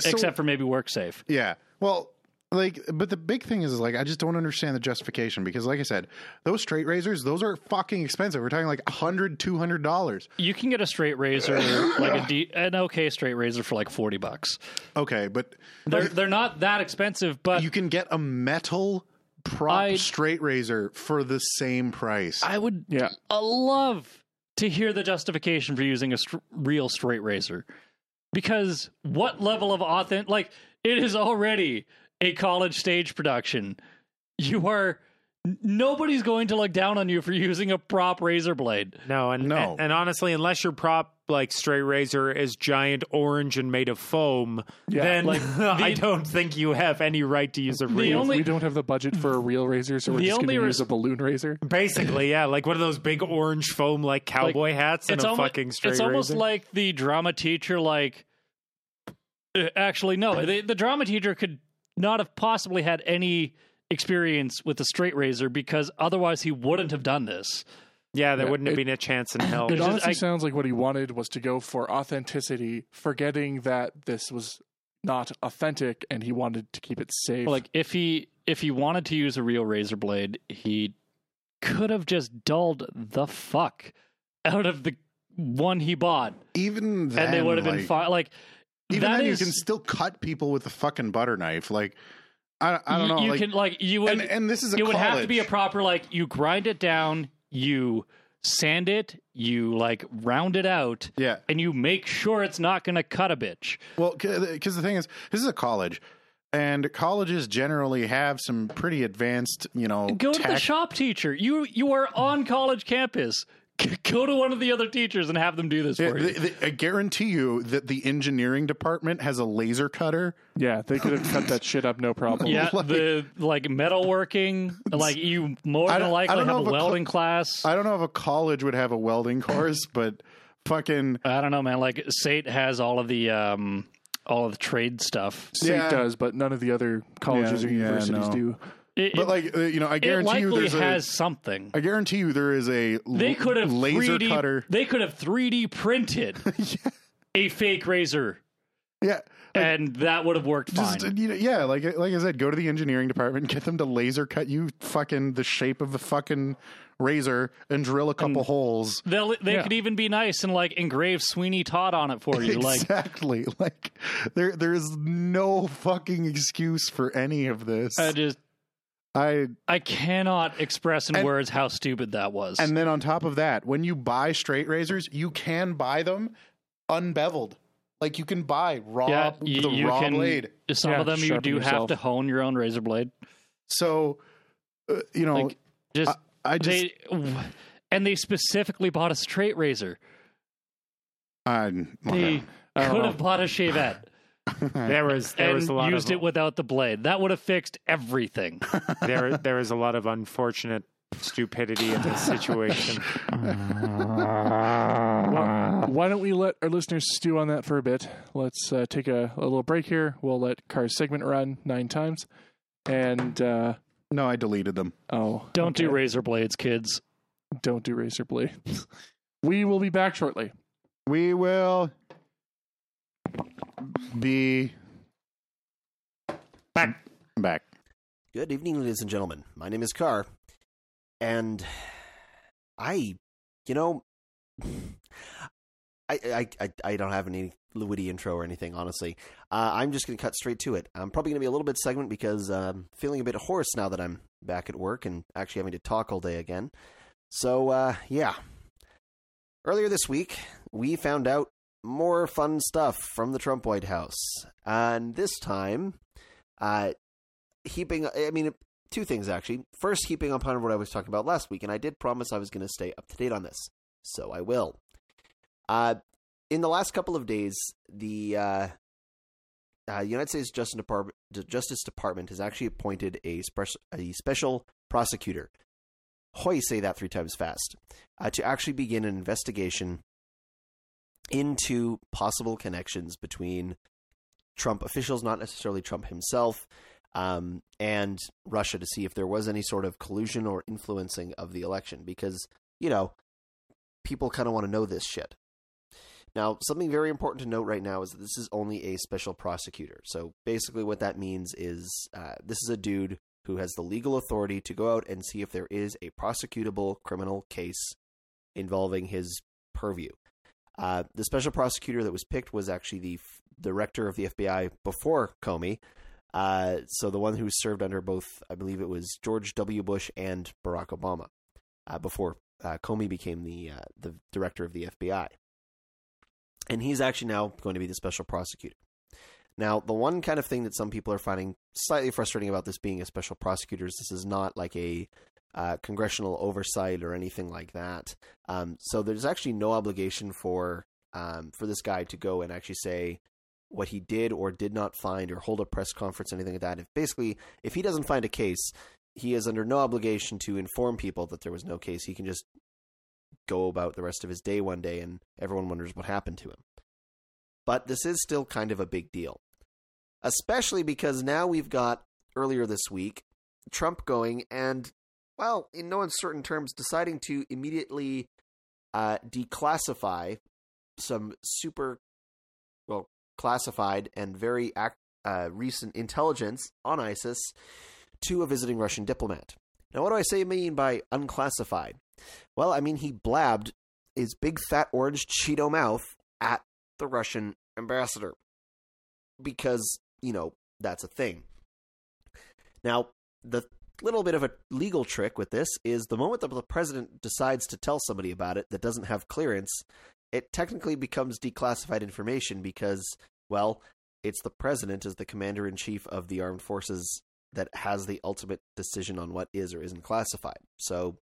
Speaker 1: so,
Speaker 3: except for maybe worksafe
Speaker 1: Yeah. Well, like, but the big thing is, is, like, I just don't understand the justification because, like I said, those straight razors, those are fucking expensive. We're talking like $100, $200.
Speaker 3: you can get a straight razor like a D, an okay straight razor for like 40 bucks
Speaker 1: Okay, but
Speaker 3: They're they're not that expensive, but
Speaker 1: you can get a metal prop
Speaker 3: I-
Speaker 1: straight razor for the same price.
Speaker 3: I would
Speaker 2: Yeah.
Speaker 3: uh, love to hear the justification for using a str real straight razor, because what level of authentic? Like it is already a college stage production. You are n- nobody's going to look down on you for using a prop razor blade.
Speaker 4: No, and
Speaker 1: No.
Speaker 4: and, and honestly, unless your prop like straight razor is giant orange and made of foam,
Speaker 2: Yeah,
Speaker 4: then
Speaker 3: like,
Speaker 4: I
Speaker 3: the-
Speaker 4: don't think you have any right to use a
Speaker 2: we,
Speaker 4: real.
Speaker 3: only-
Speaker 2: we don't have the budget for a real razor, so we're
Speaker 3: The
Speaker 2: just going
Speaker 3: only
Speaker 2: to
Speaker 3: res-
Speaker 2: use a balloon razor.
Speaker 4: Basically, yeah, like one of those big orange foam like cowboy hats and a
Speaker 3: almo-
Speaker 4: fucking straight
Speaker 3: It's almost
Speaker 4: razor.
Speaker 3: like the drama teacher, like uh, actually no, the, the drama teacher could not have possibly had any experience with the straight razor because otherwise he wouldn't have done this.
Speaker 4: yeah, there
Speaker 2: Yeah,
Speaker 4: wouldn't have
Speaker 2: it-
Speaker 4: been a chance in hell.
Speaker 2: It
Speaker 3: just-
Speaker 2: honestly
Speaker 3: I-
Speaker 2: sounds like what he wanted was to go for authenticity, forgetting that this was not authentic, and he wanted to keep it safe.
Speaker 3: Like if he if he wanted to use a real razor blade, he could have just dulled the fuck out of the one he bought,
Speaker 1: even then,
Speaker 3: and they would have
Speaker 1: like,
Speaker 3: been fine. Like
Speaker 1: Even
Speaker 3: that
Speaker 1: then,
Speaker 3: is-
Speaker 1: you can still cut people with a fucking butter knife. Like, I, I don't
Speaker 3: you,
Speaker 1: know.
Speaker 3: You
Speaker 1: like,
Speaker 3: can like you would
Speaker 1: and, and this is a
Speaker 3: it would have to be a
Speaker 1: college.
Speaker 3: proper like you grind it down you sand it you like round it out
Speaker 1: Yeah.
Speaker 3: and you make sure it's not gonna cut a bitch
Speaker 1: uh, Well, because the thing is, this is a college, and colleges generally have some pretty advanced, you know,
Speaker 3: Go to the
Speaker 1: tac-
Speaker 3: shop teacher. You you are on college campus. Go to one of the other teachers and have them do this
Speaker 1: Yeah,
Speaker 3: for you.
Speaker 1: th- th- I guarantee you that the engineering department has a laser cutter.
Speaker 2: Yeah, they could have cut that shit up no problem.
Speaker 3: Yeah,
Speaker 1: Like-
Speaker 3: the like metalworking, like you more
Speaker 1: I
Speaker 3: than
Speaker 1: don't- I
Speaker 3: likely
Speaker 1: don't
Speaker 3: have
Speaker 1: know
Speaker 3: a
Speaker 1: if a cl-
Speaker 3: welding class. I,
Speaker 1: I don't know if a college would have a welding course, but fucking
Speaker 3: don't know, man. Like Sate has all of the um all of the trade stuff.
Speaker 2: State
Speaker 1: Yeah.
Speaker 2: does, but none of the other colleges
Speaker 1: Yeah,
Speaker 2: or
Speaker 1: yeah,
Speaker 2: universities
Speaker 1: no.
Speaker 2: do.
Speaker 3: It,
Speaker 1: but
Speaker 3: it-
Speaker 1: like uh, you know, I
Speaker 3: it
Speaker 1: guarantee you
Speaker 3: likely
Speaker 1: there's
Speaker 3: has
Speaker 1: a
Speaker 3: something.
Speaker 1: I guarantee you there is a l-
Speaker 3: They could have
Speaker 1: laser
Speaker 3: 3D
Speaker 1: cutter.
Speaker 3: They could have 3D printed a fake razor,
Speaker 1: Yeah. Like,
Speaker 3: and that would have worked fine.
Speaker 1: just, uh, you know, yeah, like like I said, go to the engineering department, get them to laser cut you fucking the shape of a fucking razor and drill a couple holes.
Speaker 3: They'll, they
Speaker 2: Yeah.
Speaker 3: could even be nice and like engrave Sweeney Todd on it for you. Like
Speaker 1: exactly. Like there there is no fucking excuse for any of this.
Speaker 3: I just
Speaker 1: I
Speaker 3: I cannot express in
Speaker 1: And-
Speaker 3: words how stupid that was.
Speaker 1: And then on top of that, when you buy straight razors, you can buy them unbeveled. Like you can buy raw
Speaker 3: yeah, you,
Speaker 1: the
Speaker 3: you
Speaker 1: raw
Speaker 3: can.
Speaker 1: blade.
Speaker 3: Some
Speaker 2: Yeah,
Speaker 3: of them you
Speaker 2: sharpen
Speaker 3: do have
Speaker 2: yourself.
Speaker 3: to hone your own razor blade.
Speaker 1: So uh, you know,
Speaker 3: Like just
Speaker 4: Uh,
Speaker 1: I just
Speaker 3: they and they specifically bought a straight razor.
Speaker 1: I,
Speaker 3: They
Speaker 2: I don't
Speaker 3: could
Speaker 2: know.
Speaker 3: have bought a shavette
Speaker 4: There was there
Speaker 3: and
Speaker 4: was a lot
Speaker 3: used
Speaker 4: of
Speaker 3: it without the blade. That would have fixed everything.
Speaker 4: there there was a lot of unfortunate stupidity in this situation.
Speaker 2: Why, why don't we let our listeners stew on that for a bit? Let's uh, take a, a little break here. We'll let Car's segment run nine times. And, uh,
Speaker 1: no, I deleted them.
Speaker 2: oh.
Speaker 3: Don't do
Speaker 2: okay.
Speaker 3: razor blades, kids.
Speaker 2: Don't do razor blades. we will be back shortly.
Speaker 1: We will be
Speaker 4: Back.
Speaker 1: Back.
Speaker 5: Good evening, ladies and gentlemen. My name is Carr, and I, you know, I, I, I, I don't have any witty intro or anything, honestly. Uh, I'm just going to cut straight to it. I'm probably going to be a little bit segment because uh, I'm feeling a bit hoarse now that I'm back at work and actually having to talk all day again. So, uh, yeah. Earlier this week, we found out more fun stuff from the Trump White House. And this time, uh, heaping i mean two things actually first heaping upon what i was talking about last week and i did promise i was going to stay up to date on this so i will uh, in the last couple of days the uh, uh, united states justice department, justice department has actually appointed a, spec- a special prosecutor hoy say that three times fast uh, to actually begin an investigation into possible connections between trump officials not necessarily trump himself um, and Russia to see if there was any sort of collusion or influencing of the election because, you know, people kind of want to know this shit. Now, something very important to note right now is that this is only a special prosecutor. So basically, what that means is uh, this is a dude who has the legal authority to go out and see if there is a prosecutable criminal case involving his purview. Uh, the special prosecutor that was picked was actually the f- director of the FBI before Comey, uh, so the one who served under both, I believe it was George W. Bush and Barack Obama, uh, before uh, Comey became the uh, the director of the FBI, and he's actually now going to be the special prosecutor. Now, the one kind of thing that some people are finding slightly frustrating about this being a special prosecutor is this is not like a uh, congressional oversight or anything like that. Um, so there's actually no obligation for um, for this guy to go and actually say, what he did or did not find or hold a press conference anything like that if basically if he doesn't find a case he is under no obligation to inform people that there was no case he can just go about the rest of his day one day and everyone wonders what happened to him but this is still kind of a big deal especially because now we've got earlier this week trump going and well in no uncertain terms deciding to immediately uh, declassify some super well classified and very ac uh, recent intelligence on ISIS to a visiting Russian diplomat. Now, what do I say mean by unclassified? Well, I mean he blabbed his big fat orange Cheeto mouth at the Russian ambassador because you know that's a thing. Now, the little bit of a legal trick with this is the moment that the president decides to tell somebody about it that doesn't have clearance, it technically becomes declassified information because, well, it's the president as the commander in chief of the armed forces that has the ultimate decision on what is or isn't classified. So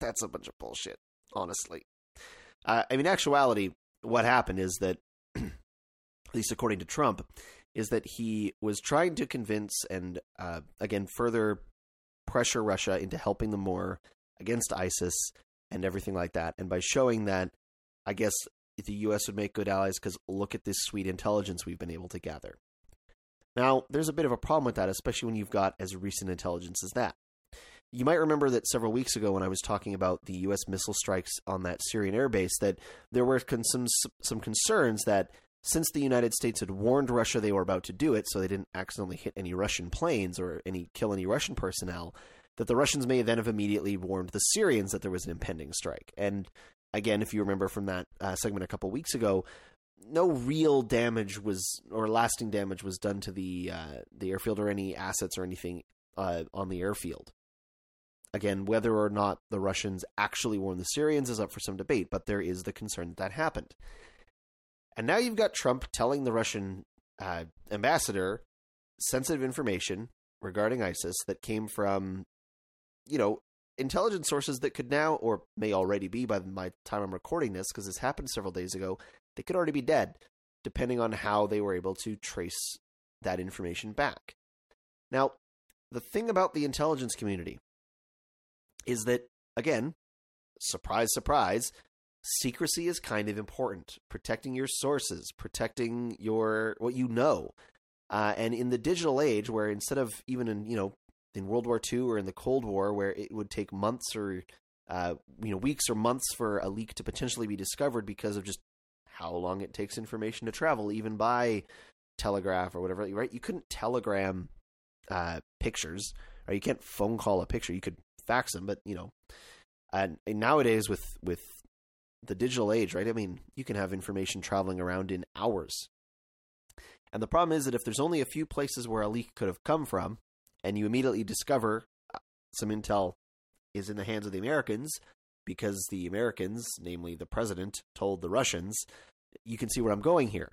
Speaker 5: that's a bunch of bullshit, honestly. Uh, I mean, actuality, what happened is that, at least according to Trump, is that he was trying to convince and, uh, again, further pressure Russia into helping them more against ISIS and everything like that. And by showing that, I guess the U.S. would make good allies because look at this sweet intelligence we've been able to gather. Now, there's a bit of a problem with that, especially when you've got as recent intelligence as that. You might remember that several weeks ago when I was talking about the U.S. missile strikes on that Syrian airbase, that there were con- some some concerns that since the United States had warned Russia they were about to do it, so they didn't accidentally hit any Russian planes or any kill any Russian personnel, that the Russians may then have immediately warned the Syrians that there was an impending strike. And again, if you remember from that uh, segment a couple weeks ago, no real damage was or lasting damage was done to the uh, the airfield or any assets or anything uh, on the airfield. Again, whether or not the Russians actually warned the Syrians is up for some debate, but there is the concern that that happened. And now you've got Trump telling the Russian uh, ambassador sensitive information regarding ISIS that came from, you know, intelligence sources that could now or may already be by my time I'm recording this because this happened several days ago, they could already be dead, depending on how they were able to trace that information back. Now, the thing about the intelligence community is that, again, surprise, surprise, secrecy is kind of important. Protecting your sources, protecting your what you know, uh, and in the digital age, where instead of even in you know in World War II or in the Cold War, where it would take months or uh, you know weeks or months for a leak to potentially be discovered because of just how long it takes information to travel, even by telegraph or whatever. Right? You couldn't telegram uh, pictures, or you can't phone call a picture. You could fax them, but you know, and, and nowadays with with the digital age, right? I mean, you can have information traveling around in hours. And the problem is that if there's only a few places where a leak could have come from, and you immediately discover uh, some intel is in the hands of the Americans because the Americans, namely the president, told the Russians, you can see where I'm going here.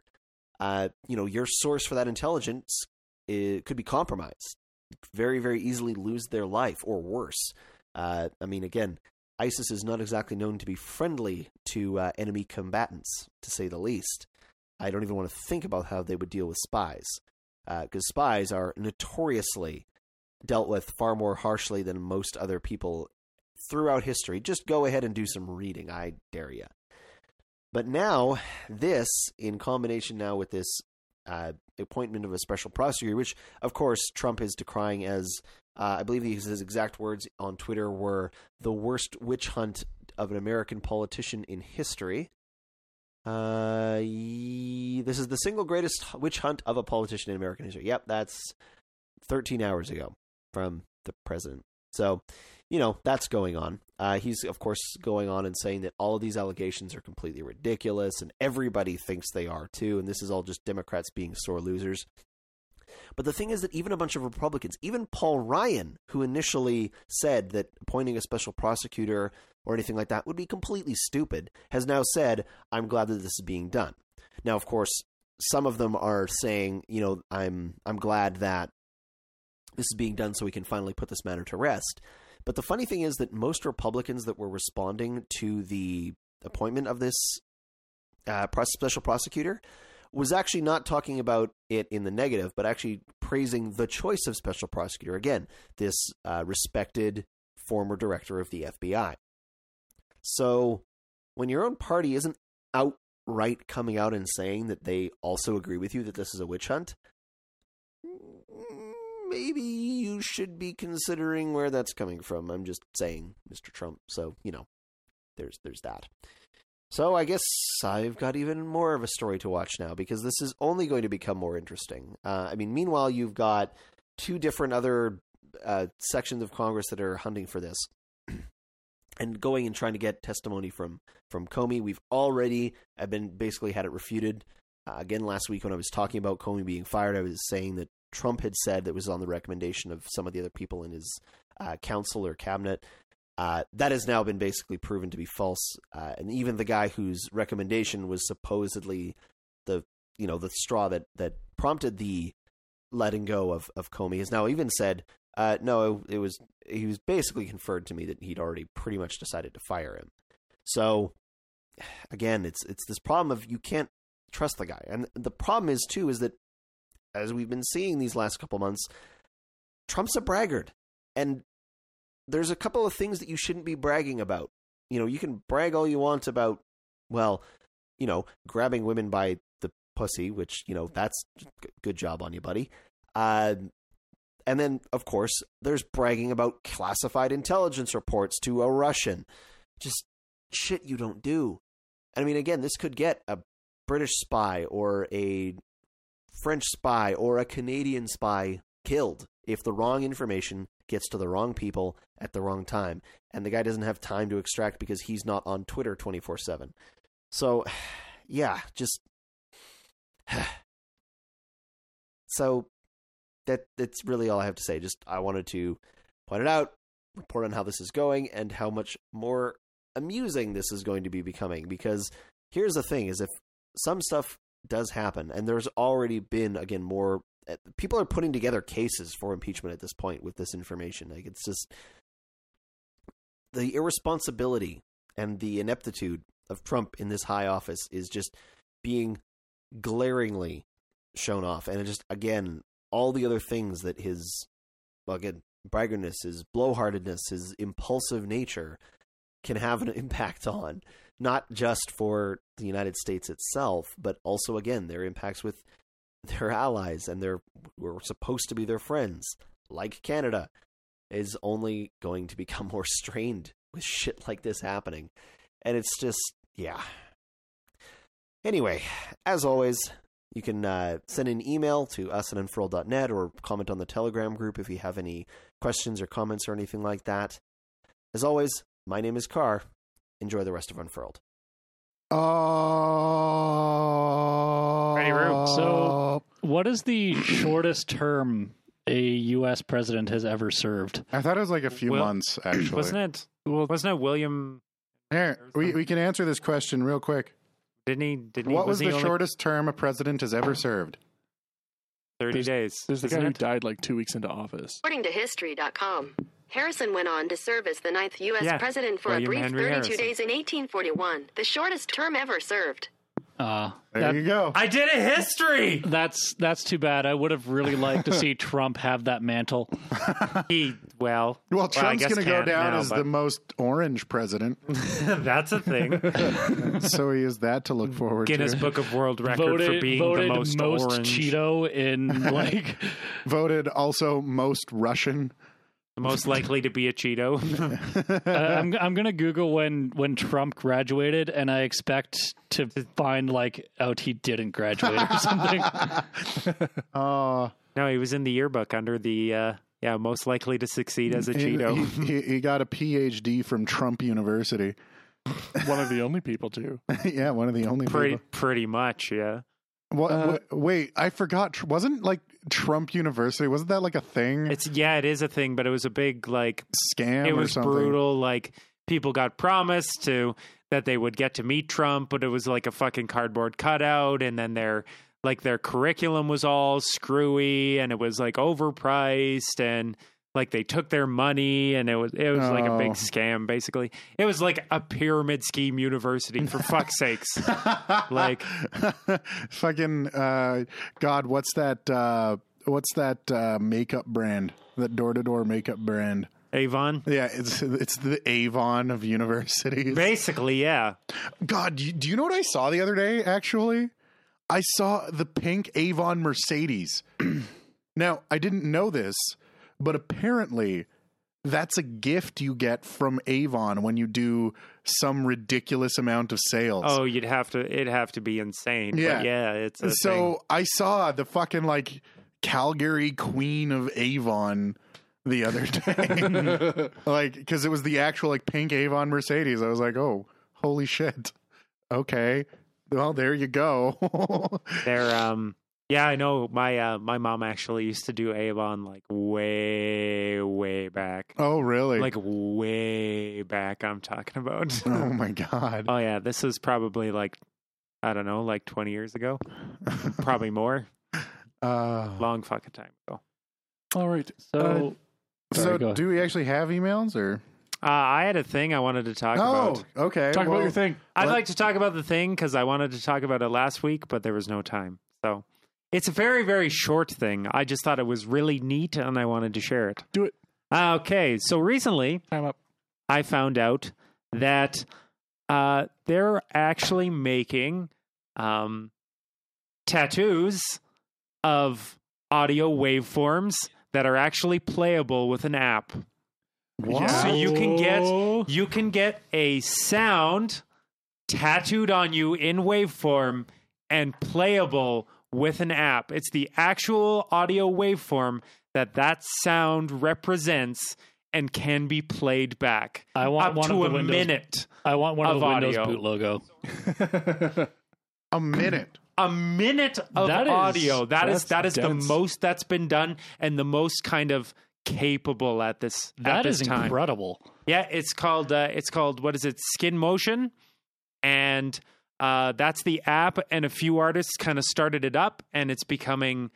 Speaker 5: Uh, you know, your source for that intelligence it could be compromised. Very, very easily lose their life or worse. Uh, I mean, again, ISIS is not exactly known to be friendly to uh, enemy combatants, to say the least. I don't even want to think about how they would deal with spies, because spies are notoriously dealt with far more harshly than most other people throughout history. Just go ahead and do some reading, I dare you. But now, this in combination now with this uh, appointment of a special prosecutor, which of course Trump is decrying as uh, I believe these, his exact words on Twitter were the worst witch hunt of an American politician in history. Uh, ye- this is the single greatest witch hunt of a politician in American history. Yep, that's 13 hours ago from the president. So, you know, that's going on. Uh, he's, of course, going on and saying that all of these allegations are completely ridiculous and everybody thinks they are too. And this is all just Democrats being sore losers. But the thing is that even a bunch of Republicans, even Paul Ryan, who initially said that appointing a special prosecutor or anything like that would be completely stupid, has now said, I'm glad that this is being done. Now, of course, some of them are saying, you know, I'm I'm glad that this is being done so we can finally put this matter to rest. But the funny thing is that most Republicans that were responding to the appointment of this uh, pros- special prosecutor was actually not talking about it in the negative, but actually praising the choice of special prosecutor. Again, this uh, respected former director of the FBI. So when your own party isn't outright coming out and saying that they also agree with you that this is a witch hunt, mm, maybe you should be considering where that's coming from. I'm just saying, Mr. Trump. So, you know, there's there's that. So I guess I've got even more of a story to watch now because this is only going to become more interesting. Uh, I mean, meanwhile, you've got two different other uh, sections of Congress that are hunting for this and going and trying to get testimony from from Comey. We've already I've been basically had it refuted. Uh, again, last week when I was talking about Comey being fired, I was saying that Trump had said that was on the recommendation of some of the other people in his uh, council or cabinet. Uh, that has now been basically proven to be false, uh, and even the guy whose recommendation was supposedly the you know the straw that that prompted the letting go of of Comey has now even said, uh, no, it was he was basically conferred to me that he'd already pretty much decided to fire him. So again, it's it's this problem of you can't trust the guy, and the problem is too is that as we've been seeing these last couple months, Trump's a braggart, and there's a couple of things that you shouldn't be bragging about. You know, you can brag all you want about, well, you know, grabbing women by the pussy, which you know that's g- good job on you, buddy. Uh, and then, of course, there's bragging about classified intelligence reports to a Russian. Just shit you don't do. And I mean, again, this could get a British spy or a French spy or a Canadian spy killed if the wrong information gets to the wrong people at the wrong time. And the guy doesn't have time to extract because he's not on Twitter 24 7. So, yeah, just. so that that's really all I have to say. Just I wanted to point it out, report on how this is going, and how much more amusing this is going to be becoming. Because here's the thing: is if some stuff does happen, and there's already been again more eh, people are putting together cases for impeachment at this point with this information. Like it's just the irresponsibility and the ineptitude of Trump in this high office is just being glaringly shown off, and it just again all the other things that his well, again braggartness, his blowhardedness, his impulsive nature can have an impact on not just for the United States itself, but also again their impacts with their allies and their who are supposed to be their friends, like Canada, is only going to become more strained with shit like this happening. And it's just yeah. Anyway, as always, you can uh, send an email to us at unfurl.net or comment on the Telegram group if you have any questions or comments or anything like that. As always, my name is Carr. Enjoy the rest of Unfurled.
Speaker 1: Uh,
Speaker 3: Ready, room. So- What is the shortest term a U.S. president has ever served?
Speaker 1: I thought it was like a few
Speaker 4: Well,
Speaker 1: months, actually.
Speaker 4: Wasn't it? Well, wasn't it William?
Speaker 1: Here, we, we can answer this question real quick.
Speaker 4: Didn't he? Didn't
Speaker 1: What was
Speaker 4: he? wasn't
Speaker 1: the
Speaker 4: he only
Speaker 1: shortest term a president has ever served?
Speaker 4: Thirty days.
Speaker 2: There's the guy
Speaker 4: isn't
Speaker 2: who
Speaker 4: it?
Speaker 2: died like two weeks into office.
Speaker 6: According to History.com, Harrison went on to serve as the ninth U.S.
Speaker 4: Yeah,
Speaker 6: president for
Speaker 4: William
Speaker 6: a brief
Speaker 4: Henry
Speaker 6: 32
Speaker 4: Harrison.
Speaker 6: days in 1841, the shortest term ever served.
Speaker 3: Uh,
Speaker 1: There
Speaker 3: that-
Speaker 1: you go.
Speaker 4: I did a history.
Speaker 3: that's that's too bad. I would have really liked to see Trump have that mantle.
Speaker 4: he well.
Speaker 1: well,
Speaker 4: I
Speaker 1: Trump's
Speaker 4: guess
Speaker 1: going to go
Speaker 4: can't
Speaker 1: down
Speaker 4: now,
Speaker 1: as the
Speaker 4: but
Speaker 1: most orange president,
Speaker 4: that's a thing.
Speaker 1: so he is that to look forward
Speaker 4: Guinness
Speaker 1: to.
Speaker 4: Book of World Record
Speaker 3: Voted,
Speaker 4: for being
Speaker 3: voted
Speaker 4: the most, orange,
Speaker 3: Cheeto in like
Speaker 1: Voted also most Russian.
Speaker 4: the most likely to be a Cheeto.
Speaker 3: uh, I'm I'm gonna Google when when Trump graduated, and I expect to find like out he didn't graduate or something.
Speaker 1: Uh,
Speaker 4: no, he was in the yearbook under the uh, yeah most likely to succeed as a
Speaker 1: he,
Speaker 4: Cheeto.
Speaker 1: he- he, he got a PhD from Trump University.
Speaker 2: One of the only people to.
Speaker 1: yeah, one of the only
Speaker 4: pretty
Speaker 1: people.
Speaker 4: pretty much, yeah.
Speaker 1: What,
Speaker 2: uh,
Speaker 1: wh- wait, I forgot. Tr- Wasn't like Trump University? Wasn't that like a thing?
Speaker 4: It's yeah, it is a thing, but it was a big like
Speaker 1: scam
Speaker 4: it
Speaker 1: or
Speaker 4: was
Speaker 1: something?
Speaker 4: brutal. Like people got promised to that they would get to meet Trump, but it was like a fucking cardboard cutout, and then their like their curriculum was all screwy, and it was like overpriced, and like they took their money, and it was it was like a
Speaker 1: Oh.
Speaker 4: big scam. Basically, it was like a pyramid scheme university for fuck's sakes. Like-
Speaker 1: fucking uh, God, what's that? Uh, what's that uh, makeup brand? That door to door makeup brand?
Speaker 4: Avon,
Speaker 1: Yeah, it's it's the Avon of universities.
Speaker 4: basically, yeah.
Speaker 1: God, do you, do you know what I saw the other day? Actually, I saw the pink Avon Mercedes. now I didn't know this, but apparently. That's a gift you get from Avon when you do some ridiculous amount of sales.
Speaker 4: Oh, you'd have to. It'd have to be insane. But
Speaker 1: Yeah.
Speaker 4: yeah. It's a
Speaker 1: so
Speaker 4: thing.
Speaker 1: I saw the fucking like Calgary Queen of Avon the other day, like because it was the actual like pink Avon Mercedes. I was like, oh, holy shit, okay. Well, there you go.
Speaker 4: They're um yeah, I know my uh my mom actually used to do Avon like way way back.
Speaker 1: oh, really?
Speaker 4: Like way back I'm talking about.
Speaker 1: oh my god.
Speaker 4: oh yeah, this is probably like I don't know, like 20 years ago, probably more.
Speaker 1: Uh,
Speaker 4: Long fucking time ago.
Speaker 2: All right.
Speaker 3: So
Speaker 1: so,
Speaker 3: Sorry, go ahead.
Speaker 1: do we actually have emails or?
Speaker 4: Uh, I had a thing I wanted to talk about.
Speaker 1: oh, okay.
Speaker 2: Talk
Speaker 1: well,
Speaker 2: about your thing.
Speaker 4: I'd
Speaker 1: What?
Speaker 4: like to talk about the thing because I wanted to talk about it last week, but there was no time. So it's a very, very short thing. I just thought it was really neat and I wanted to share it.
Speaker 2: Do it.
Speaker 4: Uh, okay. So recently
Speaker 2: Time up.
Speaker 4: I found out that uh, they're actually making um, tattoos of audio waveforms that are actually playable with an app.
Speaker 1: What?
Speaker 2: Uh,
Speaker 4: So you can get you can get a sound tattooed on you in waveform and playable with an app. It's the actual audio waveform that that sound represents and can be played back
Speaker 3: I want
Speaker 4: up
Speaker 3: one
Speaker 4: to
Speaker 3: of the
Speaker 4: a
Speaker 3: Windows.
Speaker 4: minute.
Speaker 3: I want one of,
Speaker 4: of
Speaker 3: the Windows
Speaker 4: audio.
Speaker 3: boot logo.
Speaker 1: a minute.
Speaker 4: A minute of
Speaker 3: That is-
Speaker 4: audio. That is
Speaker 2: that's
Speaker 4: that is
Speaker 2: dense.
Speaker 4: the most that's been done and the most kind of capable at this at
Speaker 3: That
Speaker 4: this
Speaker 3: is
Speaker 4: time.
Speaker 3: incredible.
Speaker 4: Yeah, it's called uh, it's called what is it? Skin Motion, and uh, that's the app. And a few artists kind of started it up, and it's becoming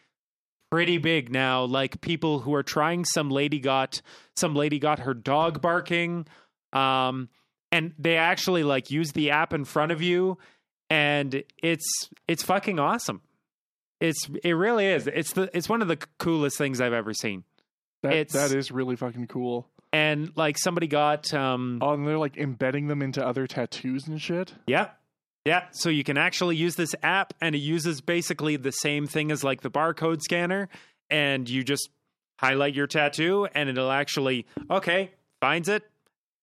Speaker 4: pretty big now. Like people who are trying. Some lady got some lady got her dog barking, um, and they actually like use the app in front of you, and it's it's fucking awesome. It's it really is. It's the it's one of the coolest things I've ever seen.
Speaker 2: That,
Speaker 4: It's-
Speaker 2: that is really fucking cool.
Speaker 4: And like somebody got um,
Speaker 2: Oh, and they're like embedding them into other tattoos and shit.
Speaker 4: Yeah. Yeah. So you can actually use this app and it uses basically the same thing as like the barcode scanner. And you just highlight your tattoo and it'll actually, okay, finds it,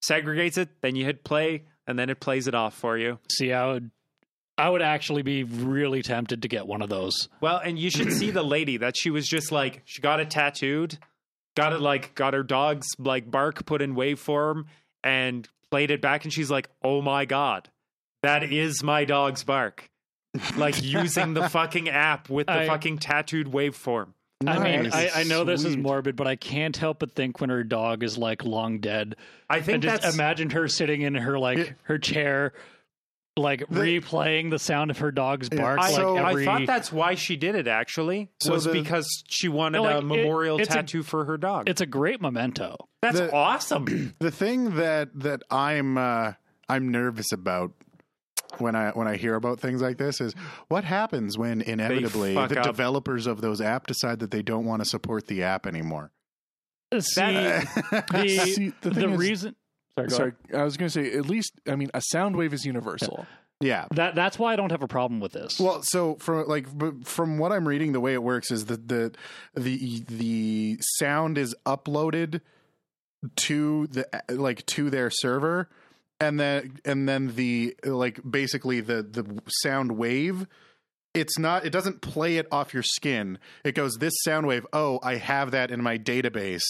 Speaker 4: segregates it, then you hit play and then it plays it off for you.
Speaker 3: See, I would, I would actually be really tempted to get one of those.
Speaker 4: Well, and you should see the lady that she was just like, she got it tattooed, got it like, got her dog's like bark put in waveform and played it back. And she's like, oh my God, that is my dog's bark. like using the fucking app with the
Speaker 3: I-
Speaker 4: fucking tattooed waveform.
Speaker 3: I mean,
Speaker 1: Nice.
Speaker 3: I, I know this is
Speaker 2: Sweet.
Speaker 3: morbid, but I can't help but think when her dog is like long dead.
Speaker 4: I
Speaker 3: I
Speaker 4: think
Speaker 3: just
Speaker 4: that's
Speaker 3: imagined her sitting in her like
Speaker 1: Yeah.
Speaker 3: her chair, like replaying the sound of her dog's
Speaker 1: Yeah.
Speaker 3: bark.
Speaker 4: I,
Speaker 3: like
Speaker 1: so-
Speaker 3: every,
Speaker 4: I thought that's why she did it actually
Speaker 1: So
Speaker 4: was
Speaker 1: the-
Speaker 4: because she wanted
Speaker 3: No, like,
Speaker 4: a
Speaker 3: it-
Speaker 4: memorial
Speaker 3: it's a-
Speaker 4: tattoo for her dog.
Speaker 3: it's a great memento.
Speaker 4: That's
Speaker 1: the-
Speaker 4: awesome.
Speaker 1: the thing that that I'm uh, I'm nervous about when I when I hear about things like this is what happens when inevitably
Speaker 4: fuck
Speaker 1: the
Speaker 4: up.
Speaker 1: developers of those app decide that they don't want to support the app anymore.
Speaker 3: See, the,
Speaker 2: See, the
Speaker 3: the,
Speaker 2: thing is-
Speaker 3: reason
Speaker 2: Sorry, I was going to say, at least, I mean, a sound wave is universal.
Speaker 1: yeah.
Speaker 3: that that's why I don't have a problem with this.
Speaker 1: Well, so from like b- from what I'm reading, the way it works is that the the the sound is uploaded to the like to their server, and then and then the like basically the the sound wave. It's not. It doesn't play it off your skin. It goes this sound wave. Oh, I have that in my database,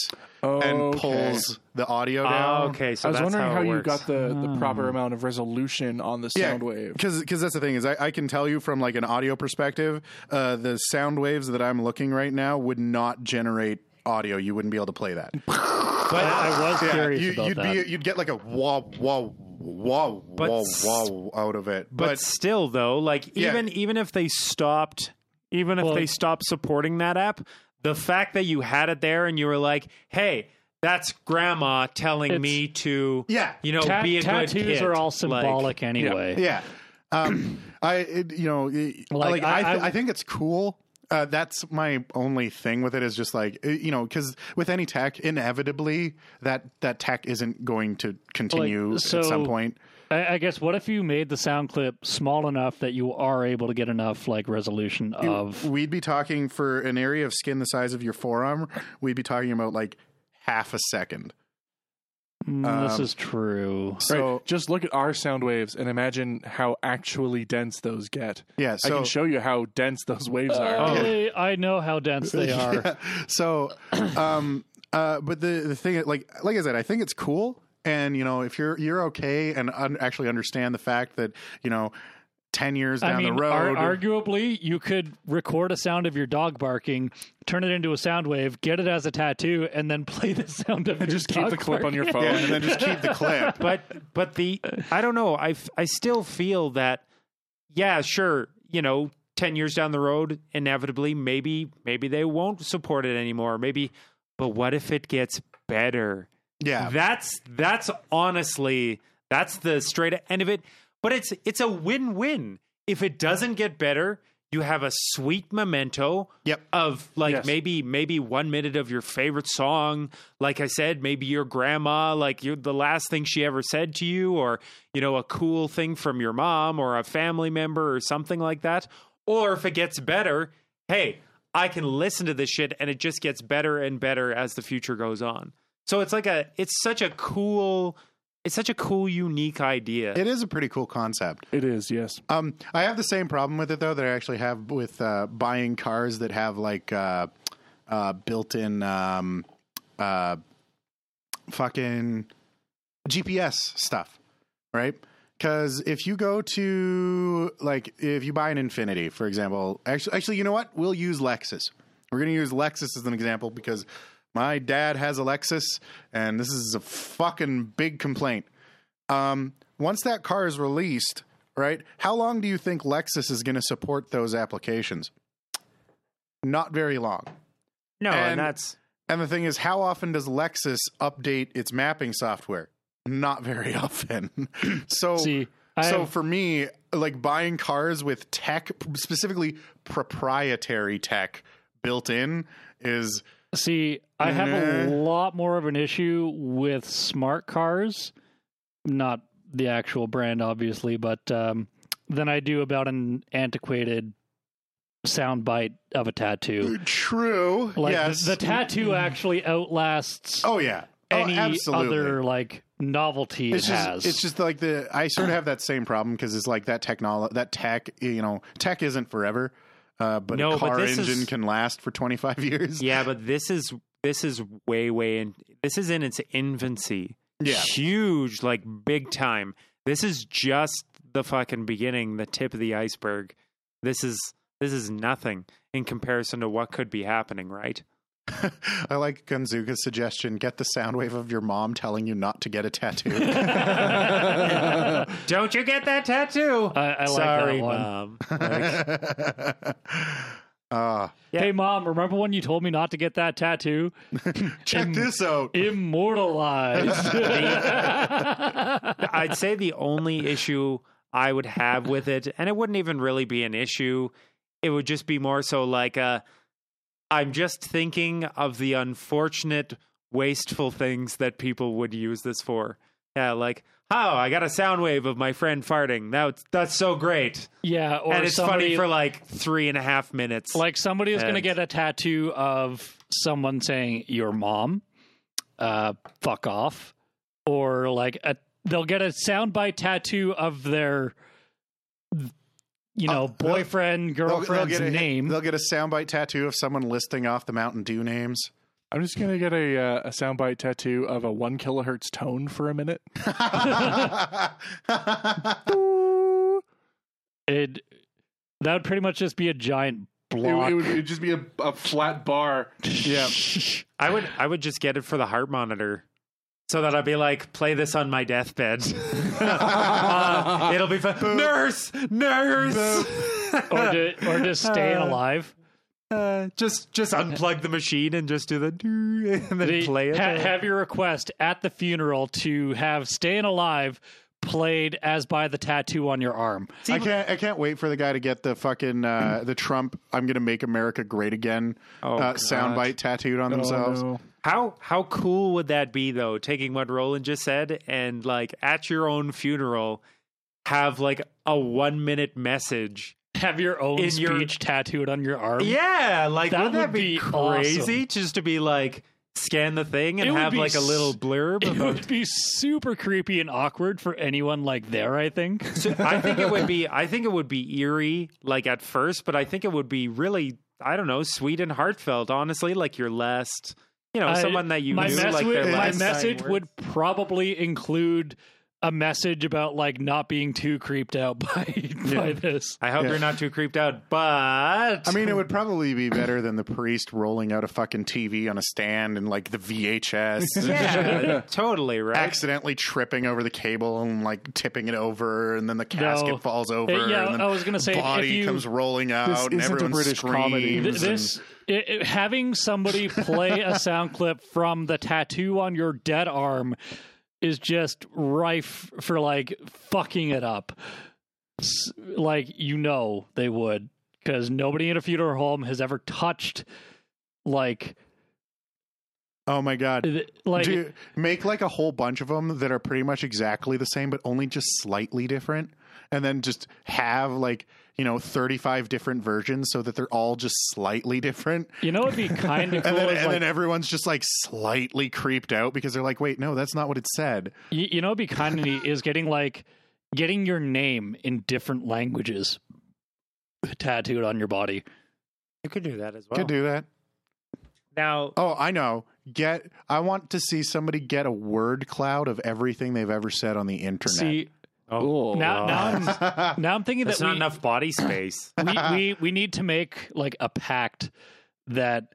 Speaker 2: Oh,
Speaker 1: and
Speaker 2: okay.
Speaker 1: pulls the audio
Speaker 4: Ah,
Speaker 1: down.
Speaker 4: okay, so
Speaker 2: I was
Speaker 4: that's
Speaker 2: wondering
Speaker 4: how,
Speaker 2: how,
Speaker 4: it
Speaker 2: you
Speaker 4: works.
Speaker 2: got the, the proper amount of resolution on the sound wave.
Speaker 1: Because that's the thing is I, I can tell you from like an audio perspective, uh, the sound waves that I'm looking right now would not generate audio. You wouldn't be able to play that.
Speaker 3: I, I was curious
Speaker 1: uh, you,
Speaker 3: about
Speaker 1: would
Speaker 3: that.
Speaker 1: be you'd get like a wah wah wah wah
Speaker 4: s-
Speaker 1: wah out of it.
Speaker 4: but,
Speaker 1: But,
Speaker 4: still though like
Speaker 1: Yeah.
Speaker 4: even even if they stopped even if
Speaker 3: Well-
Speaker 4: they stopped supporting that app the fact that you had it there and you were like hey that's grandma telling
Speaker 3: It's-
Speaker 4: me to
Speaker 1: Yeah.
Speaker 4: you know
Speaker 3: Ta-
Speaker 4: Oh, be a
Speaker 3: tattoos
Speaker 4: good kid.
Speaker 3: are all
Speaker 4: Like,
Speaker 3: symbolic anyway.
Speaker 1: yeah, um, I it, you know it- like,
Speaker 3: Like,
Speaker 1: I
Speaker 3: I-
Speaker 1: I, th-
Speaker 3: I-
Speaker 1: I think it's cool. Uh, that's my only thing with it is just like uh, you know because with any tech inevitably that that tech isn't going to continue
Speaker 3: so-
Speaker 1: at some point.
Speaker 3: I, I guess what if you made the sound clip small enough that you are able to get enough like resolution of
Speaker 1: we'd be talking for an area of skin the size of your forearm we'd be talking about like half a second
Speaker 3: "Mm, this
Speaker 1: um,
Speaker 3: is true.
Speaker 1: so
Speaker 2: right. Just look at our sound waves and imagine how actually dense those get.
Speaker 1: yeah
Speaker 2: I
Speaker 1: so
Speaker 2: can show you how dense those waves are.
Speaker 3: Oh, I know how dense they are.
Speaker 1: Yeah. so um uh but the the thing like like i said i think it's cool and you know if you're you're okay and un- actually understand the fact that you know 10 years down
Speaker 3: I mean,
Speaker 1: the road
Speaker 3: ar- arguably, you could record a sound of your dog barking, turn it into a sound wave, get it as a tattoo, and then play the sound of and
Speaker 2: Just keep the clip on your phone.
Speaker 1: yeah, and then just keep the clip
Speaker 4: but but the I don't know. I f- I still feel that yeah, sure, you know, 10 years down the road, inevitably, maybe, maybe they won't support it anymore. Maybe, but what if it gets better?
Speaker 1: Yeah.
Speaker 4: That's, that's honestly, that's the straight end of it. But it's, it's a win win. If it doesn't get better, you have a sweet memento
Speaker 1: Yep.
Speaker 4: of like
Speaker 2: Yes.
Speaker 4: maybe maybe one minute of your favorite song like i said maybe your grandma like you the last thing she ever said to you or you know a cool thing from your mom or a family member or something like that or if it gets better hey i can listen to this shit and it just gets better and better as the future goes on so it's like a it's such a cool it's such a cool unique idea
Speaker 1: It is a pretty cool concept.
Speaker 2: It is, yes.
Speaker 1: Um, I have the same problem with it though that I actually have with uh, buying cars that have like uh, uh, built-in um, uh, fucking GPS stuff, right? Because if you go to like if you buy an Infinity, for example, actually, actually, you know what? We'll use Lexus. We're going to use Lexus as an example because my dad has a Lexus, and this is a fucking big complaint um, once that car is released, right? How long do you think Lexus is going to support those applications? Not very long.
Speaker 4: no
Speaker 1: and-
Speaker 4: and that's
Speaker 1: And the thing is, how often does Lexus update its mapping software? Not very often. so,
Speaker 3: See, I
Speaker 1: so
Speaker 3: have-
Speaker 1: for me, like buying cars with tech, specifically proprietary tech built in, is
Speaker 3: See, I have a
Speaker 1: Nah.
Speaker 3: lot more of an issue with smart cars, not the actual brand, obviously, but um, than I do about an antiquated soundbite of a tattoo.
Speaker 1: true.
Speaker 3: Like
Speaker 1: yes.
Speaker 3: the, the tattoo actually outlasts
Speaker 1: oh yeah.
Speaker 3: any
Speaker 1: oh, absolutely.
Speaker 3: other like novelty
Speaker 1: it's
Speaker 3: it
Speaker 1: just,
Speaker 3: has.
Speaker 1: It's just like the I sort of have that same problem because it's like that technology, that tech. You know, tech isn't forever, uh, but
Speaker 4: No,
Speaker 1: a
Speaker 4: but
Speaker 1: car
Speaker 4: this
Speaker 1: engine
Speaker 4: is-
Speaker 1: can last for twenty five years.
Speaker 4: Yeah, but this is this is way way in this is in its infancy.
Speaker 1: Yeah.
Speaker 4: Huge, like big time. This is just the fucking beginning, the tip of the iceberg. This is this is nothing in comparison to what could be happening, right?
Speaker 1: I like Gunzuka's suggestion: get the sound wave of your mom telling you not to get a tattoo.
Speaker 4: Don't you get that tattoo?
Speaker 3: I, I like
Speaker 4: Sorry,
Speaker 3: that one.
Speaker 4: mom.
Speaker 1: uh,
Speaker 3: Hey, mom, remember when you told me not to get that tattoo?
Speaker 1: check this out.
Speaker 3: Immortalized.
Speaker 4: I'd say the only issue I would have with it, and it wouldn't even really be an issue, it would just be more so like a, I'm just thinking of the unfortunate, wasteful things that people would use this for. Yeah, like, oh, I got a sound wave of my friend farting. That's that's so great,
Speaker 3: yeah, or
Speaker 4: and it's
Speaker 3: somebody
Speaker 4: funny for like three and a half minutes.
Speaker 3: Like somebody is going to
Speaker 4: And-
Speaker 3: get a tattoo of someone saying "your mom," uh, "fuck off," or like a they'll get a soundbite tattoo of their, you know,
Speaker 1: Uh, they'll-
Speaker 3: boyfriend,
Speaker 1: They'll- they'll
Speaker 3: girlfriend's
Speaker 1: get a,
Speaker 3: name.
Speaker 1: They'll get a soundbite tattoo of someone listing off the Mountain Dew names.
Speaker 2: I'm just gonna get a uh, a soundbite tattoo of a one kilohertz tone for a minute.
Speaker 3: It that would pretty much just be a giant
Speaker 2: It,
Speaker 3: block.
Speaker 2: it would it'd just be a, a flat bar. Yeah,
Speaker 4: I would I would just get it for the heart monitor. So that I'd be like, play this on my deathbed. Uh, it'll be fun. Nurse, nurse.
Speaker 3: or, to, or just staying alive.
Speaker 4: Uh, just just unplug the machine and just do the doo, and then
Speaker 3: The-
Speaker 4: play it.
Speaker 3: ha- have your request at the funeral to have "Staying Alive" played as by the tattoo on your arm.
Speaker 1: I can't. I can't wait for the guy to get the fucking uh, the Trump "I'm going to make America great again" uh,
Speaker 3: Oh,
Speaker 4: God.
Speaker 1: soundbite tattooed on themselves.
Speaker 2: Oh,
Speaker 4: How how cool would that be though? Taking what Roland just said and like at your own funeral, have like a one minute message.
Speaker 3: Have your own
Speaker 4: In
Speaker 3: speech
Speaker 4: your-
Speaker 3: tattooed on your arm.
Speaker 4: Yeah, like
Speaker 3: That
Speaker 4: wouldn't that
Speaker 3: would
Speaker 4: be,
Speaker 3: be
Speaker 4: crazy? Just to be like scan the thing
Speaker 3: It
Speaker 4: and
Speaker 3: would
Speaker 4: have
Speaker 3: be
Speaker 4: like a little
Speaker 3: s-
Speaker 4: blurb
Speaker 3: It
Speaker 4: about
Speaker 3: would be super creepy and awkward for anyone like there, I think.
Speaker 4: So I think it would be I think it would be eerie like at first, but I think it would be really I don't know, sweet and heartfelt, honestly, like your last you know,
Speaker 3: I-
Speaker 4: someone that you
Speaker 3: my
Speaker 4: knew
Speaker 3: message,
Speaker 4: like their
Speaker 3: my
Speaker 4: last
Speaker 3: message would probably include a message about like not being too creeped out by by this.
Speaker 4: I hope
Speaker 1: Yeah.
Speaker 4: you're not too creeped out, but
Speaker 1: I mean, it would probably be better than the priest rolling out a fucking TV on a stand and like the VHS.
Speaker 4: yeah, totally right.
Speaker 1: Accidentally tripping over the cable and like tipping it over, and then the casket falls over.
Speaker 3: Uh, yeah,
Speaker 1: and then
Speaker 3: I was gonna say, if
Speaker 1: body
Speaker 3: you-
Speaker 1: comes rolling out,
Speaker 2: This
Speaker 1: and
Speaker 2: isn't a
Speaker 1: everyone
Speaker 2: British
Speaker 1: screams.
Speaker 2: comedy.
Speaker 3: Th- this it, it- having somebody play a sound clip from the tattoo on your dead arm is just rife for like fucking it up. S- like you know they would because nobody in a funeral home has ever touched like
Speaker 1: oh my god!
Speaker 3: th- like
Speaker 1: Do, make like a whole bunch of them that are pretty much exactly the same, but only just slightly different, and then just have like you know thirty-five different versions so that they're all just slightly different,
Speaker 3: you know it'd be kind of cool.
Speaker 1: and then
Speaker 3: is,
Speaker 1: and
Speaker 3: like,
Speaker 1: then everyone's just like slightly creeped out because they're like, wait, no, that's not what it said.
Speaker 3: You, you know, it'd be kind of neat is getting like getting your name in different languages tattooed on your body.
Speaker 4: you could do that as
Speaker 3: Oh.
Speaker 4: well.
Speaker 1: Could do that.
Speaker 4: now,
Speaker 1: Oh, I know. Get. I want to see somebody get a word cloud of everything they've ever said on the internet.
Speaker 3: See,
Speaker 4: oh,
Speaker 3: now, now, I'm, now I'm thinking
Speaker 4: that's
Speaker 3: that
Speaker 4: not
Speaker 3: we,
Speaker 4: enough body space.
Speaker 3: we, we we need to make like a pact that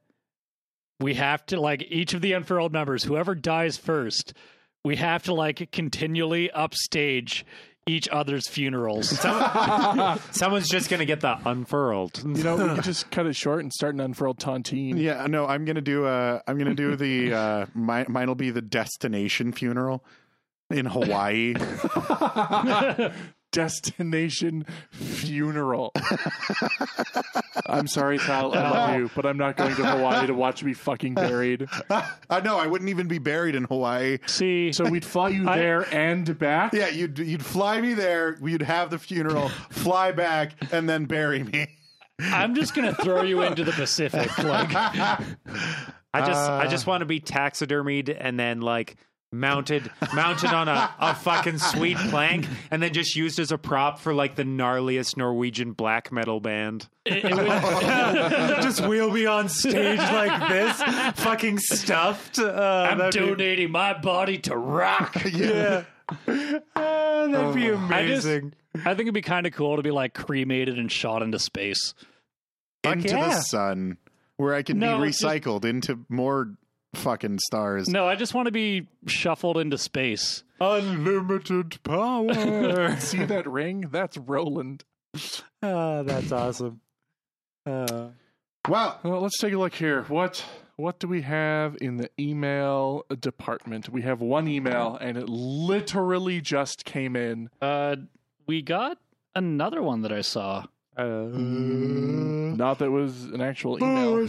Speaker 3: we have to like each of the unfurled members, whoever dies first, we have to like continually upstage each other's funerals.
Speaker 4: Someone's just gonna get the unfurled.
Speaker 2: You know, we could just cut it short and start an unfurled tontine.
Speaker 1: Yeah, no, I'm gonna do uh I'm gonna do the uh mine mine'll be the destination funeral in Hawaii.
Speaker 2: Destination funeral. I'm sorry, Kyle. I love you, but I'm not going to Hawaii to watch me fucking buried.
Speaker 1: I know I wouldn't even be buried in Hawaii.
Speaker 3: See,
Speaker 2: So we'd fly you
Speaker 3: I-
Speaker 2: there and back.
Speaker 1: Yeah, you'd you'd fly me there, you'd have the funeral, fly back, and then bury me.
Speaker 3: I'm just gonna throw you into the Pacific. Like,
Speaker 4: I just I just want to be taxidermied and then like mounted mounted on a, a fucking sweet plank and then just used as a prop for like the gnarliest Norwegian black metal band.
Speaker 3: it- it would-
Speaker 4: just wheel me on stage like this, fucking stuffed. Uh,
Speaker 3: I'm
Speaker 4: that'd be-
Speaker 3: donating my body to rock. Oh.
Speaker 1: yeah.
Speaker 4: Ah, that'd be
Speaker 3: I just-
Speaker 4: amazing.
Speaker 3: I think it'd be kind of cool to be like cremated and shot into space.
Speaker 1: Into the
Speaker 4: yeah.
Speaker 1: sun. Where I can
Speaker 3: No,
Speaker 1: be
Speaker 3: it's just-
Speaker 1: recycled into more fucking stars.
Speaker 3: No, I just want to be shuffled into space.
Speaker 4: Unlimited power.
Speaker 2: See that ring? That's Roland.
Speaker 4: Ah, that's awesome. Uh,
Speaker 1: Wow.
Speaker 2: Well, let's take a look here. What what do we have in the email department? We have one email, and it literally just came in.
Speaker 3: Uh, we got another one that I saw.
Speaker 4: Uh,
Speaker 1: Mm.
Speaker 2: Not that it was an actual email.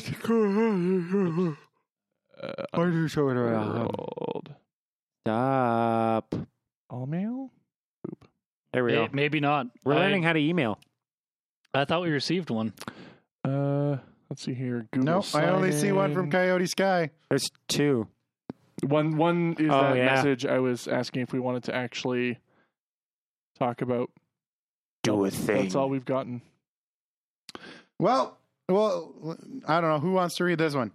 Speaker 4: Are you showing
Speaker 2: Rolled.
Speaker 4: Stop.
Speaker 2: All mail?
Speaker 4: There we go.
Speaker 3: Eh, maybe not.
Speaker 4: We're
Speaker 3: I-
Speaker 4: learning how to email.
Speaker 3: I thought we received one.
Speaker 2: Uh, let's see here. Google.
Speaker 1: No, I only see one
Speaker 2: sign-in.
Speaker 1: from Coyote Sky.
Speaker 4: There's two.
Speaker 2: One one is
Speaker 4: Oh,
Speaker 2: that
Speaker 4: yeah.
Speaker 2: message I was asking if we wanted to actually talk about.
Speaker 4: Do a thing.
Speaker 2: That's all we've gotten.
Speaker 1: Well, well, I don't know who wants to read this one.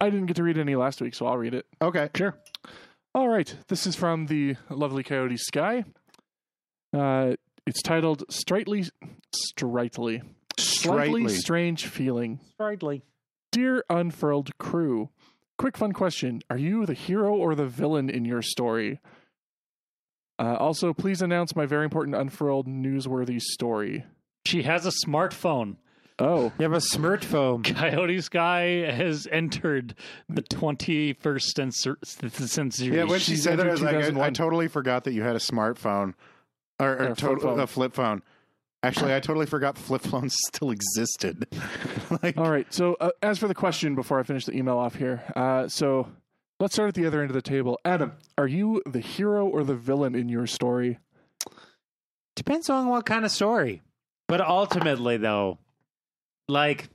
Speaker 2: I didn't get to read any last week, so I'll read it.
Speaker 1: Okay,
Speaker 2: Sure. All right. This is from the lovely Coyote Sky. Uh, it's titled Strightly, Strightly, Slightly
Speaker 1: Straightly.
Speaker 2: Strange Feeling. Dear Unfurled Crew, quick fun question. Are you the hero or the villain in your story? Uh, also, please announce my very important Unfurled newsworthy story.
Speaker 3: She has a smartphone.
Speaker 2: Oh,
Speaker 4: You have a smartphone.
Speaker 3: Coyote Sky has entered the 21st censor- century.
Speaker 1: Yeah, when she
Speaker 2: She's
Speaker 1: said that, I was
Speaker 2: entered
Speaker 1: like, I, I
Speaker 2: 2001.
Speaker 1: totally forgot that you had a smartphone or, or
Speaker 2: Or a flip
Speaker 1: tot-
Speaker 2: phone.
Speaker 1: a flip phone. Actually, I totally forgot flip phones still existed. like,
Speaker 2: All right. So, uh, as for the question, before I finish the email off here, uh, so let's start at the other end of the table. Adam, are you the hero or the villain in your story?
Speaker 4: Depends on what kind of story. But ultimately, though, like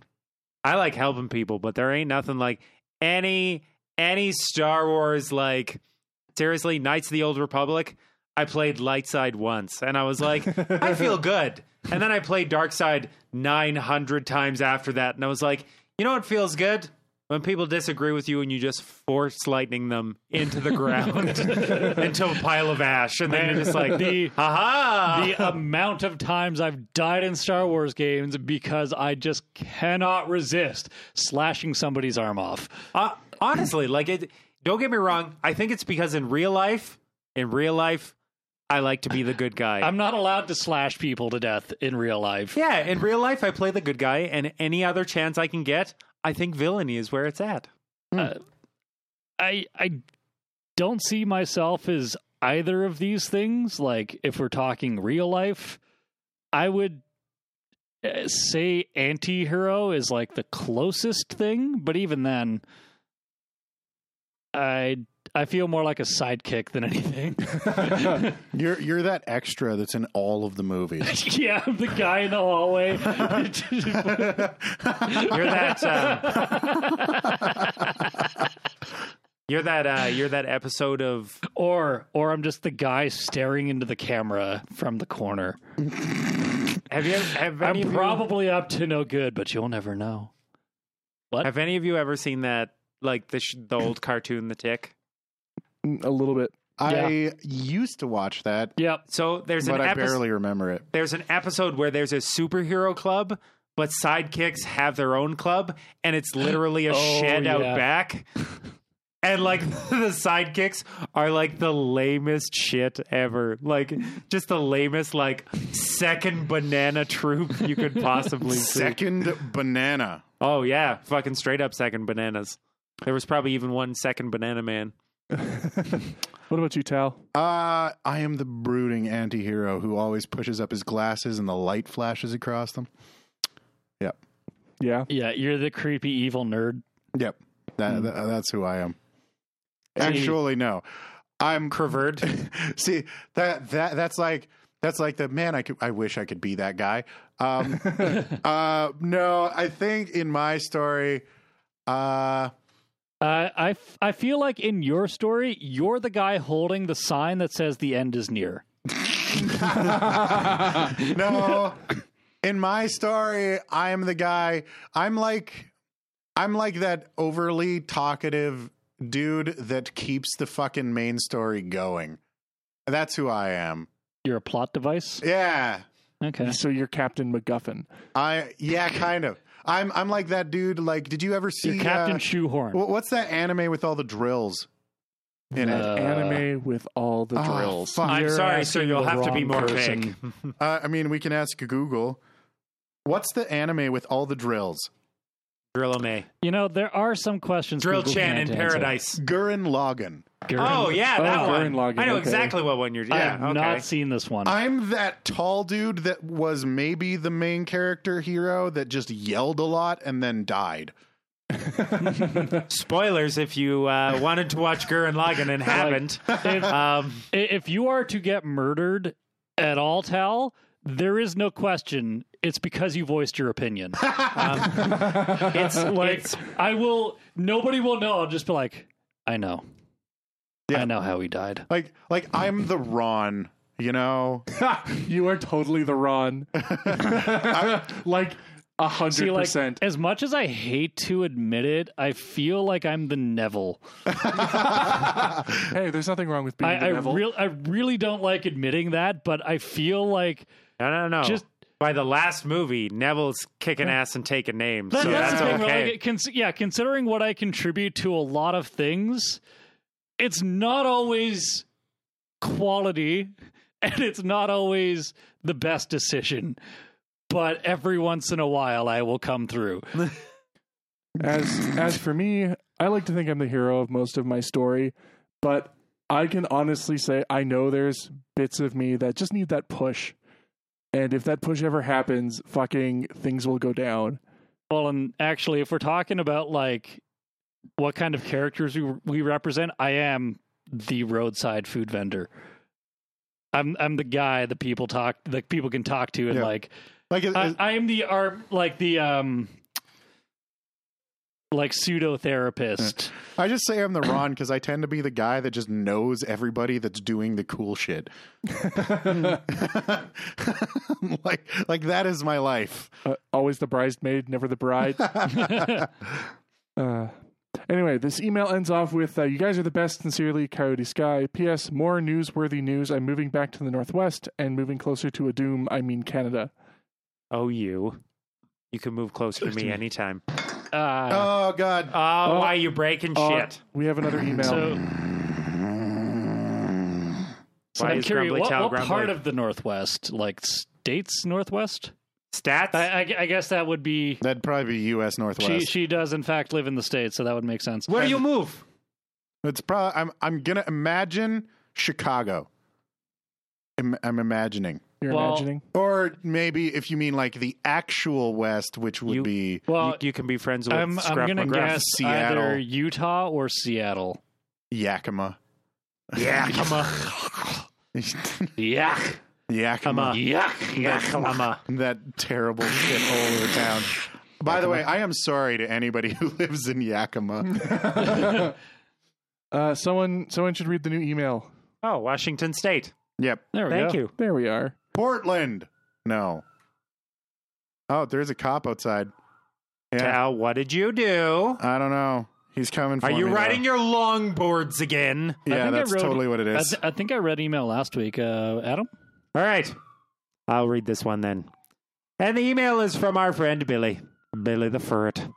Speaker 4: I like helping people, but there ain't nothing like any any Star Wars like seriously Knights of the Old Republic. I played light side once, and I was like, I feel good. And then I played dark side nine hundred times after that, and I was like, you know what feels good? When people disagree with you and you just force lightning them into the ground into a pile of ash, and then you're just like,
Speaker 3: the
Speaker 4: "Aha!"
Speaker 3: the amount of times I've died in Star Wars games because I just cannot resist slashing somebody's arm off.
Speaker 4: Uh, honestly, like it. Don't get me wrong. I think it's because in real life, in real life, I like to be the good guy.
Speaker 3: I'm not allowed to slash people to death in real life.
Speaker 4: yeah, in real life, I play the good guy, and any other chance I can get, I think villainy is where it's at.
Speaker 3: Uh, I I don't see myself as either of these things. Like if we're talking real life, I would uh, say anti-hero is like the closest thing, but even then I I feel more like a sidekick than anything.
Speaker 1: You're you're that extra that's in all of the movies.
Speaker 3: yeah, I'm the guy in the hallway.
Speaker 4: You're that. Um, you're that. Uh, you're that episode of
Speaker 3: or or I'm just the guy staring into the camera from the corner.
Speaker 4: Have you have any
Speaker 3: I'm
Speaker 4: of you-
Speaker 3: probably up to no good, but you'll never know.
Speaker 4: have any of you ever seen that like the sh- the old cartoon The Tick?
Speaker 2: Mm, a little bit.
Speaker 1: I used to watch that,
Speaker 3: Yep.
Speaker 4: So there's
Speaker 1: but
Speaker 4: an
Speaker 1: I
Speaker 4: episode
Speaker 1: barely remember it.
Speaker 4: there's an episode where there's a superhero club, but sidekicks have their own club, and it's literally a
Speaker 3: Oh,
Speaker 4: shed out
Speaker 3: yeah.
Speaker 4: back. And like the sidekicks are like the lamest shit ever. Like just the lamest like second banana troop you could possibly see.
Speaker 1: Second banana.
Speaker 4: Oh yeah, fucking straight up second bananas. There was probably even one second banana man.
Speaker 2: What about you, Tal?
Speaker 1: Uh, I am the brooding anti-hero who always pushes up his glasses and the light flashes across them. Yep.
Speaker 2: Yeah.
Speaker 3: Yeah, you're the creepy evil nerd.
Speaker 1: Yep. That, that- that's who I am. Actually, no. I'm
Speaker 4: Pervert.
Speaker 1: see that that that's like that's like the man I could I wish I could be that guy. Um uh no, I think in my story uh
Speaker 3: Uh, I f- I feel like in your story, you're the guy holding the sign that says the end is near.
Speaker 1: no. In my story, I'm the guy. I'm like, I'm like that overly talkative dude that keeps the fucking main story going. That's who I am.
Speaker 3: You're a plot device.
Speaker 1: Yeah,
Speaker 3: Okay.
Speaker 2: So you're Captain MacGuffin.
Speaker 1: I yeah, kind of. I'm I'm like that dude. Like, did you ever see
Speaker 3: You're Captain
Speaker 1: uh,
Speaker 3: Shoehorn.
Speaker 1: wh- what's that anime with all the drills in
Speaker 3: Uh,
Speaker 1: it?
Speaker 2: Anime with all the
Speaker 1: Oh,
Speaker 2: drills.
Speaker 1: fuck.
Speaker 4: I'm
Speaker 3: You're
Speaker 4: sorry, sir.
Speaker 3: asking
Speaker 4: You'll
Speaker 3: the
Speaker 4: have to be
Speaker 3: wrong
Speaker 4: more
Speaker 3: person.
Speaker 4: vague.
Speaker 1: Uh, I mean, we can ask Google. What's the anime with all the drills?
Speaker 4: Drill May.
Speaker 3: You know there are some questions.
Speaker 4: Drill
Speaker 3: Google
Speaker 4: Chan in
Speaker 3: can't answer.
Speaker 4: Paradise.
Speaker 1: Gurren Lagann.
Speaker 3: Gurren-
Speaker 4: Oh yeah,
Speaker 2: Oh,
Speaker 4: that
Speaker 2: Gurren
Speaker 4: one.
Speaker 2: Lagann,
Speaker 4: I know
Speaker 2: okay.
Speaker 4: exactly what one you're.
Speaker 3: I
Speaker 4: Yeah,
Speaker 3: have
Speaker 4: okay.
Speaker 3: not seen this one.
Speaker 1: I'm that tall dude that was maybe the main character hero that just yelled a lot and then died.
Speaker 4: Spoilers if you uh, wanted to watch Gurren Lagann and haven't.
Speaker 3: if,
Speaker 4: Um,
Speaker 3: if you are to get murdered at all, Tal, there is no question. It's because you voiced your opinion. Um,
Speaker 4: it's
Speaker 3: like
Speaker 4: it's-
Speaker 3: I will. Nobody will know. I'll just be like, I know.
Speaker 1: Yeah.
Speaker 3: I know how he died.
Speaker 1: Like like I'm the Ron, you know?
Speaker 2: you are totally the Ron. like a
Speaker 3: See,
Speaker 2: hundred
Speaker 3: like
Speaker 2: percent.
Speaker 3: as much as I hate to admit it, I feel like I'm the Neville.
Speaker 2: Hey, there's nothing wrong with being
Speaker 3: I,
Speaker 2: the
Speaker 3: I
Speaker 2: Neville.
Speaker 3: real I really don't like admitting that, but I feel like
Speaker 4: no, no, no.
Speaker 3: Just-
Speaker 4: by the last movie, Neville's kicking ass and taking names, so
Speaker 3: that's
Speaker 4: that's
Speaker 3: the thing,
Speaker 4: okay.
Speaker 3: Like, cons- yeah, considering what I contribute to a lot of things, it's not always quality, and it's not always the best decision. But every once in a while, I will come through.
Speaker 2: As as for me, I like to think I'm the hero of most of my story, but I can honestly say I know there's bits of me that just need that push. And if that push ever happens, fucking things will go down.
Speaker 3: Well, and actually, if we're talking about like what kind of characters we we represent, I am the roadside food vendor. I'm I'm the guy that people talk that people can talk to and
Speaker 1: Yeah.
Speaker 3: like
Speaker 1: Like it-
Speaker 3: I,
Speaker 1: it-
Speaker 3: I am the arm like the um like pseudo
Speaker 4: Uh,
Speaker 3: therapist.
Speaker 1: I just say I'm the Ron because I tend to be the guy that just knows everybody that's doing the cool shit. like like that is my life.
Speaker 2: Uh, always the bridesmaid, never the bride. Uh, anyway, this email ends off with uh, You guys are the best, sincerely, Coyote Sky. P.S. More newsworthy news. I'm moving back to the Northwest and moving closer to a doom, I mean Canada.
Speaker 4: Oh, you. You can move closer to me anytime.
Speaker 3: Oh,
Speaker 4: Uh,
Speaker 1: Oh God!
Speaker 4: oh, why you breaking
Speaker 2: Uh,
Speaker 4: shit?
Speaker 2: We have another email.
Speaker 3: So, so
Speaker 4: um, Why
Speaker 3: I'm
Speaker 4: is
Speaker 3: curious,
Speaker 4: Grumbly
Speaker 3: what,
Speaker 4: Town
Speaker 3: what
Speaker 4: Grumbly?
Speaker 3: part of the Northwest, like states Northwest?
Speaker 4: Stats?
Speaker 3: I, I, I guess that would be.
Speaker 1: That'd probably be U.S.
Speaker 3: She
Speaker 1: Northwest.
Speaker 3: she does in fact live in the states, so that would make sense.
Speaker 4: Where do you move?
Speaker 1: it's probably. I'm. I'm gonna imagine Chicago. I'm, I'm imagining,
Speaker 2: You're
Speaker 3: well-
Speaker 2: imagining.
Speaker 1: or maybe if you mean like the actual West, which would
Speaker 4: You-
Speaker 1: be
Speaker 3: Well,
Speaker 4: you, you can be friends with
Speaker 3: I'm I'm
Speaker 4: Scrap
Speaker 3: gonna
Speaker 4: McGruff.
Speaker 3: guess
Speaker 1: Seattle.
Speaker 3: either Utah or Seattle.
Speaker 1: Yakima.
Speaker 4: Yakima.
Speaker 3: Yuck.
Speaker 1: Yakima.
Speaker 3: Yuck.
Speaker 4: Yakima.
Speaker 1: That terrible shithole of a town. By the way, I am sorry to anybody who lives in Yakima.
Speaker 2: Uh, someone, someone should read the new email.
Speaker 4: Oh, Washington State.
Speaker 1: yep.
Speaker 3: There we
Speaker 4: Thank
Speaker 3: go.
Speaker 4: you.
Speaker 2: There we are.
Speaker 1: Portland. No. Oh, there's a cop outside. Yeah.
Speaker 4: Cal, what did you do?
Speaker 1: I don't know. He's coming for
Speaker 4: Are you
Speaker 1: me, though.
Speaker 4: riding your longboards again?
Speaker 3: I
Speaker 1: Yeah,
Speaker 3: think I
Speaker 1: that's
Speaker 3: wrote-
Speaker 1: totally what it
Speaker 3: I,
Speaker 1: is.
Speaker 3: th- I think I read email last week. Uh, Adam,
Speaker 4: All right. I'll read this one then. And the email is from our friend Billy, Billy the Furret.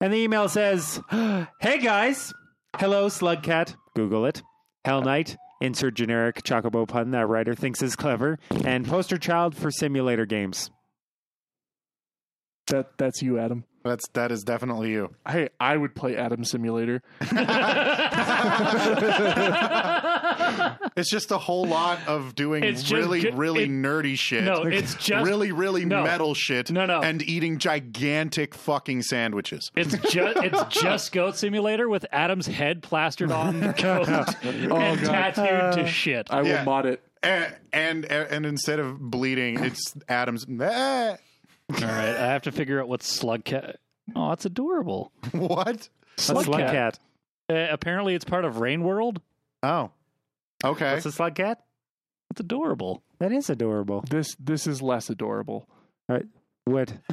Speaker 4: And the email says, Hey guys. Hello, Slugcat. Google it. Hell Knight. Insert generic chocobo pun that writer thinks is clever. And poster child for simulator games.
Speaker 2: That that's you, Adam.
Speaker 1: That's that is definitely you.
Speaker 2: Hey, I would play Adam Simulator.
Speaker 1: It's just a whole lot of doing
Speaker 3: It's just
Speaker 1: really,
Speaker 3: good-
Speaker 1: really
Speaker 3: it-
Speaker 1: nerdy shit.
Speaker 3: no, it's just-
Speaker 1: really, really
Speaker 3: no.
Speaker 1: metal shit.
Speaker 3: No, no.
Speaker 1: and eating gigantic fucking sandwiches.
Speaker 3: it's just it's just Goat Simulator with Adam's head plastered on the goat and
Speaker 2: God.
Speaker 3: tattooed to shit.
Speaker 2: I
Speaker 1: Yeah.
Speaker 2: will mod it.
Speaker 1: And and, and instead of bleeding, it's Adam's. "Ah."
Speaker 3: All right, I have to figure out what Slugcat. Oh, that's adorable.
Speaker 1: what?
Speaker 4: What's a
Speaker 3: Slugcat.
Speaker 4: Slugcat?
Speaker 3: Uh, apparently, it's part of Rain World.
Speaker 1: Oh, okay.
Speaker 4: What's a Slugcat?
Speaker 3: That's adorable.
Speaker 4: That is adorable.
Speaker 2: This this is less adorable.
Speaker 4: What?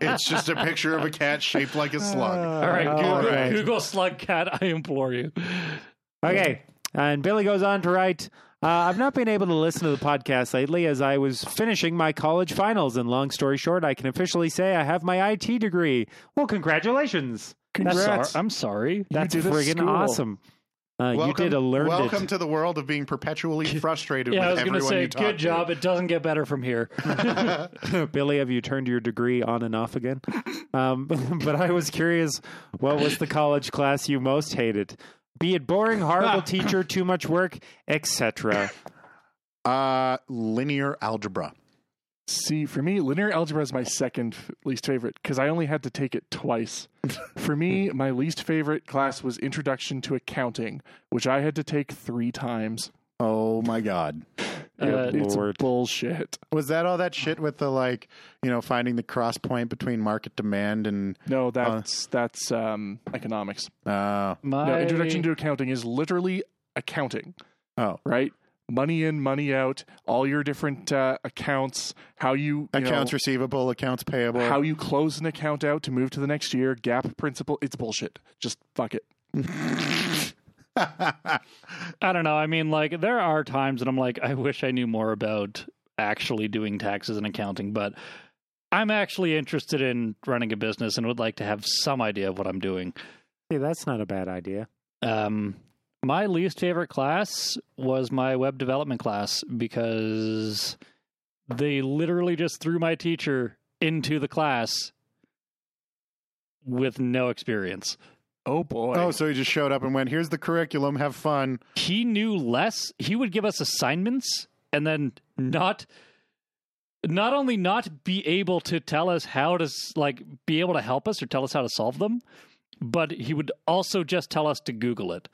Speaker 1: it's just a picture of a cat shaped like a slug.
Speaker 3: All right, Google,
Speaker 1: Uh, all right.
Speaker 3: Google Slugcat. I implore you.
Speaker 4: Okay. And Billy goes on to write uh, I've not been able to listen to the podcast lately as I was finishing my college finals. And long story short, I can officially say I have my IT degree. Well, congratulations. um,
Speaker 2: Congrats.
Speaker 3: I'm sorry.
Speaker 4: That's
Speaker 2: did a
Speaker 4: friggin'
Speaker 2: school.
Speaker 4: awesome. Uh, you did a learned
Speaker 1: welcome
Speaker 4: it.
Speaker 1: to the world of being perpetually frustrated
Speaker 3: Yeah, I
Speaker 1: with
Speaker 3: was going to
Speaker 1: everyone
Speaker 3: say,
Speaker 1: you talk
Speaker 3: good
Speaker 1: to.
Speaker 3: job. It doesn't get better from here.
Speaker 4: Billy, have you turned your degree on and off again? Um, but I was curious, what was the college class you most hated? Be it boring, horrible teacher, too much work, etc.
Speaker 1: Uh, linear algebra.
Speaker 2: See, for me, linear algebra is my second f- least favorite because I only had to take it twice. for me, my least favorite class was Introduction to Accounting, which I had to take three times.
Speaker 1: Oh my god.
Speaker 3: Uh,
Speaker 2: it's
Speaker 4: Lord.
Speaker 2: bullshit.
Speaker 1: Was that all that shit with the like, you know, finding the cross point between market demand and
Speaker 2: No, that's that's um, economics.
Speaker 1: uh
Speaker 3: My,
Speaker 2: No, Introduction to Accounting is literally accounting.
Speaker 1: oh,
Speaker 2: right? Money in, money out, all your different uh, accounts, how you, you
Speaker 1: accounts
Speaker 2: know,
Speaker 1: receivable, accounts payable.
Speaker 2: how you close an account out to move to the next year, gap principle. It's bullshit. Just fuck it.
Speaker 3: I don't know. I mean, like, there are times that I'm like, I wish I knew more about actually doing taxes and accounting, but I'm actually interested in running a business and would like to have some idea of what I'm doing.
Speaker 4: See, that's not a bad idea.
Speaker 3: Um, my least favorite class was my web development class because they literally just threw my teacher into the class with no experience.
Speaker 2: Oh boy.
Speaker 1: oh, so he just showed up and went, "Here's the curriculum, have fun."
Speaker 3: He knew less. He would give us assignments and then not not only not be able to tell us how to s- like be able to help us or tell us how to solve them, but he would also just tell us to google it.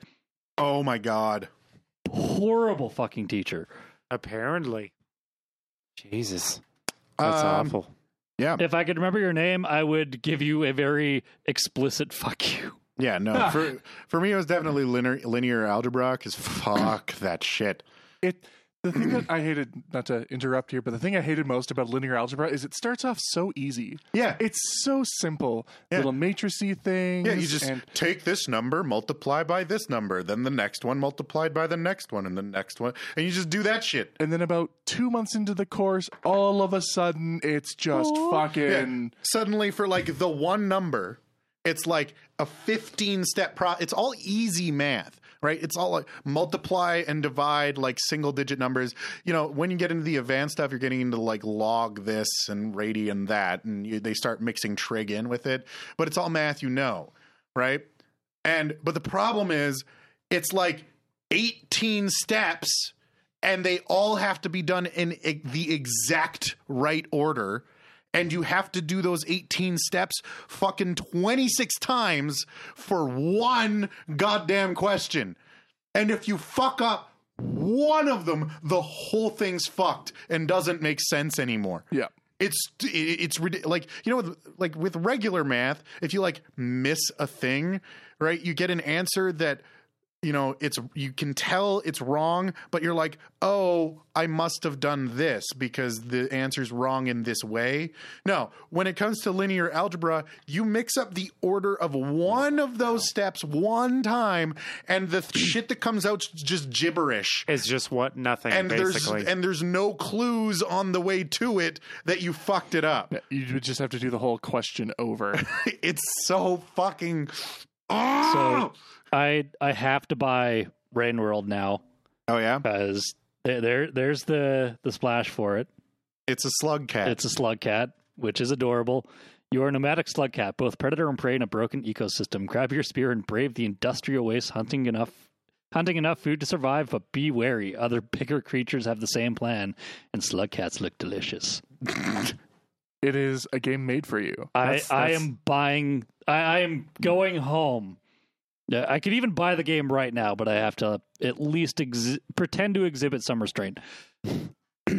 Speaker 1: Oh my god.
Speaker 3: Horrible fucking teacher.
Speaker 4: Apparently. Jesus. That's
Speaker 1: Um,
Speaker 4: awful.
Speaker 1: Yeah.
Speaker 3: If I could remember your name, I would give you a very explicit fuck you.
Speaker 1: Yeah, no. for for me it was definitely linear linear algebra cuz fuck that shit.
Speaker 2: it the thing that I hated, not to interrupt here, but the thing I hated most about linear algebra is it starts off so easy.
Speaker 1: Yeah.
Speaker 2: It's so simple.
Speaker 1: Yeah.
Speaker 2: Little matricy things.
Speaker 1: Yeah, you just
Speaker 2: and-
Speaker 1: take this number, multiply by this number, then the next one multiplied by the next one, and the next one, and you just do that shit.
Speaker 2: and then about two months into the course, all of a sudden it's just
Speaker 1: Oh, Yeah.
Speaker 2: fucking
Speaker 1: Suddenly, for like the one number, it's like a 15 step pro. It's all easy math, right? It's all like multiply and divide like single digit numbers. You know, when you get into the advanced stuff, you're getting into like log this and radian that, and you, they start mixing trig in with it, but it's all math you know, right? And but the problem is it's like 18 steps and they all have to be done in e- the exact right order and you have to do those 18 steps fucking 26 times for one goddamn question. And if you fuck up one of them, the whole thing's fucked and doesn't make sense anymore.
Speaker 2: Yeah.
Speaker 1: It's it- it's ridic- like you know with- like with regular math, if you like miss a thing, right? You get an answer that you know it's you can tell it's wrong, but you're like, "Oh, I must have done this because the answer's wrong in this way." No, when it comes to linear algebra, you mix up the order of one of those steps one time and the th- shit that comes out's just gibberish
Speaker 4: It's just what nothing
Speaker 1: and
Speaker 4: basically.
Speaker 1: there's and there's no clues on the way to it that you fucked it up.
Speaker 2: you would just have to do the whole question over.
Speaker 1: It's so fucking.
Speaker 3: So-
Speaker 1: Oh,
Speaker 3: I I have to buy Rain World now
Speaker 1: oh yeah,
Speaker 3: because there, there there's the the splash for it.
Speaker 1: it's a slug cat.
Speaker 3: It's a slug cat, which is adorable. You are a nomadic slug cat, both predator and prey in a broken ecosystem. Grab your spear and brave the industrial waste, hunting enough hunting enough food to survive, but be wary. Other bigger creatures have the same plan, and slug cats look delicious.
Speaker 2: it is a game made for you. That's-
Speaker 3: I, I
Speaker 2: that's-
Speaker 3: am buying I, I am going home. Yeah, I could even buy the game right now, but I have to at least exhi- pretend to exhibit some restraint.
Speaker 2: What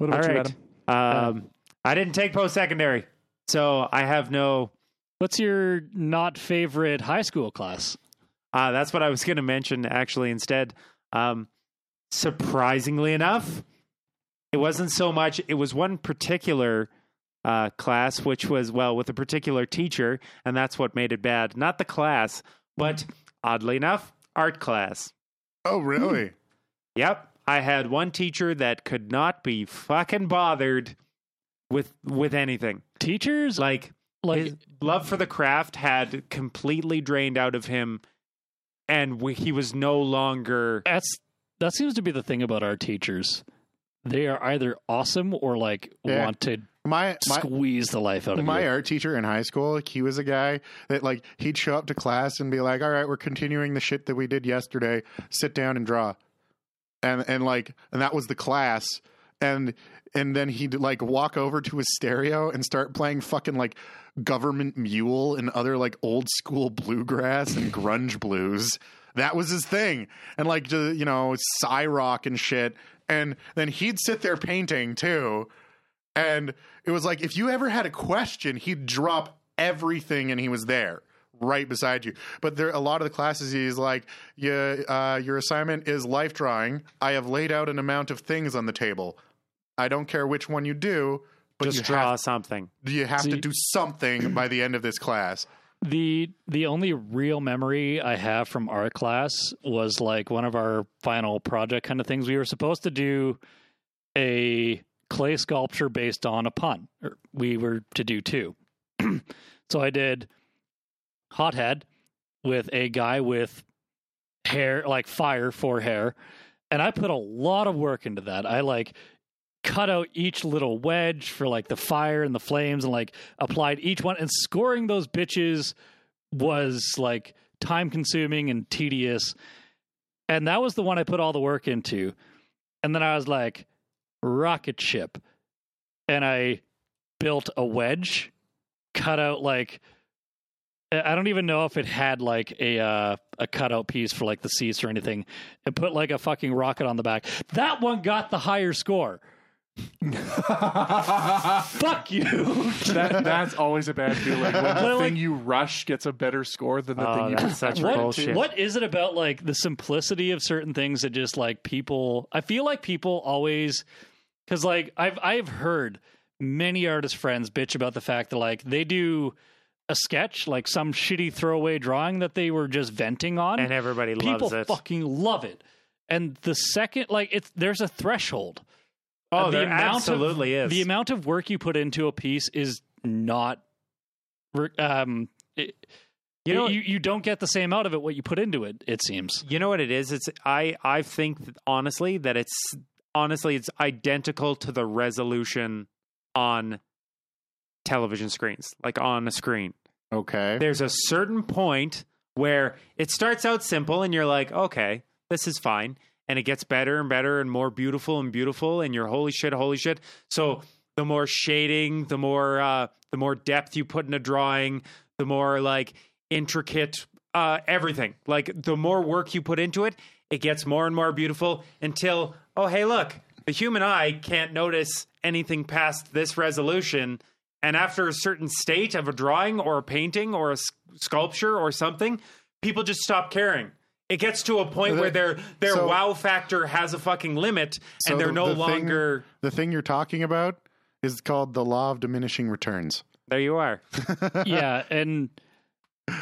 Speaker 4: All
Speaker 2: about you,
Speaker 4: right.
Speaker 2: Adam?
Speaker 4: Um, I didn't take post secondary, so I have no.
Speaker 3: What's your not favorite high school class?
Speaker 4: Uh, that's what I was going to mention actually instead. Um, surprisingly enough, it wasn't so much, it was one particular uh, class, which was, well, with a particular teacher, and that's what made it bad. Not the class, but oddly enough, art class.
Speaker 1: oh really?
Speaker 4: Yep. I had one teacher that could not be fucking bothered with with anything.
Speaker 3: Teachers like,
Speaker 4: Like his love for the craft had completely drained out of him and we, he was no longer
Speaker 3: that's that seems to be the thing about our teachers. They are either awesome or like
Speaker 1: Yeah.
Speaker 3: want to
Speaker 1: My my
Speaker 3: squeeze the life out of
Speaker 1: my
Speaker 3: you.
Speaker 1: art teacher in high school, like, he was a guy that like he'd show up to class and be like, "All right, we're continuing the shit that we did yesterday. Sit down and draw," and and like and that was the class. And and then he'd like walk over to his stereo and start playing fucking like government mule and other like old school bluegrass and grunge blues. That was his thing, and like ju- you know, psy rock and shit. And then he'd sit there painting too. And it was like if you ever had a question, he'd drop everything and he was there right beside you. But there a lot of the classes he's like, yeah, uh, your assignment is life drawing. I have laid out an amount of things on the table. I don't care which one you do, but
Speaker 4: just
Speaker 1: you
Speaker 4: draw
Speaker 1: have,
Speaker 4: something.
Speaker 1: you have to
Speaker 3: See-
Speaker 1: do something by the end of this class.
Speaker 3: The the only real memory I have from art class was like one of our final project kind of things. We were supposed to do a clay sculpture based on a pun. Or We were to do two. so I did hothead with a guy with hair like fire for hair, and I put a lot of work into that. I like cut out each little wedge for like the fire and the flames and like applied each one and scoring those bitches was like time consuming and tedious and that was the one i put all the work into and then i was like rocket ship and i built a wedge cut out like I I don't even know if it had like a uh, a cutout piece for like the seats or anything, and put like a fucking rocket on the back. That one got the higher score Fuck you.
Speaker 2: That, that's always a bad feeling when the
Speaker 3: Well,
Speaker 2: thing
Speaker 3: like-
Speaker 2: you rush gets a better score than the
Speaker 4: Oh,
Speaker 2: thing you
Speaker 4: that's such
Speaker 3: What,
Speaker 4: bullshit.
Speaker 3: what is it about like the simplicity of certain things that just like people I feel like people always cuz like I've I've heard many artist friends bitch about the fact that like they do a sketch like some shitty throwaway drawing that they were just venting on
Speaker 4: And everybody
Speaker 3: people
Speaker 4: loves it.
Speaker 3: fucking love it. And the second like it's there's a threshold.
Speaker 4: oh,
Speaker 3: the
Speaker 4: there
Speaker 3: amount of-
Speaker 4: absolutely is.
Speaker 3: the amount of work you put into a piece is not re- um it, you,
Speaker 4: You know-
Speaker 3: you you don't get the same out of it what you put into it it seems
Speaker 4: You know what it is? It's I I think that, honestly that it's honestly it's identical to the resolution on television screens, like on a screen.
Speaker 1: Okay.
Speaker 4: There's a certain point where it starts out simple and you're like, "Okay, this is fine." And it gets better and better and more beautiful and beautiful and you're holy shit, holy shit. So the more shading, the more uh the more depth you put in a drawing, the more like intricate uh everything. Like the more work you put into it, it gets more and more beautiful until oh hey look, the human eye can't notice anything past this resolution and after a certain state of a drawing or a painting or a s- sculpture or something, people just stop caring. It gets to a point
Speaker 1: The-
Speaker 4: where their their
Speaker 1: so-
Speaker 4: wow factor has a fucking limit
Speaker 1: So
Speaker 4: and they're
Speaker 1: the-
Speaker 4: no
Speaker 1: the thing-
Speaker 4: longer
Speaker 1: the thing you're talking about is called the law of diminishing returns.
Speaker 4: there you are.
Speaker 3: yeah and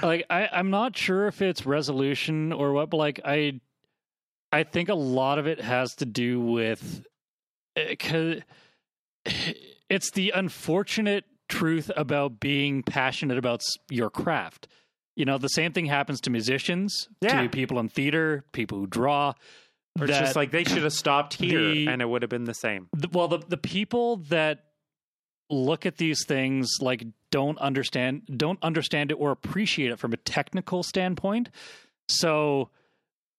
Speaker 3: like i i'm not sure if it's resolution or what but like i i think a lot of it has to do with eh, 'cause- it's the unfortunate truth about being passionate about s- your craft you know the same thing happens to musicians
Speaker 4: Yeah.
Speaker 3: to people in theater people who draw
Speaker 4: Or It's just like they should have stopped here
Speaker 3: the-
Speaker 4: and it would have been the same.
Speaker 3: the, well the, the people that look at these things like don't understand don't understand it or appreciate it from a technical standpoint so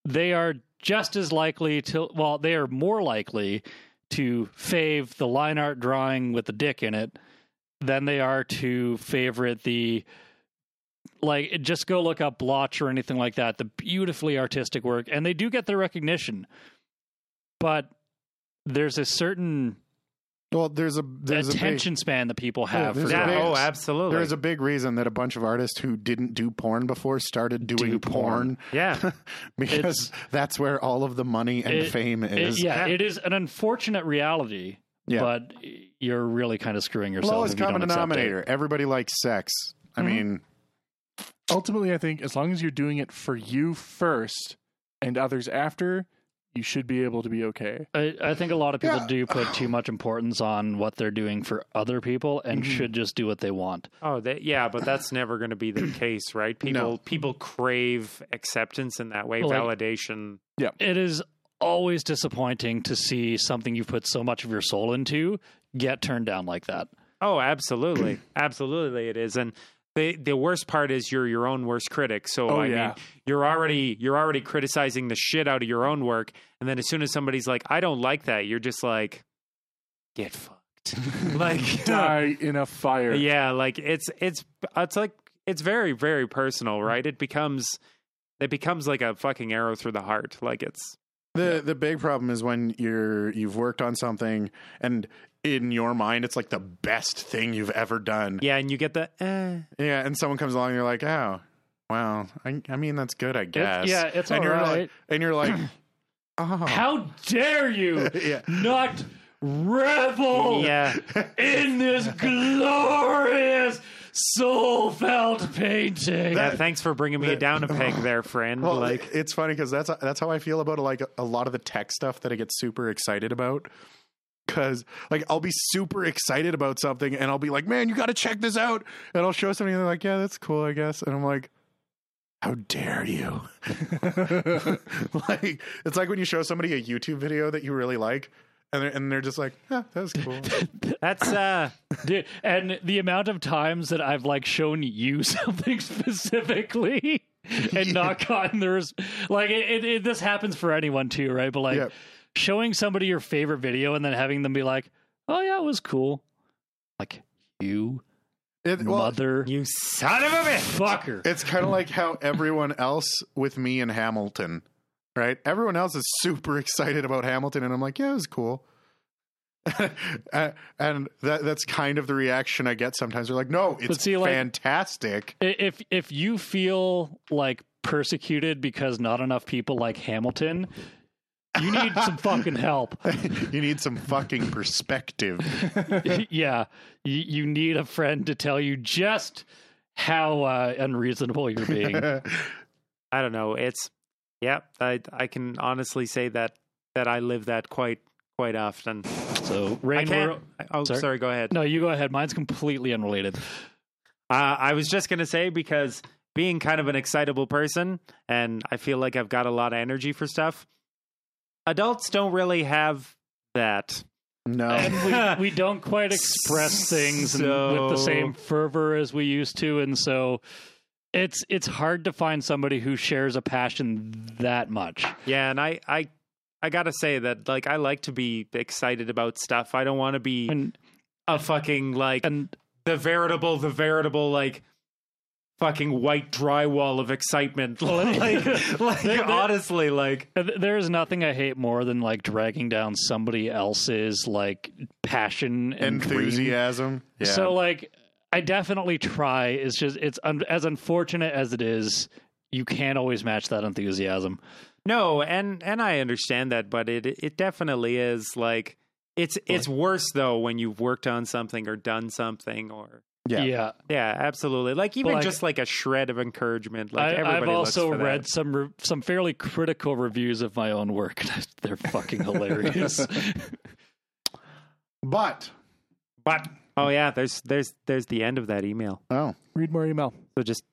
Speaker 3: they are just as likely to well they are more likely to fave the line art drawing with the dick in it than they are to favorite the like just go look up blotch or anything like that the beautifully artistic work and they do get their recognition but there's a certain
Speaker 1: Well, there's a there's
Speaker 3: attention span that people have.
Speaker 1: there's
Speaker 3: for
Speaker 1: a
Speaker 4: Yeah,
Speaker 3: that.
Speaker 1: big-
Speaker 4: oh,
Speaker 1: a big,
Speaker 4: absolutely.
Speaker 1: there is a big reason that a bunch of artists who didn't do porn before started doing
Speaker 3: Do
Speaker 1: porn,
Speaker 3: porn.
Speaker 4: yeah.
Speaker 1: because that's where all of the money and
Speaker 3: It-
Speaker 1: fame
Speaker 3: It-
Speaker 1: is.
Speaker 3: yeah, it is an unfortunate reality,
Speaker 1: Yeah.
Speaker 3: but you're really kind of screwing yourself.
Speaker 1: lowest
Speaker 3: if you
Speaker 1: common
Speaker 3: don't accept it. Mm-hmm.
Speaker 1: denominator. Everybody likes sex. I mean,
Speaker 2: ultimately, I think as long as you're doing it for you first and others after, you should be able to be okay.
Speaker 3: I, I think a lot of people
Speaker 1: Yeah.
Speaker 3: do put too much importance on what they're doing for other people and
Speaker 1: Mm-hmm.
Speaker 3: should just do what they want.
Speaker 4: Oh, they, yeah, but that's never going to be the case, right? People people crave acceptance in that way,
Speaker 3: Well, like-
Speaker 4: validation.
Speaker 3: It is always disappointing to see something you've put so much of your soul into get turned down like that.
Speaker 4: Oh, absolutely, absolutely, it is. And the the worst part is you're your own worst critic. So
Speaker 2: Oh,
Speaker 4: I
Speaker 2: yeah.
Speaker 4: mean, you're already you're already criticizing the shit out of your own work, and then as soon as somebody's like, "I don't like that," you're just like, "Get fucked." like,
Speaker 2: Die in a fire.
Speaker 4: yeah, like it's it's it's like it's very very personal, right? It becomes it becomes like a fucking arrow through the heart. Like it's
Speaker 1: the the big problem is when you're you've worked on something and in your mind it's like the best thing you've ever done.
Speaker 4: yeah, and you get the eh.
Speaker 1: Yeah, and someone comes along and you're like, "Oh, well, I, I mean that's good, I guess."
Speaker 3: yeah, it's
Speaker 1: and
Speaker 3: all
Speaker 1: you're
Speaker 3: right.
Speaker 1: Like, and you're like, "Oh,
Speaker 3: How dare you
Speaker 1: Yeah.
Speaker 3: not revel
Speaker 4: yeah.
Speaker 3: in this glorious soul felt painting.
Speaker 4: Yeah, thanks for bringing me down a peg there, friend.
Speaker 1: Well,
Speaker 4: like,
Speaker 1: like it's funny because that's that's how I feel about like a, a lot of the tech stuff that I get super excited about. Because like I'll be super excited about something and I'll be like, "Man, you got to check this out!" And I'll show somebody and they're like, "Yeah, that's cool, I guess." And I'm like, "How dare you!" like it's like when you show somebody a YouTube video that you really like, and they're, and they're just like, "Yeah, that was cool."
Speaker 4: that's uh
Speaker 3: Dude, and the amount of times that I've like shown you something specifically and not gotten the res- like it, it, it- this happens for anyone too, right? But like
Speaker 1: Yep.
Speaker 3: showing somebody your favorite video and then having them be like, "Oh yeah, it was cool," like you
Speaker 1: It, well,
Speaker 3: mother
Speaker 4: you son of a bitch.
Speaker 3: fucker.
Speaker 1: It's kind of like how everyone else with me and Hamilton, right? Everyone else is super excited about Hamilton, and I'm like, yeah, it was cool. Uh, and that that's kind of the reaction I get sometimes. They're like, "No, it's
Speaker 3: But see, like-
Speaker 1: fantastic."
Speaker 3: I- if if you feel like persecuted because not enough people like Hamilton, you need some fucking help.
Speaker 1: you need some fucking perspective.
Speaker 3: yeah, you, you need a friend to tell you just how uh, unreasonable you're being.
Speaker 4: I don't know. It's yeah. I I can honestly say that that I live that quite quite often.
Speaker 3: So,
Speaker 4: I
Speaker 3: Rain, we're-
Speaker 4: can't. Oh,
Speaker 3: sorry.
Speaker 4: sorry. Go ahead.
Speaker 3: no, you go ahead. Mine's completely unrelated.
Speaker 4: Uh, I was just gonna say because being kind of an excitable person, and I feel like I've got a lot of energy for stuff. Adults don't really have that.
Speaker 1: no.
Speaker 3: And we, we don't quite express things and with the
Speaker 4: So-
Speaker 3: same fervor as we used to, and so it's it's hard to find somebody who shares a passion that much.
Speaker 4: Yeah, and I I I gotta say that like I like to be excited about stuff. I don't want to be
Speaker 3: And
Speaker 4: a fucking like
Speaker 3: and
Speaker 4: the veritable the veritable like fucking white drywall of excitement like like
Speaker 3: There- there-
Speaker 4: honestly like
Speaker 3: Uh, th- There is nothing I hate more than like dragging down somebody else's like passion and dream.
Speaker 1: Enthusiasm. Yeah.
Speaker 3: So like, I definitely try. It's just it's un- as unfortunate as it is. You can't always match that enthusiasm.
Speaker 4: no and and i understand that but it it definitely is like it's it's worse though when you've worked on something or done something or
Speaker 1: Yeah.
Speaker 4: yeah absolutely like even
Speaker 3: like-
Speaker 4: just like a shred of encouragement like
Speaker 3: I,
Speaker 4: everybody
Speaker 3: have also
Speaker 4: looks for that.
Speaker 3: read some re- some fairly critical reviews of my own work. They're fucking hilarious.
Speaker 1: but
Speaker 4: but oh yeah there's there's there's the end of that email
Speaker 1: oh,
Speaker 2: Read more email.
Speaker 4: so just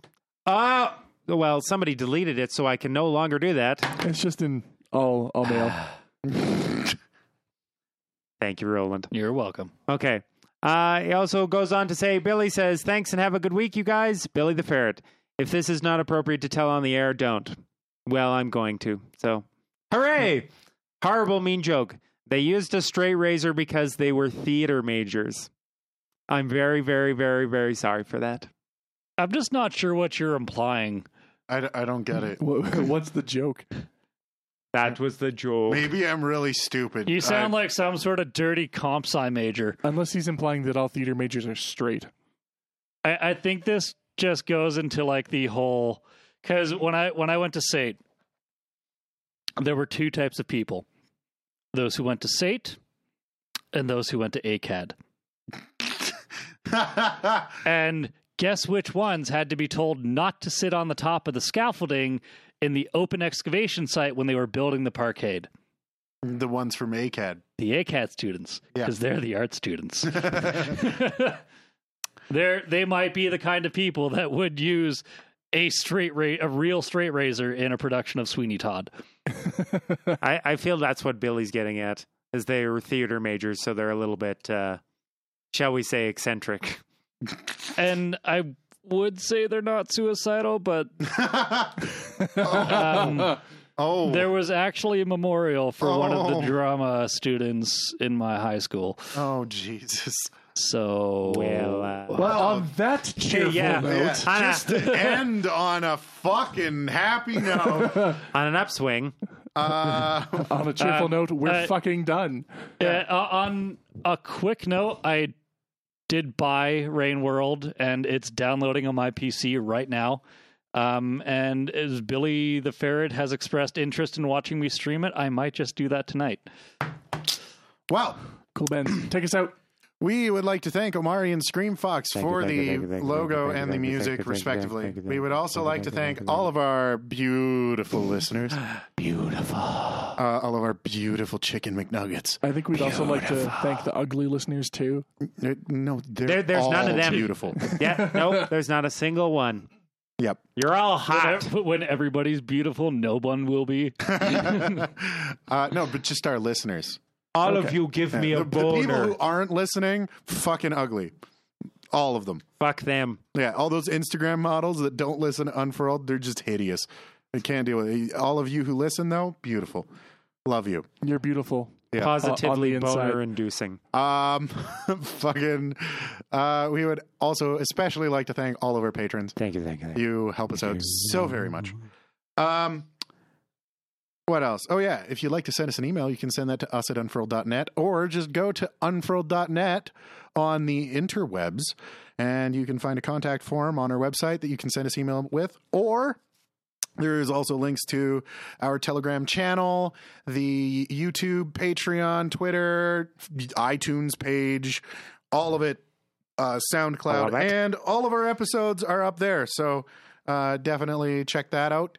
Speaker 4: oh well somebody deleted it so i can no longer do that
Speaker 2: It's just in all all mail.
Speaker 4: thank you roland
Speaker 3: You're welcome.
Speaker 4: Okay. Uh, he also goes on to say, Billy says, thanks and have a good week, you guys. Billy the Ferret. If this is not appropriate to tell on the air, don't. Well, I'm going to. So, hooray! Horrible mean joke. They used a straight razor because they were theater majors. I'm very, very, very, very sorry for that.
Speaker 3: I'm just not sure what you're implying.
Speaker 1: I, d- I don't get it.
Speaker 2: Wha- What's the joke?
Speaker 4: That was the joke.
Speaker 1: Maybe I'm really stupid.
Speaker 3: You sound like some sort of dirty comp sci major.
Speaker 2: Unless he's implying that all theater majors are straight.
Speaker 3: I, I think this just goes into like the whole because when I when I went to Sate, there were two types of people: those who went to Sate and those who went to ACAD.
Speaker 1: like
Speaker 3: And guess which ones had to be told not to sit on the top of the scaffolding in the open excavation site when they were building the parkade?
Speaker 1: the ones from ACAD.
Speaker 3: The ACAD students,
Speaker 1: Yeah.
Speaker 3: because they're the art students. they're they might be the kind of people that would use a straight ra- a real straight razor in a production of Sweeney Todd.
Speaker 4: I, I feel that's what Billy's getting at, is they were theater majors, so they're a little bit, uh, shall we say, eccentric.
Speaker 3: And I would say they're not suicidal, but um,
Speaker 1: oh,
Speaker 3: there was actually a memorial for one of
Speaker 1: Oh.
Speaker 3: the drama students in my high school.
Speaker 1: oh, Jesus!
Speaker 3: So
Speaker 4: Well, uh,
Speaker 2: Well, on that cheerful
Speaker 4: Oh, yeah.
Speaker 2: note,
Speaker 1: Yeah.
Speaker 4: Anna,
Speaker 1: Just to end on a fucking happy note.
Speaker 4: on an upswing.
Speaker 1: Uh,
Speaker 2: on a cheerful
Speaker 3: Uh,
Speaker 2: note, we're
Speaker 3: uh,
Speaker 2: fucking done.
Speaker 3: Yeah, uh, on a quick note, I did buy Rain World, and it's downloading on my PC right now. Um, and as Billy the Ferret has expressed interest in watching me stream it, I might just do that tonight.
Speaker 1: well,
Speaker 2: Cool Ben. Take us out.
Speaker 1: We would like to thank Omari and Scream Fox
Speaker 4: you,
Speaker 1: for
Speaker 4: thank you,
Speaker 1: the
Speaker 4: thank you, thank you,
Speaker 1: logo
Speaker 4: thank you,
Speaker 1: and the
Speaker 4: thank you, thank you,
Speaker 1: music,
Speaker 4: thank you,
Speaker 1: respectively.
Speaker 4: thank you, thank
Speaker 1: we
Speaker 4: you,
Speaker 1: would
Speaker 4: thank
Speaker 1: also
Speaker 4: you,
Speaker 1: like
Speaker 4: thank
Speaker 1: to
Speaker 4: you, thank
Speaker 1: thank
Speaker 4: you,
Speaker 1: all of our beautiful listeners,
Speaker 4: Beautiful.
Speaker 1: uh, all of our beautiful chicken McNuggets.
Speaker 2: I think we'd also like to thank the ugly listeners too.
Speaker 1: Uh, No, they're
Speaker 4: There- there's
Speaker 1: all
Speaker 4: none of them.
Speaker 1: beautiful.
Speaker 4: Yeah, nope, there's not a single one.
Speaker 1: yep.
Speaker 4: You're all hot.
Speaker 3: But when everybody's beautiful, no one will be.
Speaker 1: Uh, no, but just our listeners.
Speaker 4: All of you give me
Speaker 1: the, the
Speaker 4: a
Speaker 1: people
Speaker 4: boner.
Speaker 1: who aren't listening, fucking ugly. All of them.
Speaker 4: Fuck them.
Speaker 1: Yeah, all those Instagram models that don't listen to unfurled, they're just hideous. I can't deal with it. All of you who listen, though, beautiful. Love you.
Speaker 2: You're beautiful. Uh,
Speaker 1: Yeah.
Speaker 4: Positively
Speaker 2: On the inside.
Speaker 4: boner inducing.
Speaker 1: Um, fucking. Uh, we would also especially like to thank all of our patrons.
Speaker 4: Thank you, thank you.
Speaker 1: You help us out so very much. Um, What else? Oh, yeah. If you'd like to send us an email, you can send that to us at unfurled.net or just go to unfurled.net on the interwebs and you can find a contact form on our website that you can send us email with or there's also links to our Telegram channel, the YouTube, Patreon, Twitter, iTunes page, all of it, uh, SoundCloud,
Speaker 7: All of it.
Speaker 1: and all of our episodes are up there. So uh, definitely check that out.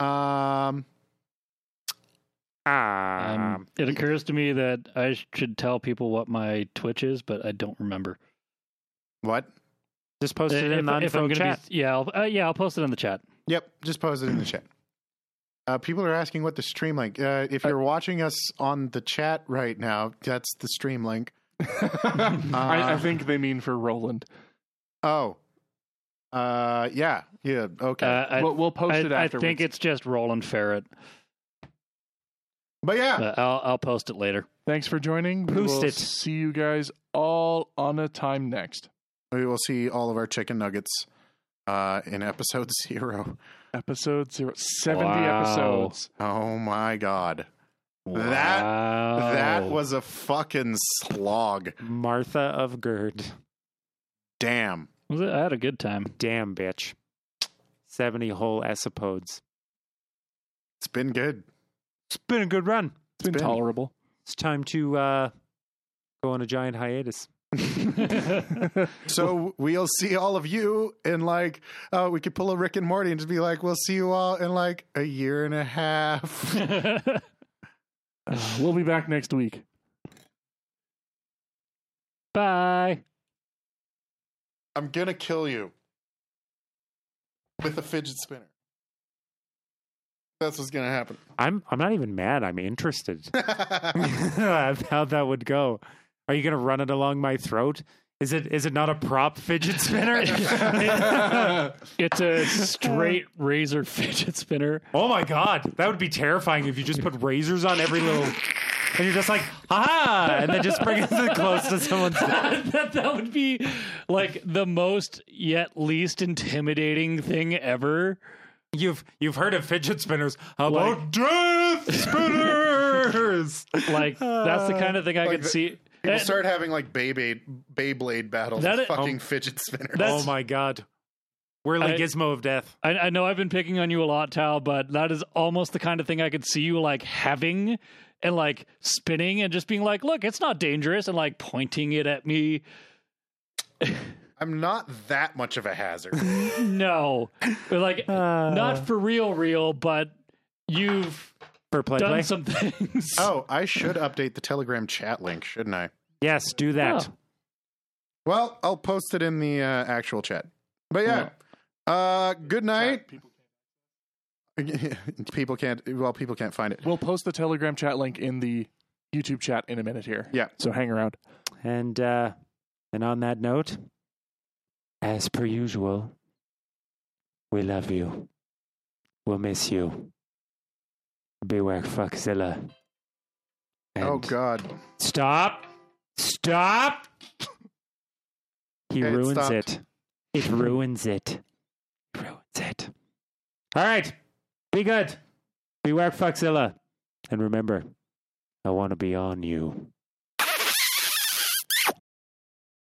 Speaker 1: Um,
Speaker 4: Ah.
Speaker 7: Um,
Speaker 3: Um, it occurs to me that I should tell people what my Twitch is, but I don't remember.
Speaker 1: what?
Speaker 7: just post it
Speaker 3: If-
Speaker 7: in the
Speaker 3: if I'm
Speaker 7: unfilled
Speaker 3: gonna
Speaker 7: chat.
Speaker 3: be, yeah, I'll, uh, yeah, I'll post it in the chat.
Speaker 1: Yep, just post it in the chat. Uh, people are asking what the stream link. Uh, if you're watching us on the chat right now, that's the stream link.
Speaker 2: I, I think they mean for Roland.
Speaker 1: Oh, uh, yeah, yeah, okay.
Speaker 3: Uh, I,
Speaker 2: we'll, we'll post
Speaker 3: I,
Speaker 2: it
Speaker 3: I
Speaker 2: afterwards.
Speaker 3: think it's just Roland Ferret.
Speaker 1: but yeah,
Speaker 3: but I'll, I'll post it later.
Speaker 2: Thanks for joining. We
Speaker 4: Post
Speaker 2: will
Speaker 4: it.
Speaker 2: See you guys all on a time next
Speaker 1: we will see all of our chicken nuggets uh, in episode zero.
Speaker 2: episode zero, 70
Speaker 3: Wow.
Speaker 2: episodes.
Speaker 1: Oh my god, That-
Speaker 3: Wow.
Speaker 1: that was a fucking slog.
Speaker 4: Martha of Gerd.
Speaker 1: Damn.
Speaker 3: Was it- I had a good time.
Speaker 4: Damn, bitch. 70 whole episodes.
Speaker 1: It's been good.
Speaker 4: It's been a good run.
Speaker 2: It's been
Speaker 1: been-
Speaker 2: tolerable.
Speaker 4: It's time to uh, go on a giant hiatus.
Speaker 1: So we'll see all of you in like uh, we could pull a Rick and Morty and just be like, we'll see you all in like a year and a half.
Speaker 2: Uh, we'll be back next week.
Speaker 3: Bye.
Speaker 1: I'm gonna kill you with a fidget spinner. That's what's gonna happen.
Speaker 4: I'm I'm not even mad. I'm interested how that would go. Are you gonna run it along my throat? Is it is it not a prop fidget spinner?
Speaker 3: It's a straight razor fidget spinner.
Speaker 4: oh my god, that would be terrifying if you just put razors on every little, and you're just like, ha, and then just bring it to- close to someone's.
Speaker 3: that, that would be like the most yet least intimidating thing ever.
Speaker 4: You've you've heard of fidget spinners? How about
Speaker 3: Like-
Speaker 4: death spinners?
Speaker 3: Like that's the kind of thing I
Speaker 1: Like
Speaker 3: could
Speaker 1: the-
Speaker 3: see.
Speaker 1: We'll
Speaker 3: That-
Speaker 1: start having like Beyblade, Beyblade battles
Speaker 3: That
Speaker 1: with
Speaker 3: is- Um,
Speaker 1: fucking fidget spinners.
Speaker 3: That's-
Speaker 4: oh my god, we're like
Speaker 3: I-
Speaker 4: Gizmo of death.
Speaker 3: I, I know I've been picking on you a lot, Tal, but that is almost the kind of thing I could see you like having and like spinning and just being like, "Look, it's not dangerous," and like pointing it at me.
Speaker 1: I'm not that much of a hazard.
Speaker 3: No, But, like not for real, real, but you've
Speaker 4: for play
Speaker 3: done
Speaker 4: play.
Speaker 3: some things.
Speaker 1: oh, I should update the Telegram chat link, shouldn't I?
Speaker 4: yes, do that.
Speaker 3: Oh.
Speaker 1: Well, I'll post it in the uh, actual chat. But yeah, uh, good night. people can't. Well, people can't find it.
Speaker 2: We'll post the Telegram chat link in the YouTube chat in a minute here.
Speaker 1: Yeah.
Speaker 2: So hang around.
Speaker 4: And uh, and on that note, as per usual, we love you. We'll miss you. Beware, fuckzilla. And
Speaker 1: Oh God.
Speaker 4: Stop! Stop! He
Speaker 1: Okay, it
Speaker 4: ruins
Speaker 1: stopped.
Speaker 4: it. It ruins it. Ruins it. All right. Be good. Beware, fuckzilla. And remember, I want to be on you.